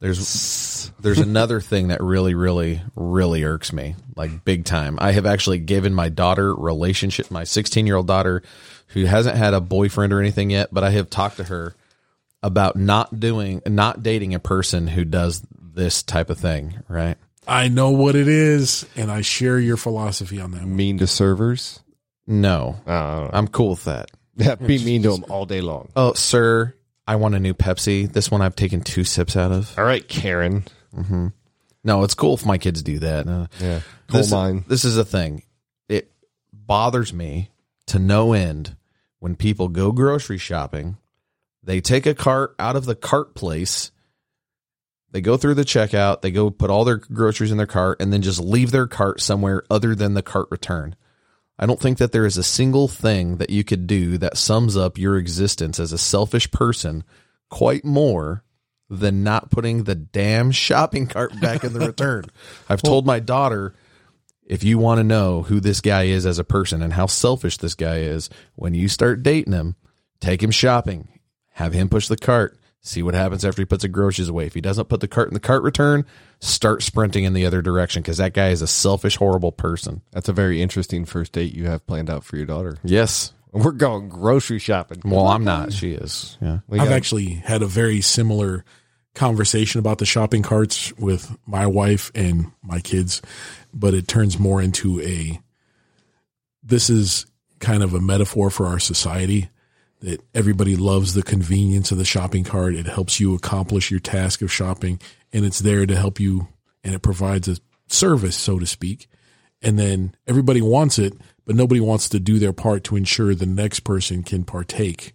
Speaker 2: there's there's another thing that really really really irks me like big time i have actually given my daughter relationship my 16 year old daughter who hasn't had a boyfriend or anything yet but i have talked to her about not doing not dating a person who does this type of thing right
Speaker 3: I know what it is, and I share your philosophy on that. one.
Speaker 1: Mean to servers.
Speaker 2: no
Speaker 1: Uh,
Speaker 2: i'm cool with that
Speaker 1: yeah, be mean to them all day long.
Speaker 2: oh sir i want a new pepsi this one i've taken two sips out of
Speaker 1: All right, Karen.
Speaker 2: no it's cool if my kids do that Uh,
Speaker 1: Yeah, coal
Speaker 2: this,
Speaker 1: mine.
Speaker 2: This is a thing. It bothers me to no end when people go grocery shopping. They take a cart out of the cart place. They go through the checkout. They go put all their groceries in their cart and then just leave their cart somewhere other than the cart return. I don't think that there is a single thing that you could do that sums up your existence as a selfish person quite more than not putting the damn shopping cart back in the return. I've told my daughter if you want to know who this guy is as a person and how selfish this guy is, when you start dating him, take him shopping, have him push the cart, see what happens after he puts the groceries away. If he doesn't put the cart in the cart return, start sprinting in the other direction because that guy is a selfish, horrible person.
Speaker 1: That's a very interesting first date you have planned out for your daughter.
Speaker 2: Yes.
Speaker 1: We're going grocery shopping.
Speaker 2: Well, I'm not. She is. Yeah.
Speaker 1: We
Speaker 3: I've
Speaker 1: got-
Speaker 3: actually had a very similar conversation about the shopping carts with my wife and my kids, but it turns more into a this is kind of a metaphor for our society that everybody loves the convenience of the shopping cart. It helps you accomplish your task of shopping and it's there to help you and it provides a service, so to speak. And then everybody wants it, but nobody wants to do their part to ensure the next person can partake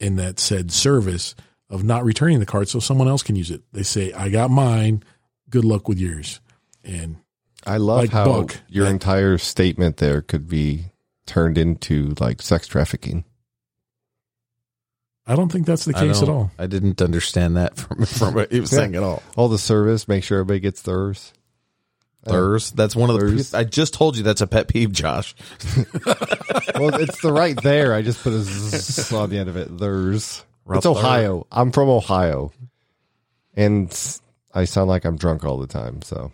Speaker 3: in that said service of not returning the cart so someone else can use it. They say, I got mine. Good luck with yours. And
Speaker 1: I love
Speaker 3: like
Speaker 1: how
Speaker 3: Buck.
Speaker 1: your entire statement there could be turned into like sex trafficking.
Speaker 3: I don't think that's the case
Speaker 2: I
Speaker 3: at
Speaker 2: don't-
Speaker 3: all.
Speaker 2: I didn't understand that *laughs* from, from what he was saying at all.
Speaker 1: All the service, make sure everybody gets theirs.
Speaker 2: Thurs. That's one of the.
Speaker 1: Thurs.
Speaker 2: I just told you that's a pet peeve, Josh.
Speaker 1: Well, it's the right there. I just put a zzz on the end of it. Theirs.
Speaker 2: Rough
Speaker 1: it's Ohio. I'm from Ohio, and I sound like I'm drunk all the time. So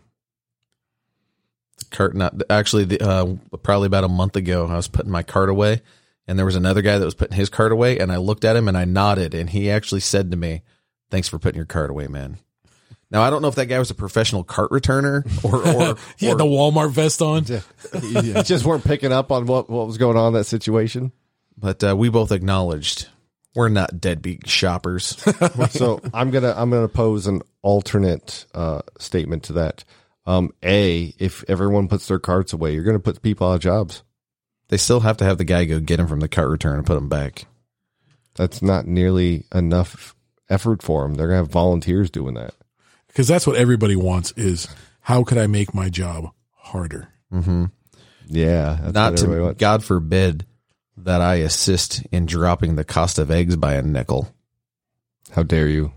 Speaker 2: cart not actually the, uh, probably about a month ago i was putting my cart away and there was another guy that was putting his cart away and i looked at him and i nodded and he actually said to me thanks for putting your cart away man Now I don't know if that guy was a professional cart
Speaker 3: *laughs*
Speaker 2: returner or or,
Speaker 3: He had
Speaker 2: or-
Speaker 3: the Walmart vest on.
Speaker 1: *laughs* You just weren't picking up on what, what was going on in that situation.
Speaker 2: but uh, we both acknowledged we're not deadbeat
Speaker 3: *laughs*
Speaker 2: shoppers.
Speaker 1: so I'm gonna I'm gonna pose an alternate uh, statement to that. Um, a, if everyone puts their carts away, you're gonna put people out of jobs.
Speaker 2: they still have to have the guy go get him from the cart return and put him back.
Speaker 1: That's not nearly enough effort for them. They're gonna have volunteers doing that.
Speaker 3: Because that's what everybody wants is how could I make my job harder?
Speaker 1: Yeah, that's
Speaker 2: not
Speaker 1: what
Speaker 2: to
Speaker 1: everybody wants.
Speaker 2: God forbid that I assist in dropping the cost of eggs by a nickel.
Speaker 1: How dare you?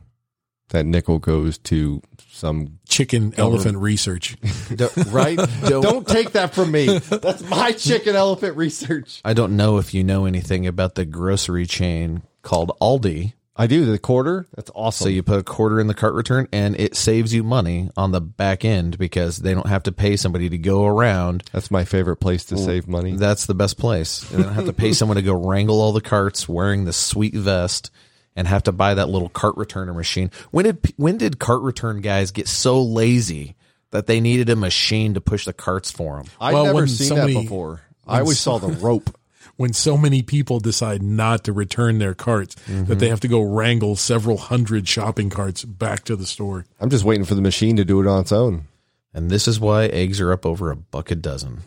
Speaker 1: That nickel goes to
Speaker 3: *laughs*
Speaker 1: some
Speaker 3: Chicken elephant research. *laughs*
Speaker 1: right. *laughs* Don't, take that from me. That's my chicken elephant research.
Speaker 2: I don't know if you know anything about the grocery chain called Aldi.
Speaker 1: I do the quarter. That's awesome.
Speaker 2: So you put a quarter in the cart return and it saves you money on the back end because they don't have to pay somebody to go around.
Speaker 1: that's my favorite place to save money.
Speaker 2: That's the best place. And they don't have to pay someone to go wrangle all the carts wearing the sweet vest and have to buy that little cart returner machine. When did when did cart return guys get so lazy that they needed a machine to push the carts for them?
Speaker 1: I've
Speaker 3: Well,
Speaker 1: never
Speaker 3: when
Speaker 1: seen that
Speaker 3: somebody-
Speaker 1: before. I always saw the rope.
Speaker 3: When so many people decide not to return their carts that they have to go wrangle several hundred shopping carts back to the store.
Speaker 1: I'm just waiting for the machine to do it on its own.
Speaker 2: And this is why eggs are up over a buck a dozen.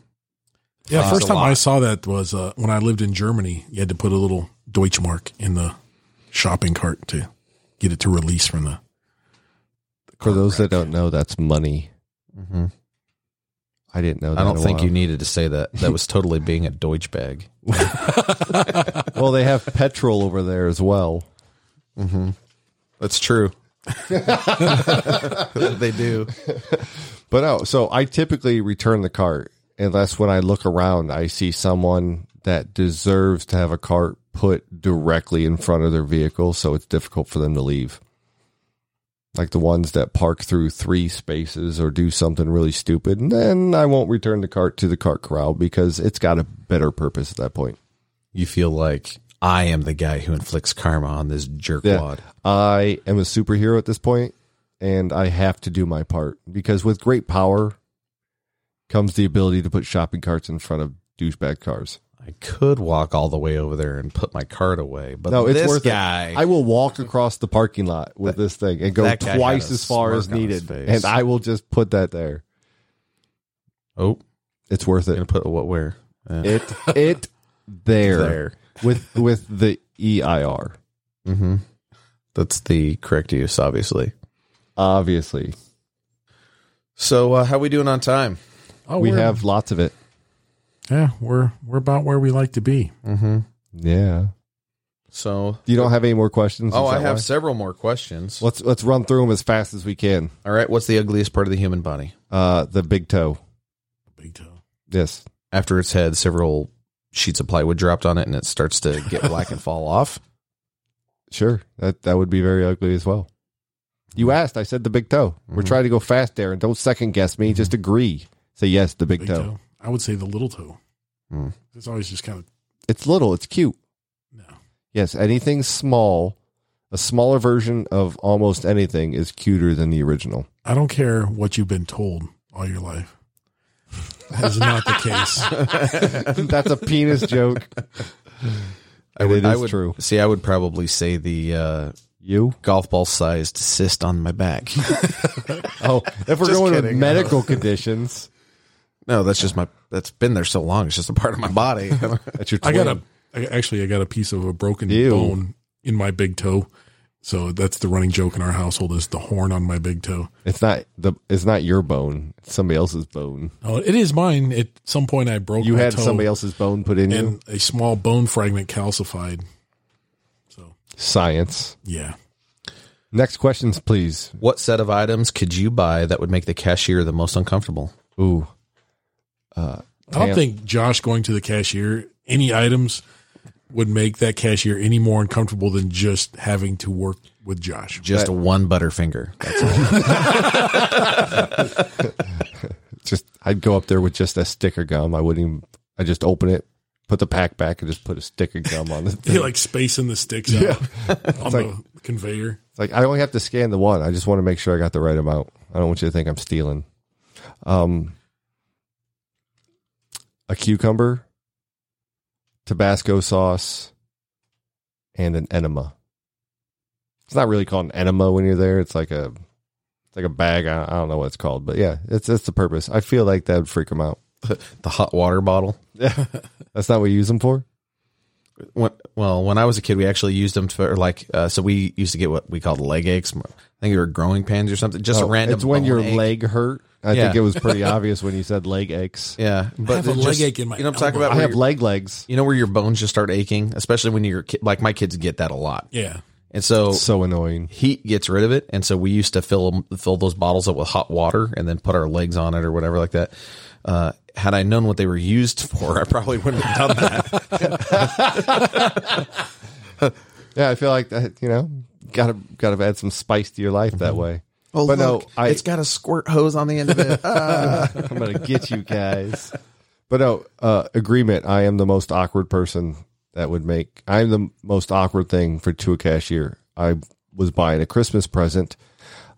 Speaker 3: Yeah,
Speaker 2: Costs
Speaker 3: first
Speaker 2: a
Speaker 3: time I
Speaker 2: lot.
Speaker 3: saw that was uh, when I lived in Germany. You had to put a little Deutschmark in the shopping cart to get it to release from the.
Speaker 2: Oh,
Speaker 1: For those that don't know, that's money. I didn't know. That
Speaker 2: Mm-hmm. I don't
Speaker 1: in a
Speaker 2: think
Speaker 1: while.
Speaker 2: you needed to say that. That was totally being a Deutsch bag.
Speaker 1: Well, they have petrol over there as well.
Speaker 2: That's true. *laughs* they do.
Speaker 1: But no, so I typically return the cart, and that's when I look around. I see someone that deserves to have a cart put directly in front of their vehicle, so it's difficult for them to leave. Like the ones that park through three spaces or do something really stupid, and then I won't return the cart to the cart corral because it's got a better purpose at that point.
Speaker 2: You feel like I am the guy who inflicts karma on this jerkwad.
Speaker 1: I am a superhero at this point, and I have to do my part because with great power comes the ability to put shopping carts in front of douchebag cars.
Speaker 2: I could walk all the way over there and put my card away, but
Speaker 1: No, it's
Speaker 2: this
Speaker 1: worth
Speaker 2: guy.
Speaker 1: it. I will walk across the parking lot with this thing and go
Speaker 2: that guy
Speaker 1: twice
Speaker 2: had a
Speaker 1: as far as
Speaker 2: smirk on his
Speaker 1: needed,
Speaker 2: face.
Speaker 1: and I will just put that there.
Speaker 2: oh,
Speaker 1: It's worth
Speaker 2: *laughs* gonna
Speaker 1: it.
Speaker 2: put what where? Yeah.
Speaker 1: It it there,
Speaker 2: There.
Speaker 1: with with the E EIR
Speaker 2: hmm That's the correct use, obviously.
Speaker 1: obviously.
Speaker 2: So, uh, how we doing on time?
Speaker 3: Oh,
Speaker 1: we
Speaker 3: we're-
Speaker 1: have lots of it.
Speaker 3: yeah, we're we're about where we like to be.
Speaker 2: Mm-hmm.
Speaker 1: Yeah.
Speaker 2: So,
Speaker 1: You don't have any more questions?
Speaker 2: oh,
Speaker 1: Is
Speaker 2: I
Speaker 1: that
Speaker 2: have
Speaker 1: why?
Speaker 2: several more questions.
Speaker 1: Let's let's run through them as fast as we can.
Speaker 2: All right, what's the ugliest part of the human body?
Speaker 1: Uh, the big toe.
Speaker 3: Big toe.
Speaker 1: Yes.
Speaker 2: After it's had several sheets of plywood dropped on it, and it starts to
Speaker 1: *laughs*
Speaker 2: get black and fall off.
Speaker 1: Sure. That that would be very ugly as well. You
Speaker 3: Mm-hmm.
Speaker 1: asked. I said the big toe. We're trying to go fast, Darren. Don't second guess me. Just agree. Say yes, the big,
Speaker 3: Mm-hmm. Big
Speaker 1: toe.
Speaker 3: toe. Hmm. I would say the little toe. It's always just kind of
Speaker 1: It's little. It's cute.
Speaker 3: no.
Speaker 1: Yes. Anything small, a smaller version of almost anything is cuter than the original.
Speaker 3: I don't care what you've been told all your life. That is not the case.
Speaker 1: That's a penis
Speaker 3: *laughs*
Speaker 1: joke.
Speaker 2: I would,
Speaker 1: it is
Speaker 2: I would-
Speaker 1: true.
Speaker 2: See, I would probably say the uh,
Speaker 1: You?
Speaker 2: golf ball sized cyst on
Speaker 1: *laughs*
Speaker 2: my back.
Speaker 1: Oh, if we're
Speaker 2: Just
Speaker 1: going with
Speaker 2: kidding.
Speaker 3: *laughs*
Speaker 1: medical conditions,
Speaker 2: no, that's just my. That's been there so long. It's just a part of my body.
Speaker 1: *laughs* that's your.
Speaker 3: I
Speaker 1: Twin.
Speaker 3: got a I, actually I got a piece of a broken
Speaker 1: Ew.
Speaker 3: bone in my big toe. So that's the running joke in our household is the horn on my big toe.
Speaker 1: It's not the. It's not your bone. It's somebody else's bone.
Speaker 3: Oh, it is mine. At some point, I broke.
Speaker 1: You
Speaker 3: my
Speaker 1: had
Speaker 3: toe
Speaker 1: somebody else's bone put in you.
Speaker 3: and a small bone fragment calcified. So
Speaker 1: Science.
Speaker 3: yeah,
Speaker 1: Next questions, please.
Speaker 2: what set of items could you buy that would make the cashier the most uncomfortable?
Speaker 1: Ooh,
Speaker 3: I don't
Speaker 1: Damn.
Speaker 3: think Josh going to the cashier any items would make that cashier any more uncomfortable than just having to work with Josh.
Speaker 2: Just one butterfinger.
Speaker 1: *laughs*
Speaker 2: That's
Speaker 1: just I'd go up there with just a sticker gum. I wouldn't even. I just open it, put the pack back, and just put a sticker gum on it.
Speaker 3: He like spacing the sticks out *laughs* on the conveyor.
Speaker 1: It's like I only have to scan the one. I just want to make sure I got the right amount. I don't want you to think I'm stealing. Um, a cucumber, Tabasco sauce, and an enema. It's not really called an enema when you're there. It's like a, it's like a bag. I, I don't know what it's called, but yeah, it's that's the purpose. I feel like that would freak them out.
Speaker 2: The hot water bottle. *laughs*
Speaker 1: That's not what you use them for.
Speaker 2: when, well, when I was a kid, we actually used them for like, uh, so we used to get what we called leg aches. I think they were growing pains or something. Just
Speaker 1: Oh,
Speaker 2: a random.
Speaker 1: It's when
Speaker 2: bone
Speaker 1: your
Speaker 2: ache.
Speaker 1: leg hurt. I
Speaker 2: Yeah.
Speaker 1: think it was
Speaker 2: *laughs*
Speaker 1: pretty obvious when you said leg aches.
Speaker 2: Yeah, but
Speaker 3: have a
Speaker 2: it
Speaker 3: leg ache in my
Speaker 2: You know what I'm talking
Speaker 3: elbow.
Speaker 2: about?
Speaker 1: I
Speaker 2: Where
Speaker 1: have
Speaker 2: your-
Speaker 1: leg legs.
Speaker 2: you know where your bones just start aching, especially when you're a kid- like my kids get that a lot,
Speaker 3: Yeah.
Speaker 2: and so
Speaker 1: So annoying.
Speaker 2: heat gets rid of it. And so we used to fill fill those bottles up with hot water and then put our legs on it or whatever like that. Uh, had I known what they were used for, I probably wouldn't have done
Speaker 1: *laughs*
Speaker 2: that.
Speaker 1: Yeah, I feel like that. You know, gotta gotta add some spice to your life that way.
Speaker 2: Oh,
Speaker 1: but
Speaker 2: look,
Speaker 1: no, I,
Speaker 2: it's got a squirt hose on the end of
Speaker 1: *laughs*
Speaker 2: it.
Speaker 1: I'm gonna get you guys. But no, uh, agreement. I am the most awkward person that would make. I'm the most awkward thing for to a cashier. I was buying a Christmas present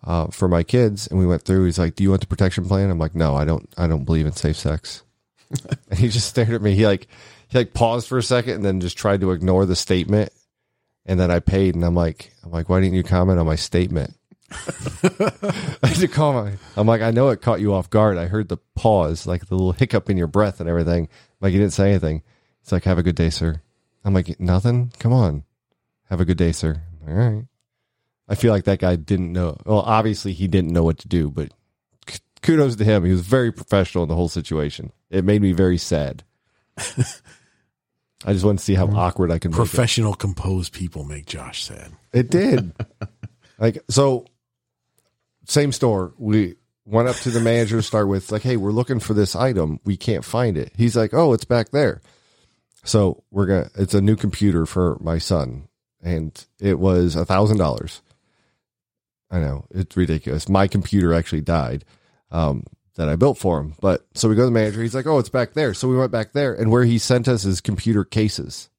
Speaker 1: uh, for my kids, and we went through. He's like, "Do you want the protection plan?" I'm like, "No, I don't. I don't believe in safe sex." *laughs* and he just stared at me. He like he like paused for a second and then just tried to ignore the statement. And then I paid, and I'm like, I'm like, why didn't you comment on my statement? *laughs* I had to call my. I'm like, I know it caught you off guard. I heard the pause, like the little hiccup in your breath and everything. Like you didn't say anything. It's like, have a good day, sir. I'm like, nothing. Come on, have a good day, sir. All right. I feel like that guy didn't know. Well, obviously he didn't know what to do, but k- kudos to him. He was very professional in the whole situation. It made me very sad. I just wanted to see how awkward I can make it.
Speaker 3: Professional composed people make Josh sad.
Speaker 1: It did. like so same store. We went up to the manager to start with, like, hey, we're looking for this item. We can't find it. He's like, Oh, it's back there. So we're gonna it's a new computer for my son. And it was a thousand dollars. I know, it's ridiculous. My computer actually died. Um that I built for him. But so we go to the manager. He's like, oh, it's back there. So we went back there. And where he sent us is computer cases.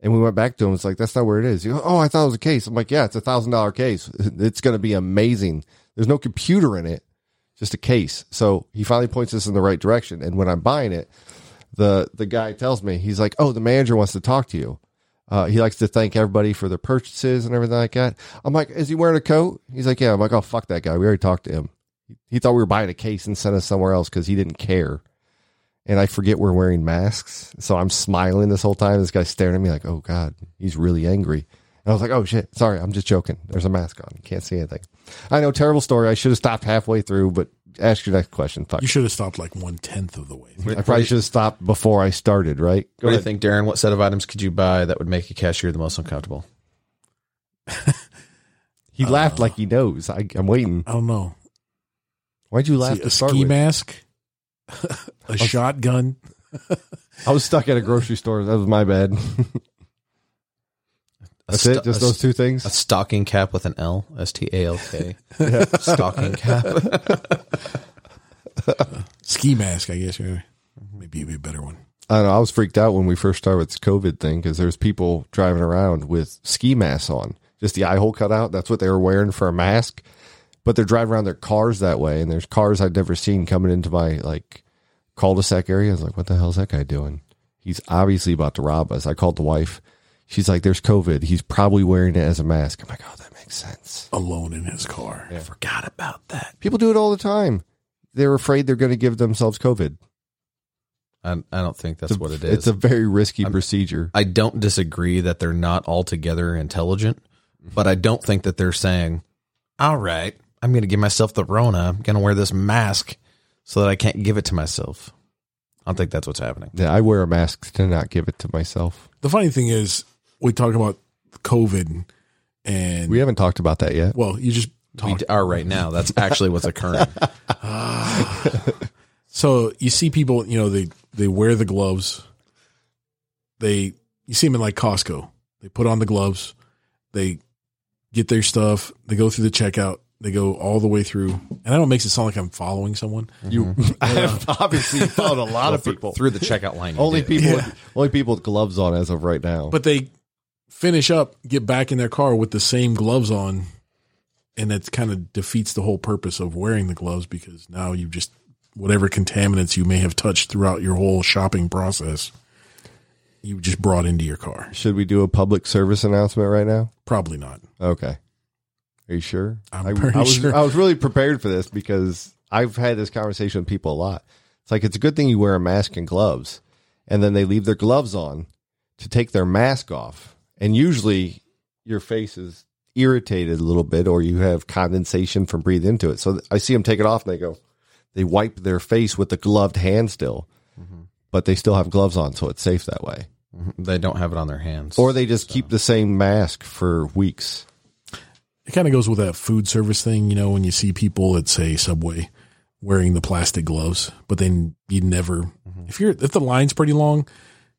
Speaker 1: And we went back to him. It's like, that's not where it is. He goes, oh, I thought it was a case. I'm like, yeah, it's a thousand dollar case. *laughs* It's going to be amazing. There's no computer in it, just a case. So he finally points us in the right direction. And when I'm buying it, the, the guy tells me, he's like, oh, the manager wants to talk to you. Uh, he likes to thank everybody for their purchases and everything like that. I'm like, is he wearing a coat? He's like, yeah. I'm like, oh, fuck that guy. We already talked to him. He thought we were buying a case and sent us somewhere else because he didn't care and I forget we're wearing masks. So I'm smiling this whole time. This guy's staring at me like, oh God, he's really angry. And I was like, oh shit, sorry, I'm just joking. There's a mask on. Can't see anything. I know, terrible story. I should have stopped halfway through, but ask your next question. Fuck.
Speaker 3: You should have stopped like one tenth of the way.
Speaker 1: I probably should have stopped before I started, right? Go
Speaker 2: What do you
Speaker 1: ahead.
Speaker 2: think, Darren? What set of items could you buy that would make a cashier the most uncomfortable?
Speaker 1: He laughed like he knows. I, I'm waiting.
Speaker 3: I don't know.
Speaker 1: Why'd you laugh
Speaker 3: See,
Speaker 1: to
Speaker 3: a
Speaker 1: start
Speaker 3: ski
Speaker 1: with?
Speaker 3: mask, *laughs* a shotgun.
Speaker 1: I was stuck at a grocery store. That was my bad. *laughs* That's
Speaker 2: sto-
Speaker 1: it? Just
Speaker 2: a
Speaker 1: those two
Speaker 2: A
Speaker 1: things?
Speaker 2: stocking cap with an L, S T A L K.
Speaker 1: *laughs*
Speaker 2: Stocking cap.
Speaker 3: Ski mask, I guess. yeah. Maybe it'd be a better one.
Speaker 1: I don't know. I was freaked out when we first started with this COVID thing because there's people driving around with ski masks on, just the eye hole cut out. That's what they were wearing for a mask. But they're driving around their cars that way, and there's cars I'd never seen coming into my like cul-de-sac area. I was like, "What the hell's that guy doing? He's obviously about to rob us." I called the wife. She's like, "There's COVID. He's probably wearing it as a mask." I'm like, "Oh, that makes sense."
Speaker 3: Alone in his car. I forgot about that.
Speaker 1: People do it all the time. They're afraid they're going to give themselves COVID.
Speaker 2: I, I don't think that's what it is.
Speaker 1: It's a very risky procedure.
Speaker 2: I don't disagree that they're not altogether intelligent, but I don't think that they're saying, all right, I'm going to give myself the Rona. I'm going to wear this mask so that I can't give it to myself. I don't think that's what's happening.
Speaker 1: Yeah, I wear a mask to not give it to myself.
Speaker 3: The funny thing is, we talk about COVID and
Speaker 1: We haven't talked about that yet.
Speaker 3: well, you just
Speaker 2: We
Speaker 3: talked.
Speaker 2: d- are right now. That's actually
Speaker 1: *laughs*
Speaker 2: what's occurring.
Speaker 3: *laughs* So you see people, you know, they they wear the gloves. They you see them in like Costco. They put on the gloves. They get their stuff. They go through the checkout. They go all the way through. And I know it makes it sound like I'm following someone.
Speaker 1: You *laughs* *laughs* I have obviously found a lot of people.
Speaker 2: Through the checkout line. you
Speaker 1: Only
Speaker 2: did.
Speaker 1: people
Speaker 3: Yeah.
Speaker 1: only people with gloves on as of right now.
Speaker 3: But they finish up, get back in their car with the same gloves on, and that kind of defeats the whole purpose of wearing the gloves because now you just whatever contaminants you may have touched throughout your whole shopping process, you just brought into your car.
Speaker 1: Should we do a public service announcement right now?
Speaker 3: Probably not.
Speaker 1: Okay. Are you sure?
Speaker 3: I'm
Speaker 1: I-
Speaker 3: pretty
Speaker 1: I was,
Speaker 3: sure.
Speaker 1: I was really prepared for this because I've had this conversation with people a lot. It's like it's a good thing you wear a mask and gloves, and then they leave their gloves on to take their mask off, and usually your face is irritated a little bit, or you have condensation from breathing into it. So th- I see them take it off, and they go, they wipe their face with the gloved hand still,
Speaker 3: Mm-hmm.
Speaker 1: but they still have gloves on, so it's safe that way.
Speaker 2: Mm-hmm. They don't have it on their hands.
Speaker 1: Or they just keep the same mask for weeks.
Speaker 3: It kind of goes with that food service thing, you know, when you see people at say Subway wearing the plastic gloves, but then you never if you're if the line's pretty long,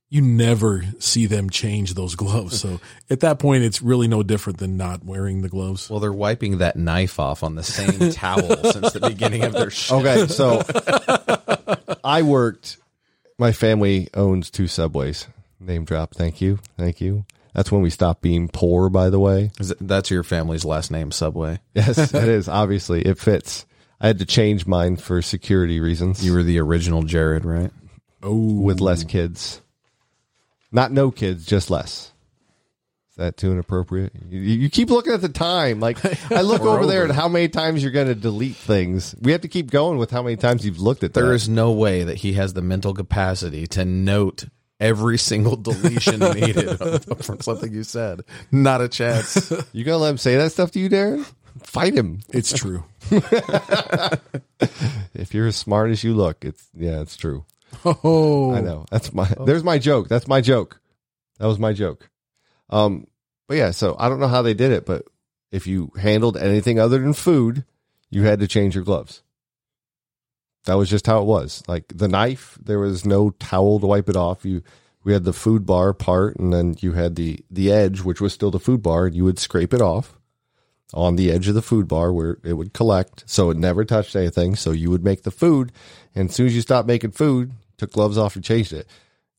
Speaker 3: you never see them change those *laughs* gloves. So at that point it's really no different than not wearing the gloves.
Speaker 2: well, they're wiping that knife off on
Speaker 1: *laughs*
Speaker 2: the same towel since the beginning of
Speaker 1: Oh.
Speaker 2: their show.
Speaker 1: Okay, so I worked. My family owns two subways. Name drop. Thank you. Thank you. That's when we stopped being poor, by the way.
Speaker 2: Is it- That's your family's last name, Subway.
Speaker 1: *laughs* Yes, it is. Obviously, it fits. I had to change mine for security reasons
Speaker 2: You were the original Jared, right?
Speaker 3: Oh,
Speaker 1: with less kids. Not no kids, just less. Is that too inappropriate? You, you keep looking at the time. Like, I *laughs* look over, there at how many times you're going to delete things. We have to keep going with how many times you've looked at
Speaker 2: There
Speaker 1: that.
Speaker 2: is no way that he has the mental capacity to note every single *laughs* deletion needed from something you said. Not a *laughs* chance.
Speaker 1: You going to let him say that stuff to you, Darren? Fight him.
Speaker 3: it's true.
Speaker 1: if you're as smart as you look, it's yeah, it's true.
Speaker 3: Oh,
Speaker 1: I know. That's my there's my joke. That's my joke. That was my joke. Um but yeah, so I don't know how they did it, but if you handled anything other than food, you had to change your gloves. That was just how it was. Like the knife, there was no towel to wipe it off. You we had the food bar part and then you had the the edge which was still the food bar and you would scrape it off on the edge of the food bar where it would collect so it never touched anything so you would make the food and as soon as you stopped making food took gloves off and changed it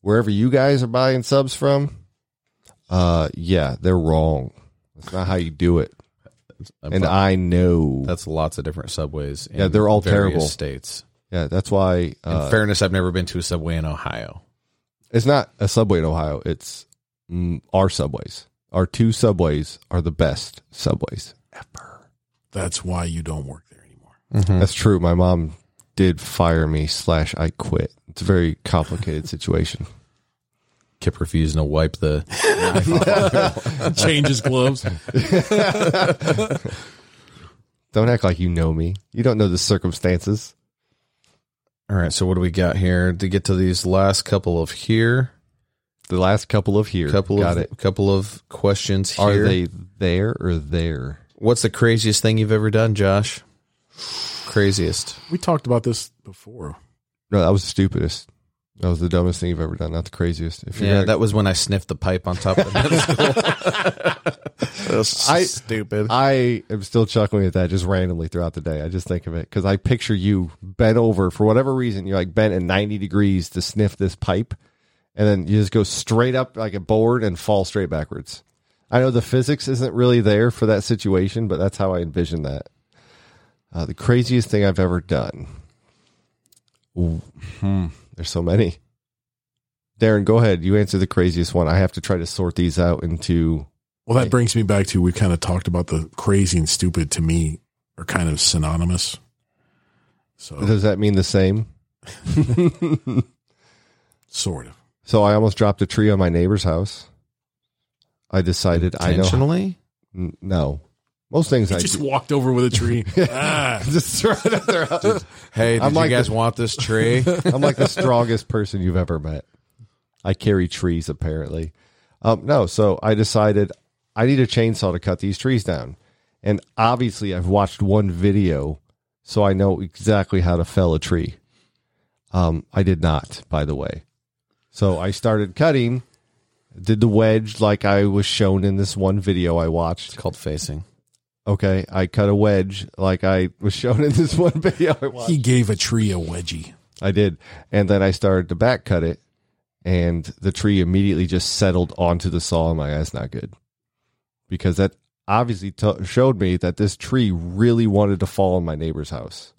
Speaker 1: wherever you guys are buying subs from uh yeah they're wrong that's not how you do it and i know
Speaker 2: That's lots of different subways. In
Speaker 1: Yeah, they're all
Speaker 2: various
Speaker 1: terrible.
Speaker 2: States.
Speaker 1: yeah that's why
Speaker 2: In
Speaker 1: uh,
Speaker 2: fairness, I've never been to a subway in Ohio.
Speaker 1: it's not a subway in ohio it's mm, our subways our two subways are the best subways
Speaker 3: that's why you don't work there anymore.
Speaker 2: Mm.
Speaker 1: That's true. My mom did fire me slash I quit. It's a very
Speaker 2: *laughs*
Speaker 1: complicated situation.
Speaker 2: Kip refusing to wipe the.
Speaker 3: Changes gloves.
Speaker 1: Don't act like you know me. You don't know the circumstances.
Speaker 2: *laughs* All right, so what do we got here to get to these last couple of here?
Speaker 1: The last couple of here.
Speaker 2: Couple
Speaker 1: Got
Speaker 2: of
Speaker 1: it.
Speaker 2: couple of questions here.
Speaker 1: Are they there or there?
Speaker 2: What's the craziest thing you've ever done, Josh? Craziest.
Speaker 3: we talked about this before.
Speaker 1: No, that was the stupidest. That was the dumbest thing you've ever done. Not the craziest. If you're
Speaker 2: Yeah,
Speaker 1: gonna-
Speaker 2: that was when I sniffed the pipe on top *laughs* of the middle school.
Speaker 1: I-
Speaker 2: stupid.
Speaker 1: I am still chuckling at that just randomly throughout the day. I just think of it because I picture you bent over for whatever reason. You're like bent at 90 degrees to sniff this pipe, and then you just go straight up like a board and fall straight backwards. I know the physics isn't really there for that situation, but that's how I envision that. Uh, the craziest thing I've ever done. Ooh, hmm, there's so many. Darren, go ahead. You answer the craziest one. I have to try to sort these out into
Speaker 3: Well, that brings me back to we kind of talked about the crazy and stupid to me are kind of synonymous. So
Speaker 1: Does that mean the same?
Speaker 3: sort of.
Speaker 1: so I almost dropped a tree on my neighbor's house. I decided I know
Speaker 2: Intentionally?
Speaker 1: N- no. Most things I
Speaker 3: just
Speaker 1: do.
Speaker 3: walked over with
Speaker 1: *laughs*
Speaker 3: a tree. ah,
Speaker 1: Just throw it up there.
Speaker 2: Hey, did
Speaker 1: I'm like
Speaker 2: you guys
Speaker 1: the-
Speaker 2: want this *laughs* tree?
Speaker 1: I'm like the strongest person you've ever met. I carry trees apparently. Um, no, so I decided I need a chainsaw to cut these trees down, and obviously I've watched one video, so I know exactly how to fell a tree. Um, I did not, by the way. So I started cutting, did the wedge like I was shown in this one video I watched.
Speaker 2: called facing.
Speaker 1: Okay, I cut a wedge like I was shown in this one *laughs*
Speaker 3: Ah.
Speaker 1: video I watched.
Speaker 3: he gave a tree a wedgie.
Speaker 1: I did. And then I started to back cut it and the tree immediately just settled onto the saw. I'm like, that's not good. Because that obviously t- showed me that this tree really wanted to fall on my neighbor's house.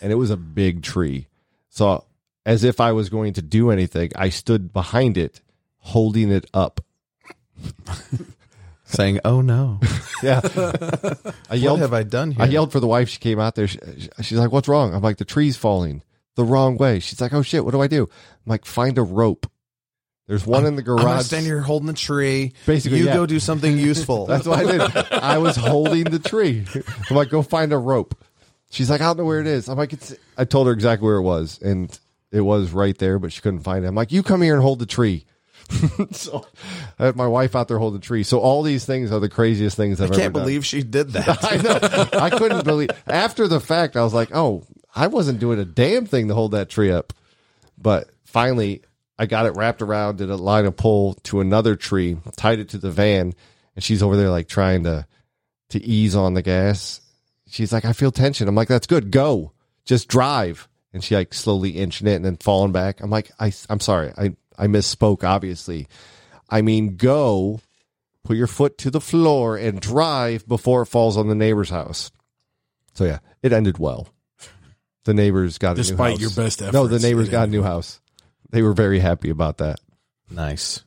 Speaker 1: and it was a big tree. So, as if I was going to do anything, I stood behind it, holding it up.
Speaker 2: saying, "Oh no,
Speaker 1: Yeah. I
Speaker 2: what
Speaker 1: yelled
Speaker 2: have I done here?"
Speaker 1: I yelled for the wife. She came out there. She, she's like, "What's wrong?" I'm like, "The tree's falling the wrong way." She's like, "Oh shit, what do I do?" I'm like, "Find a rope." There's one in the
Speaker 2: I'm gonna
Speaker 1: garage.
Speaker 2: stand here holding the tree.
Speaker 1: Basically,
Speaker 2: you
Speaker 1: yeah.
Speaker 2: go do something useful. *laughs*
Speaker 1: That's what I did. I was holding the tree. I'm like, "Go find a rope." She's like, "I don't know where it is." I'm like, it's, "I told her exactly where it was, and it was right there, but she couldn't find it." I'm like, "You come here and hold the tree." *laughs* so I had my wife out there holding the tree. So all these things are the craziest things I've
Speaker 2: I
Speaker 1: ever
Speaker 2: can't
Speaker 1: done.
Speaker 2: believe she did that.
Speaker 1: *laughs* I know. I couldn't believe. After the fact, I was like, "Oh, I wasn't doing a damn thing to hold that tree up." But finally, I got it wrapped around, did a line of pull to another tree, tied it to the van, and she's over there like trying to to ease on the gas. She's like, "I feel tension." I'm like, "That's good. Go, just drive." And she like slowly inching it and then falling back. I'm like, "I, I'm sorry. I I misspoke. Obviously, I mean go." put your foot to the floor and drive before it falls on the neighbor's house. So yeah, it ended well. The neighbors got a
Speaker 3: Despite
Speaker 1: new house.
Speaker 3: your best
Speaker 1: No, the
Speaker 3: efforts,
Speaker 1: neighbors
Speaker 3: it
Speaker 1: got a
Speaker 3: ended
Speaker 1: new house. They were very happy about that.
Speaker 2: *laughs* nice.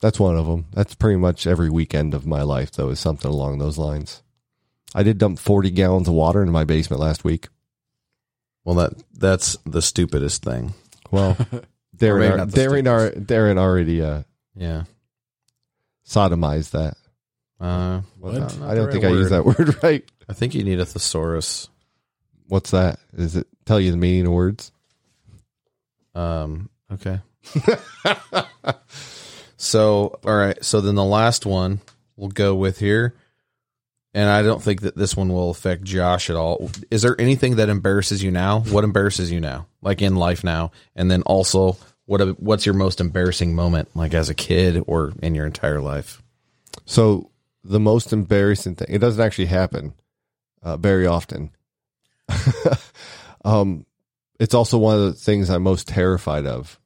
Speaker 1: That's one of them. That's pretty much every weekend of my life, though, is something along those lines. I did dump forty gallons of water into my basement last week.
Speaker 2: Well, that that's the stupidest thing.
Speaker 1: Well,
Speaker 3: *laughs*
Speaker 1: Darren,
Speaker 2: maybe
Speaker 1: ar-
Speaker 2: not the
Speaker 1: Darren, ar- Darren already uh,
Speaker 2: Yeah.
Speaker 1: sodomized that.
Speaker 2: Uh,
Speaker 3: What?
Speaker 2: not- not
Speaker 1: I don't
Speaker 2: the
Speaker 1: think
Speaker 2: right
Speaker 1: I used
Speaker 2: word.
Speaker 1: that *laughs* word right.
Speaker 2: I think you need a thesaurus.
Speaker 1: What's that? Is it tell you the meaning of words?
Speaker 2: Um, okay. *laughs* so, all right. So then the last one we'll go with here. And I don't think that this one will affect Josh at all. Is there anything that embarrasses you now? What embarrasses you now? Like in life now? And then also what what's your most embarrassing moment like as a kid or in your entire life?
Speaker 1: So the most embarrassing thing, it doesn't actually happen uh, very often. *laughs* um, it's also one of the things I'm most terrified of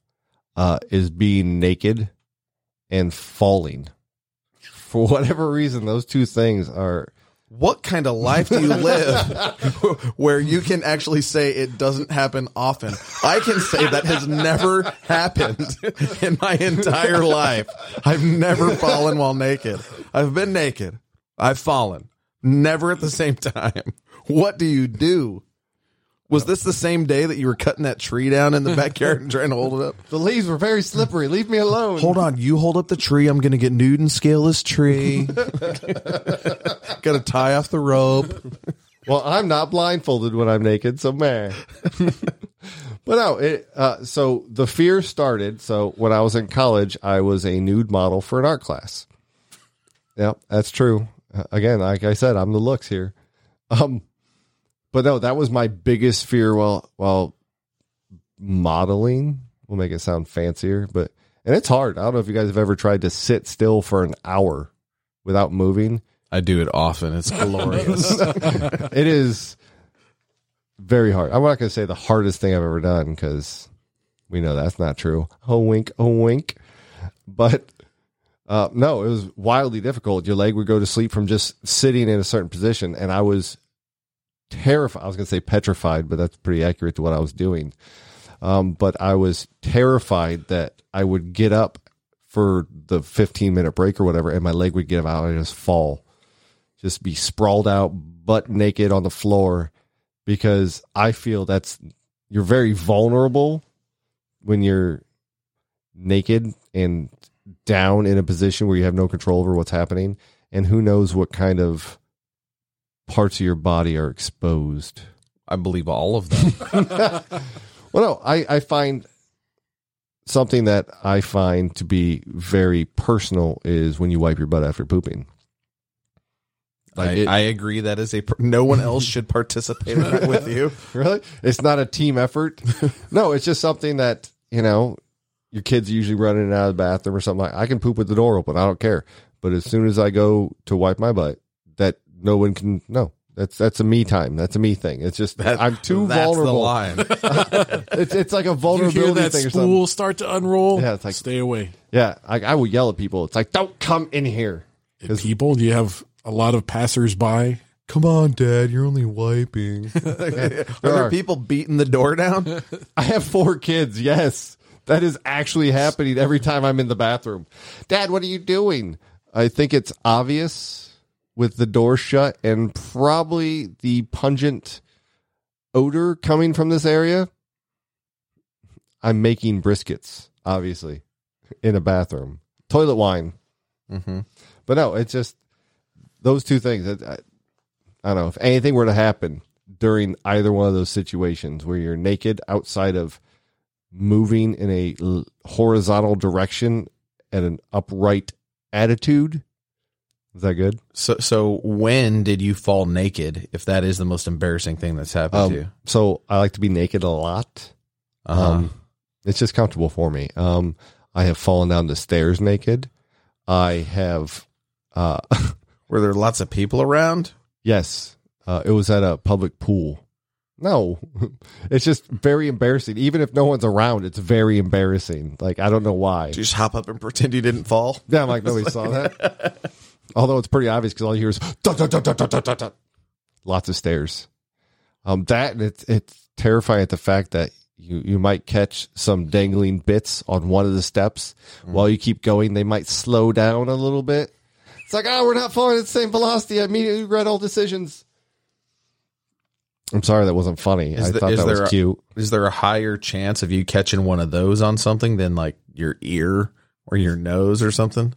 Speaker 1: uh, is being naked and falling. For whatever reason, those two things are
Speaker 2: What kind of life do you live *laughs* where you can actually say it doesn't happen often? I can say that has never happened *laughs* in my entire life. I've never fallen while naked. I've been naked. I've fallen. Never at the same time. What do you do? Was this the same day that you were cutting that tree down in the backyard and trying to hold it up?
Speaker 1: the leaves were very slippery. Leave me alone.
Speaker 2: Hold on, you hold up the tree. I'm going to get nude and scale this *laughs* tree. Got to tie off the rope.
Speaker 1: Well, I'm not blindfolded when I'm naked, so man. but no, it, uh, so the fear started. So when I was in college, I was a nude model for an art class. Yep, that's true. Uh, Again, like I said, I'm the looks here. Um, but no, that was my biggest fear while while modeling. We'll make it sound fancier, but and it's hard. I don't know if you guys have ever tried to sit still for an hour without moving
Speaker 2: I do it often.
Speaker 1: *laughs*
Speaker 2: It's glorious.
Speaker 1: it is very hard. I'm not going to say the hardest thing I've ever done because we know that's not true. Oh wink, oh wink. But uh, no, it was wildly difficult. Your leg would go to sleep from just sitting in a certain position, and I was terrified. I was going to say petrified, but that's pretty accurate to what I was doing. Um, but I was terrified that I would get up for the 15 minute break or whatever, and my leg would give out and just fall just be sprawled out butt naked on the floor because I feel that's you're very vulnerable when you're naked and down in a position where you have no control over what's happening and who knows what kind of parts of your body are exposed.
Speaker 2: *laughs* I believe all of them.
Speaker 1: Well, no, I, I find something that I find to be very personal is when you wipe your butt after pooping.
Speaker 2: I,
Speaker 1: Like it-
Speaker 2: I agree that is a per- no one else should participate in it with you.
Speaker 1: really? It's not a team
Speaker 3: *laughs*
Speaker 1: effort. no, it's just something that, you know, your kids are usually running in and out of the bathroom or something like I can poop with the door open. I don't care. But as soon as I go to wipe my butt, that no one can no, That's that's a me time. That's a me thing. It's just *laughs* I'm too
Speaker 2: That's The
Speaker 1: vulnerable.
Speaker 2: line.
Speaker 3: *laughs*
Speaker 1: It's it's like a
Speaker 3: You hear
Speaker 1: vulnerability
Speaker 3: that
Speaker 1: thing or something.
Speaker 3: spool start to unroll?
Speaker 1: Yeah, it's like-
Speaker 3: stay away.
Speaker 1: Yeah, I, I would yell at people. It's like don't come in here.
Speaker 3: People, do you have a lot of passersby?
Speaker 4: Come on, Dad, you're
Speaker 3: *laughs*
Speaker 4: only wiping.
Speaker 2: Are there
Speaker 1: are.
Speaker 2: people beating the door *laughs* down?
Speaker 1: I have four kids. Yes, that is actually happening every time I'm in the bathroom. Dad, what are you doing? I think it's obvious with the door shut and probably the pungent odor coming from this area. I'm making briskets, obviously, in a bathroom. Toilet wine.
Speaker 2: Mhm.
Speaker 1: But no, it's just those two things. I, I, I don't know if anything were to happen during either one of those situations where you're naked outside of moving in a l- horizontal direction at an upright attitude. Is that good?
Speaker 2: So, so when did you fall naked? If that is the most embarrassing thing that's happened to you,
Speaker 1: Um, so I like to be naked a lot.
Speaker 2: uh-huh.
Speaker 1: Um, it's just comfortable for me. Um, I have fallen down the stairs naked. I have, uh,
Speaker 2: were there lots of people around?
Speaker 1: Yes. Uh, it was at a public pool. No, *laughs* it's just very embarrassing. Even if no one's around, it's very embarrassing. Like, I don't know why.
Speaker 2: Did you just hop up and pretend you didn't fall?
Speaker 1: Yeah, I'm like, nobody saw that. Although it's pretty obvious because all you hear is "Dut, dut, dut, dut, dut, dut, dut, dut." lots of stairs. Um, that and it's it's terrifying at the fact that you you might catch some dangling bits on one of the steps
Speaker 2: Mm-hmm.
Speaker 1: while you keep going. They might slow down a little bit. It's like, oh, we're not following at the same velocity. I immediately read all decisions. I'm sorry that wasn't funny. I
Speaker 2: Is the-
Speaker 1: thought
Speaker 2: is
Speaker 1: that
Speaker 2: there
Speaker 1: was
Speaker 2: a-
Speaker 1: cute.
Speaker 2: Is there a higher chance of you catching one of those on something than like your ear or your nose or something?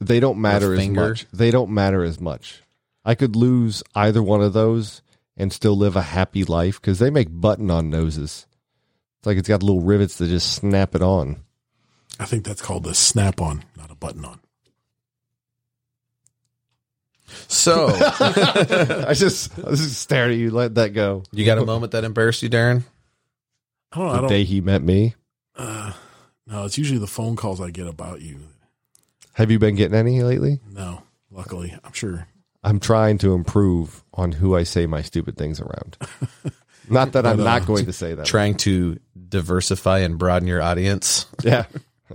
Speaker 1: they don't matter as
Speaker 2: finger.
Speaker 1: much. They don't matter as much. I could lose either one of those and still live a happy life because they make button on noses. It's like it's got little rivets that just snap it on. *laughs*
Speaker 3: I think that's called a snap on, not a button on.
Speaker 2: So
Speaker 1: I just I was just staring at you, let that go.
Speaker 2: *laughs* you *laughs* got a moment that embarrassed you, Darren?
Speaker 3: I don't know. I
Speaker 1: The
Speaker 3: don't,
Speaker 1: day he met me.
Speaker 3: uh, no, it's usually the phone calls I get about you.
Speaker 1: Have you been getting any lately?
Speaker 3: No, luckily, I'm sure.
Speaker 1: I'm trying to improve on who I say my stupid things
Speaker 3: *laughs*
Speaker 1: around. Not that I'm
Speaker 3: But, uh,
Speaker 1: not going to say that.
Speaker 2: Trying to diversify and broaden your audience.
Speaker 1: Yeah.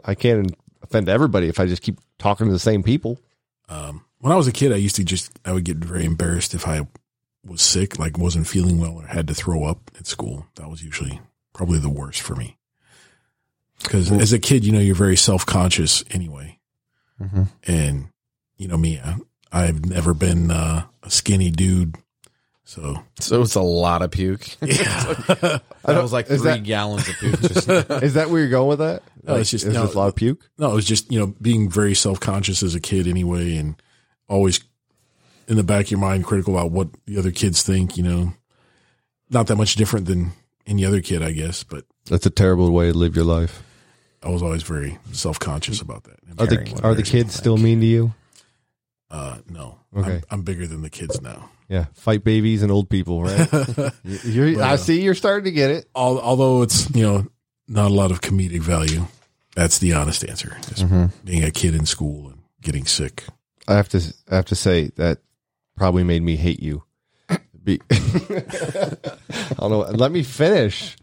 Speaker 1: I can't offend everybody if I just keep talking to the same people.
Speaker 3: Um, when I was a kid, I used to just, I would get very embarrassed if I was sick, like wasn't feeling well or had to throw up at school. That was usually probably the worst for me. Because as a kid, you know, you're very self conscious anyway. And, you know, me, I, I've never been uh, a skinny dude. So,
Speaker 2: So it's a lot of puke. *laughs*
Speaker 3: yeah.
Speaker 2: That was like three
Speaker 1: is that-
Speaker 2: gallons of puke. *laughs* Just,
Speaker 1: *laughs* Is that where you're going with that?
Speaker 3: No, it's just-
Speaker 1: is
Speaker 3: no.
Speaker 1: this loud puke?
Speaker 3: No, it was just, you know, being very self conscious as a kid anyway, and always in the back of your mind critical about what the other kids think, you know. Not that much different than any other kid, I guess, but
Speaker 1: That's a terrible way to live your life.
Speaker 3: I was always very self conscious about that.
Speaker 1: Are
Speaker 2: Caring
Speaker 1: the
Speaker 2: what
Speaker 1: are the
Speaker 2: others think.
Speaker 1: kids still mean to you?
Speaker 3: Uh, no,
Speaker 1: Okay.
Speaker 3: I'm, I'm bigger than the kids now.
Speaker 1: Yeah, fight babies and old people, right? *laughs* You- you're- I see you're starting to get it.
Speaker 3: Al- although it's, you know, not a lot of comedic value. That's the honest answer. Just
Speaker 1: Mm-hmm.
Speaker 3: being a kid in school and getting sick.
Speaker 1: I have to I have to say that probably made me hate you. Be- *laughs* I don't know. Let me finish.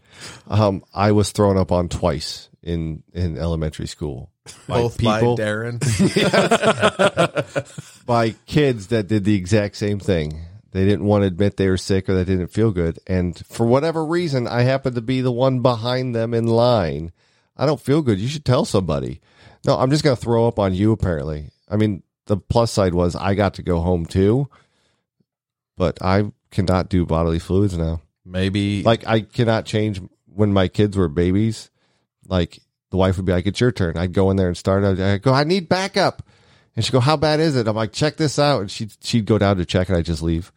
Speaker 1: Um, I was thrown up on twice in in elementary school. By
Speaker 2: both by Darren.
Speaker 1: by kids that did the exact same thing. They didn't want to admit they were sick or they didn't feel good. And for whatever reason, I happened to be the one behind them in line. I don't feel good. You should tell somebody. No, I'm just going to throw up on you, apparently. I mean, the plus side was I got to go home too, but I cannot do bodily fluids now.
Speaker 2: Maybe
Speaker 1: Like, I cannot change when my kids were babies. Like, the wife would be like, It's your turn. I'd go in there and start. I'd, I'd go, I need backup. And she'd go, How bad is it? I'm like, Check this out. And she'd, she'd go down to check and I'd just leave.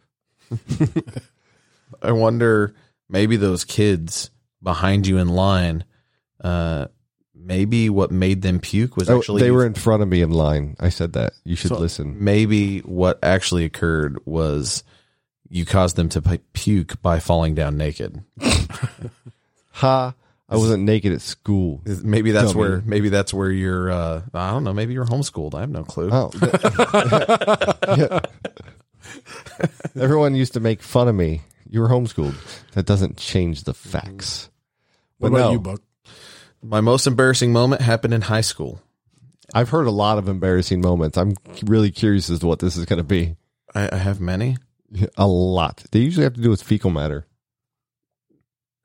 Speaker 2: I wonder maybe those kids behind you in line, uh, maybe what made them puke was
Speaker 1: Oh,
Speaker 2: actually
Speaker 1: they were in front of me in line. I said that. You should
Speaker 3: So-
Speaker 1: listen.
Speaker 2: maybe what actually occurred was you caused them to pu- puke by falling down naked.
Speaker 1: Ha. I wasn't naked at school.
Speaker 2: Is- Maybe that's
Speaker 1: Dummy.
Speaker 2: where maybe that's where you're. Uh, I don't
Speaker 1: Oh.
Speaker 2: Uh,
Speaker 1: *laughs*
Speaker 2: know. Maybe you're homeschooled. I have no clue.
Speaker 1: Oh. Everyone used to make fun of me. You were homeschooled. That doesn't change the facts.
Speaker 3: What
Speaker 1: But
Speaker 3: about
Speaker 1: no.
Speaker 3: you, Buck?
Speaker 2: My most embarrassing moment happened in high school.
Speaker 1: I've heard a lot of embarrassing moments. I'm really curious as to what this is going to be.
Speaker 2: I, I have many.
Speaker 1: A lot. They usually have to do with fecal matter.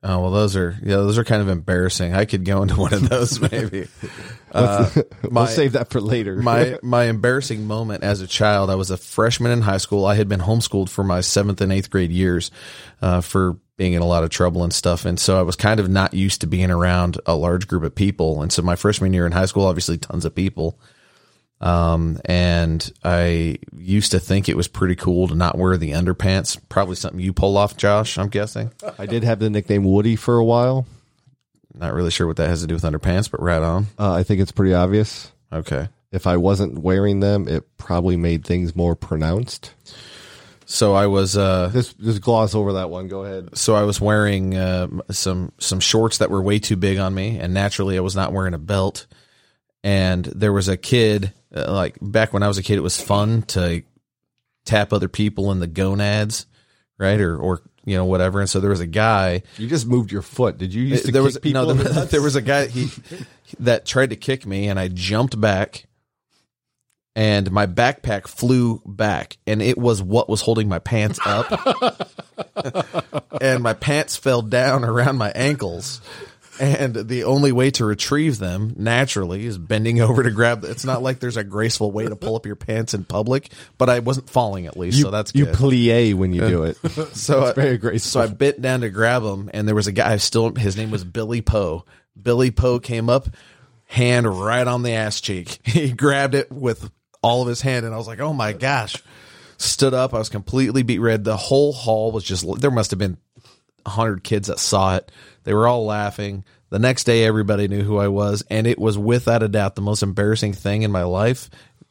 Speaker 2: Oh well, those are yeah, those are kind of embarrassing. I could go into one of those *laughs* maybe. Uh, my-
Speaker 1: we'll save that for later.
Speaker 2: my my embarrassing moment as a child. I was a freshman in high school. I had been homeschooled for my seventh and eighth grade years uh, for being in a lot of trouble and stuff, and so I was kind of not used to being around a large group of people. And so my freshman year in high school, obviously, tons of people. Um, and I used to think it was pretty cool to not wear the underpants. Probably something you pull off, Josh. I'm guessing.
Speaker 1: *laughs* I did have the nickname Woody for a while.
Speaker 2: Not really sure what that has to do with underpants, but right on.
Speaker 1: Uh, I think it's pretty obvious.
Speaker 2: Okay.
Speaker 1: If I wasn't wearing them, it probably made things more pronounced.
Speaker 2: So I was uh
Speaker 1: This just gloss over that one. Go ahead.
Speaker 2: so I was wearing uh, some some shorts that were way too big on me, and naturally I was not wearing a belt. And there was a kid uh, like back when I was a kid, it was fun to tap other people in the gonads, right? Or or you know whatever. And so there was a guy
Speaker 1: You just moved your foot. Did you used to
Speaker 2: there
Speaker 1: kick
Speaker 2: was
Speaker 1: people?
Speaker 2: no
Speaker 1: in the *laughs*
Speaker 2: *laughs* there,
Speaker 1: nuts?
Speaker 2: there was a guy he that tried to kick me and I jumped back and my backpack flew back and it was what was holding my pants up and my pants fell down *laughs* around my ankles and the only way to retrieve them naturally is bending over to grab it's not like there's a graceful way to pull up your pants in public but I wasn't falling at least
Speaker 1: you,
Speaker 2: so that's
Speaker 1: you
Speaker 2: good
Speaker 1: plie when you do it. *laughs*
Speaker 2: so I,
Speaker 1: very graceful.
Speaker 2: So I bent down to grab him, and there was a guy. I Still, his name was Billy Poe. Billy Poe came up, hand right on the ass cheek. *laughs* He grabbed it with all of his hand, and I was like, "Oh my gosh!" Stood up. I was completely beat red. The whole hall was just. There must have been a hundred kids that saw it. They were all laughing. The next day, everybody knew who I was, and it was without a doubt the most embarrassing thing in my life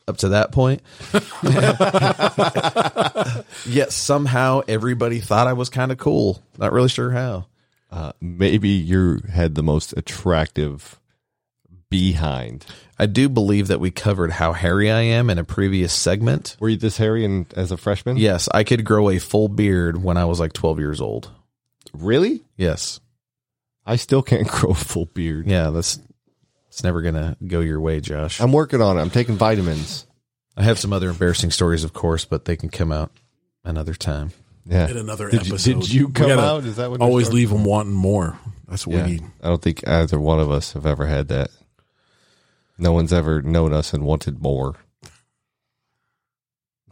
Speaker 2: up to that point *laughs* yet somehow everybody thought I was kind of cool. Not really sure how.
Speaker 1: Maybe you had the most attractive behind.
Speaker 2: I do believe that we covered how hairy I am in a previous segment.
Speaker 1: Were you this hairy and as a freshman?
Speaker 2: Yes, I could grow a full beard when I was like 12 years old.
Speaker 1: Really?
Speaker 2: Yes.
Speaker 1: I still can't *laughs* grow a full beard.
Speaker 2: Yeah, that's it's never going to go your way, Josh.
Speaker 1: I'm working on it. I'm taking vitamins.
Speaker 2: I have some other embarrassing stories, of course, but they can come out another time.
Speaker 1: Yeah.
Speaker 3: In another
Speaker 1: did, you-
Speaker 3: episode.
Speaker 1: did you
Speaker 3: We
Speaker 1: come
Speaker 3: gotta
Speaker 1: out? Is that what
Speaker 3: Always
Speaker 1: you're
Speaker 3: leave them wanting more. That's what
Speaker 1: starting-
Speaker 3: we
Speaker 1: Yeah.
Speaker 3: need.
Speaker 1: I don't think either one of us have ever had that. No one's ever known us and wanted more.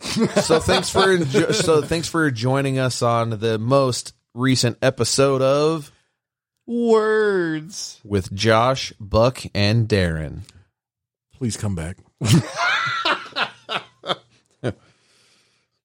Speaker 2: So thanks for enjo- so thanks for joining us on the most recent episode of
Speaker 1: Words.
Speaker 2: with Josh, Buck, and Darren.
Speaker 3: Please come back.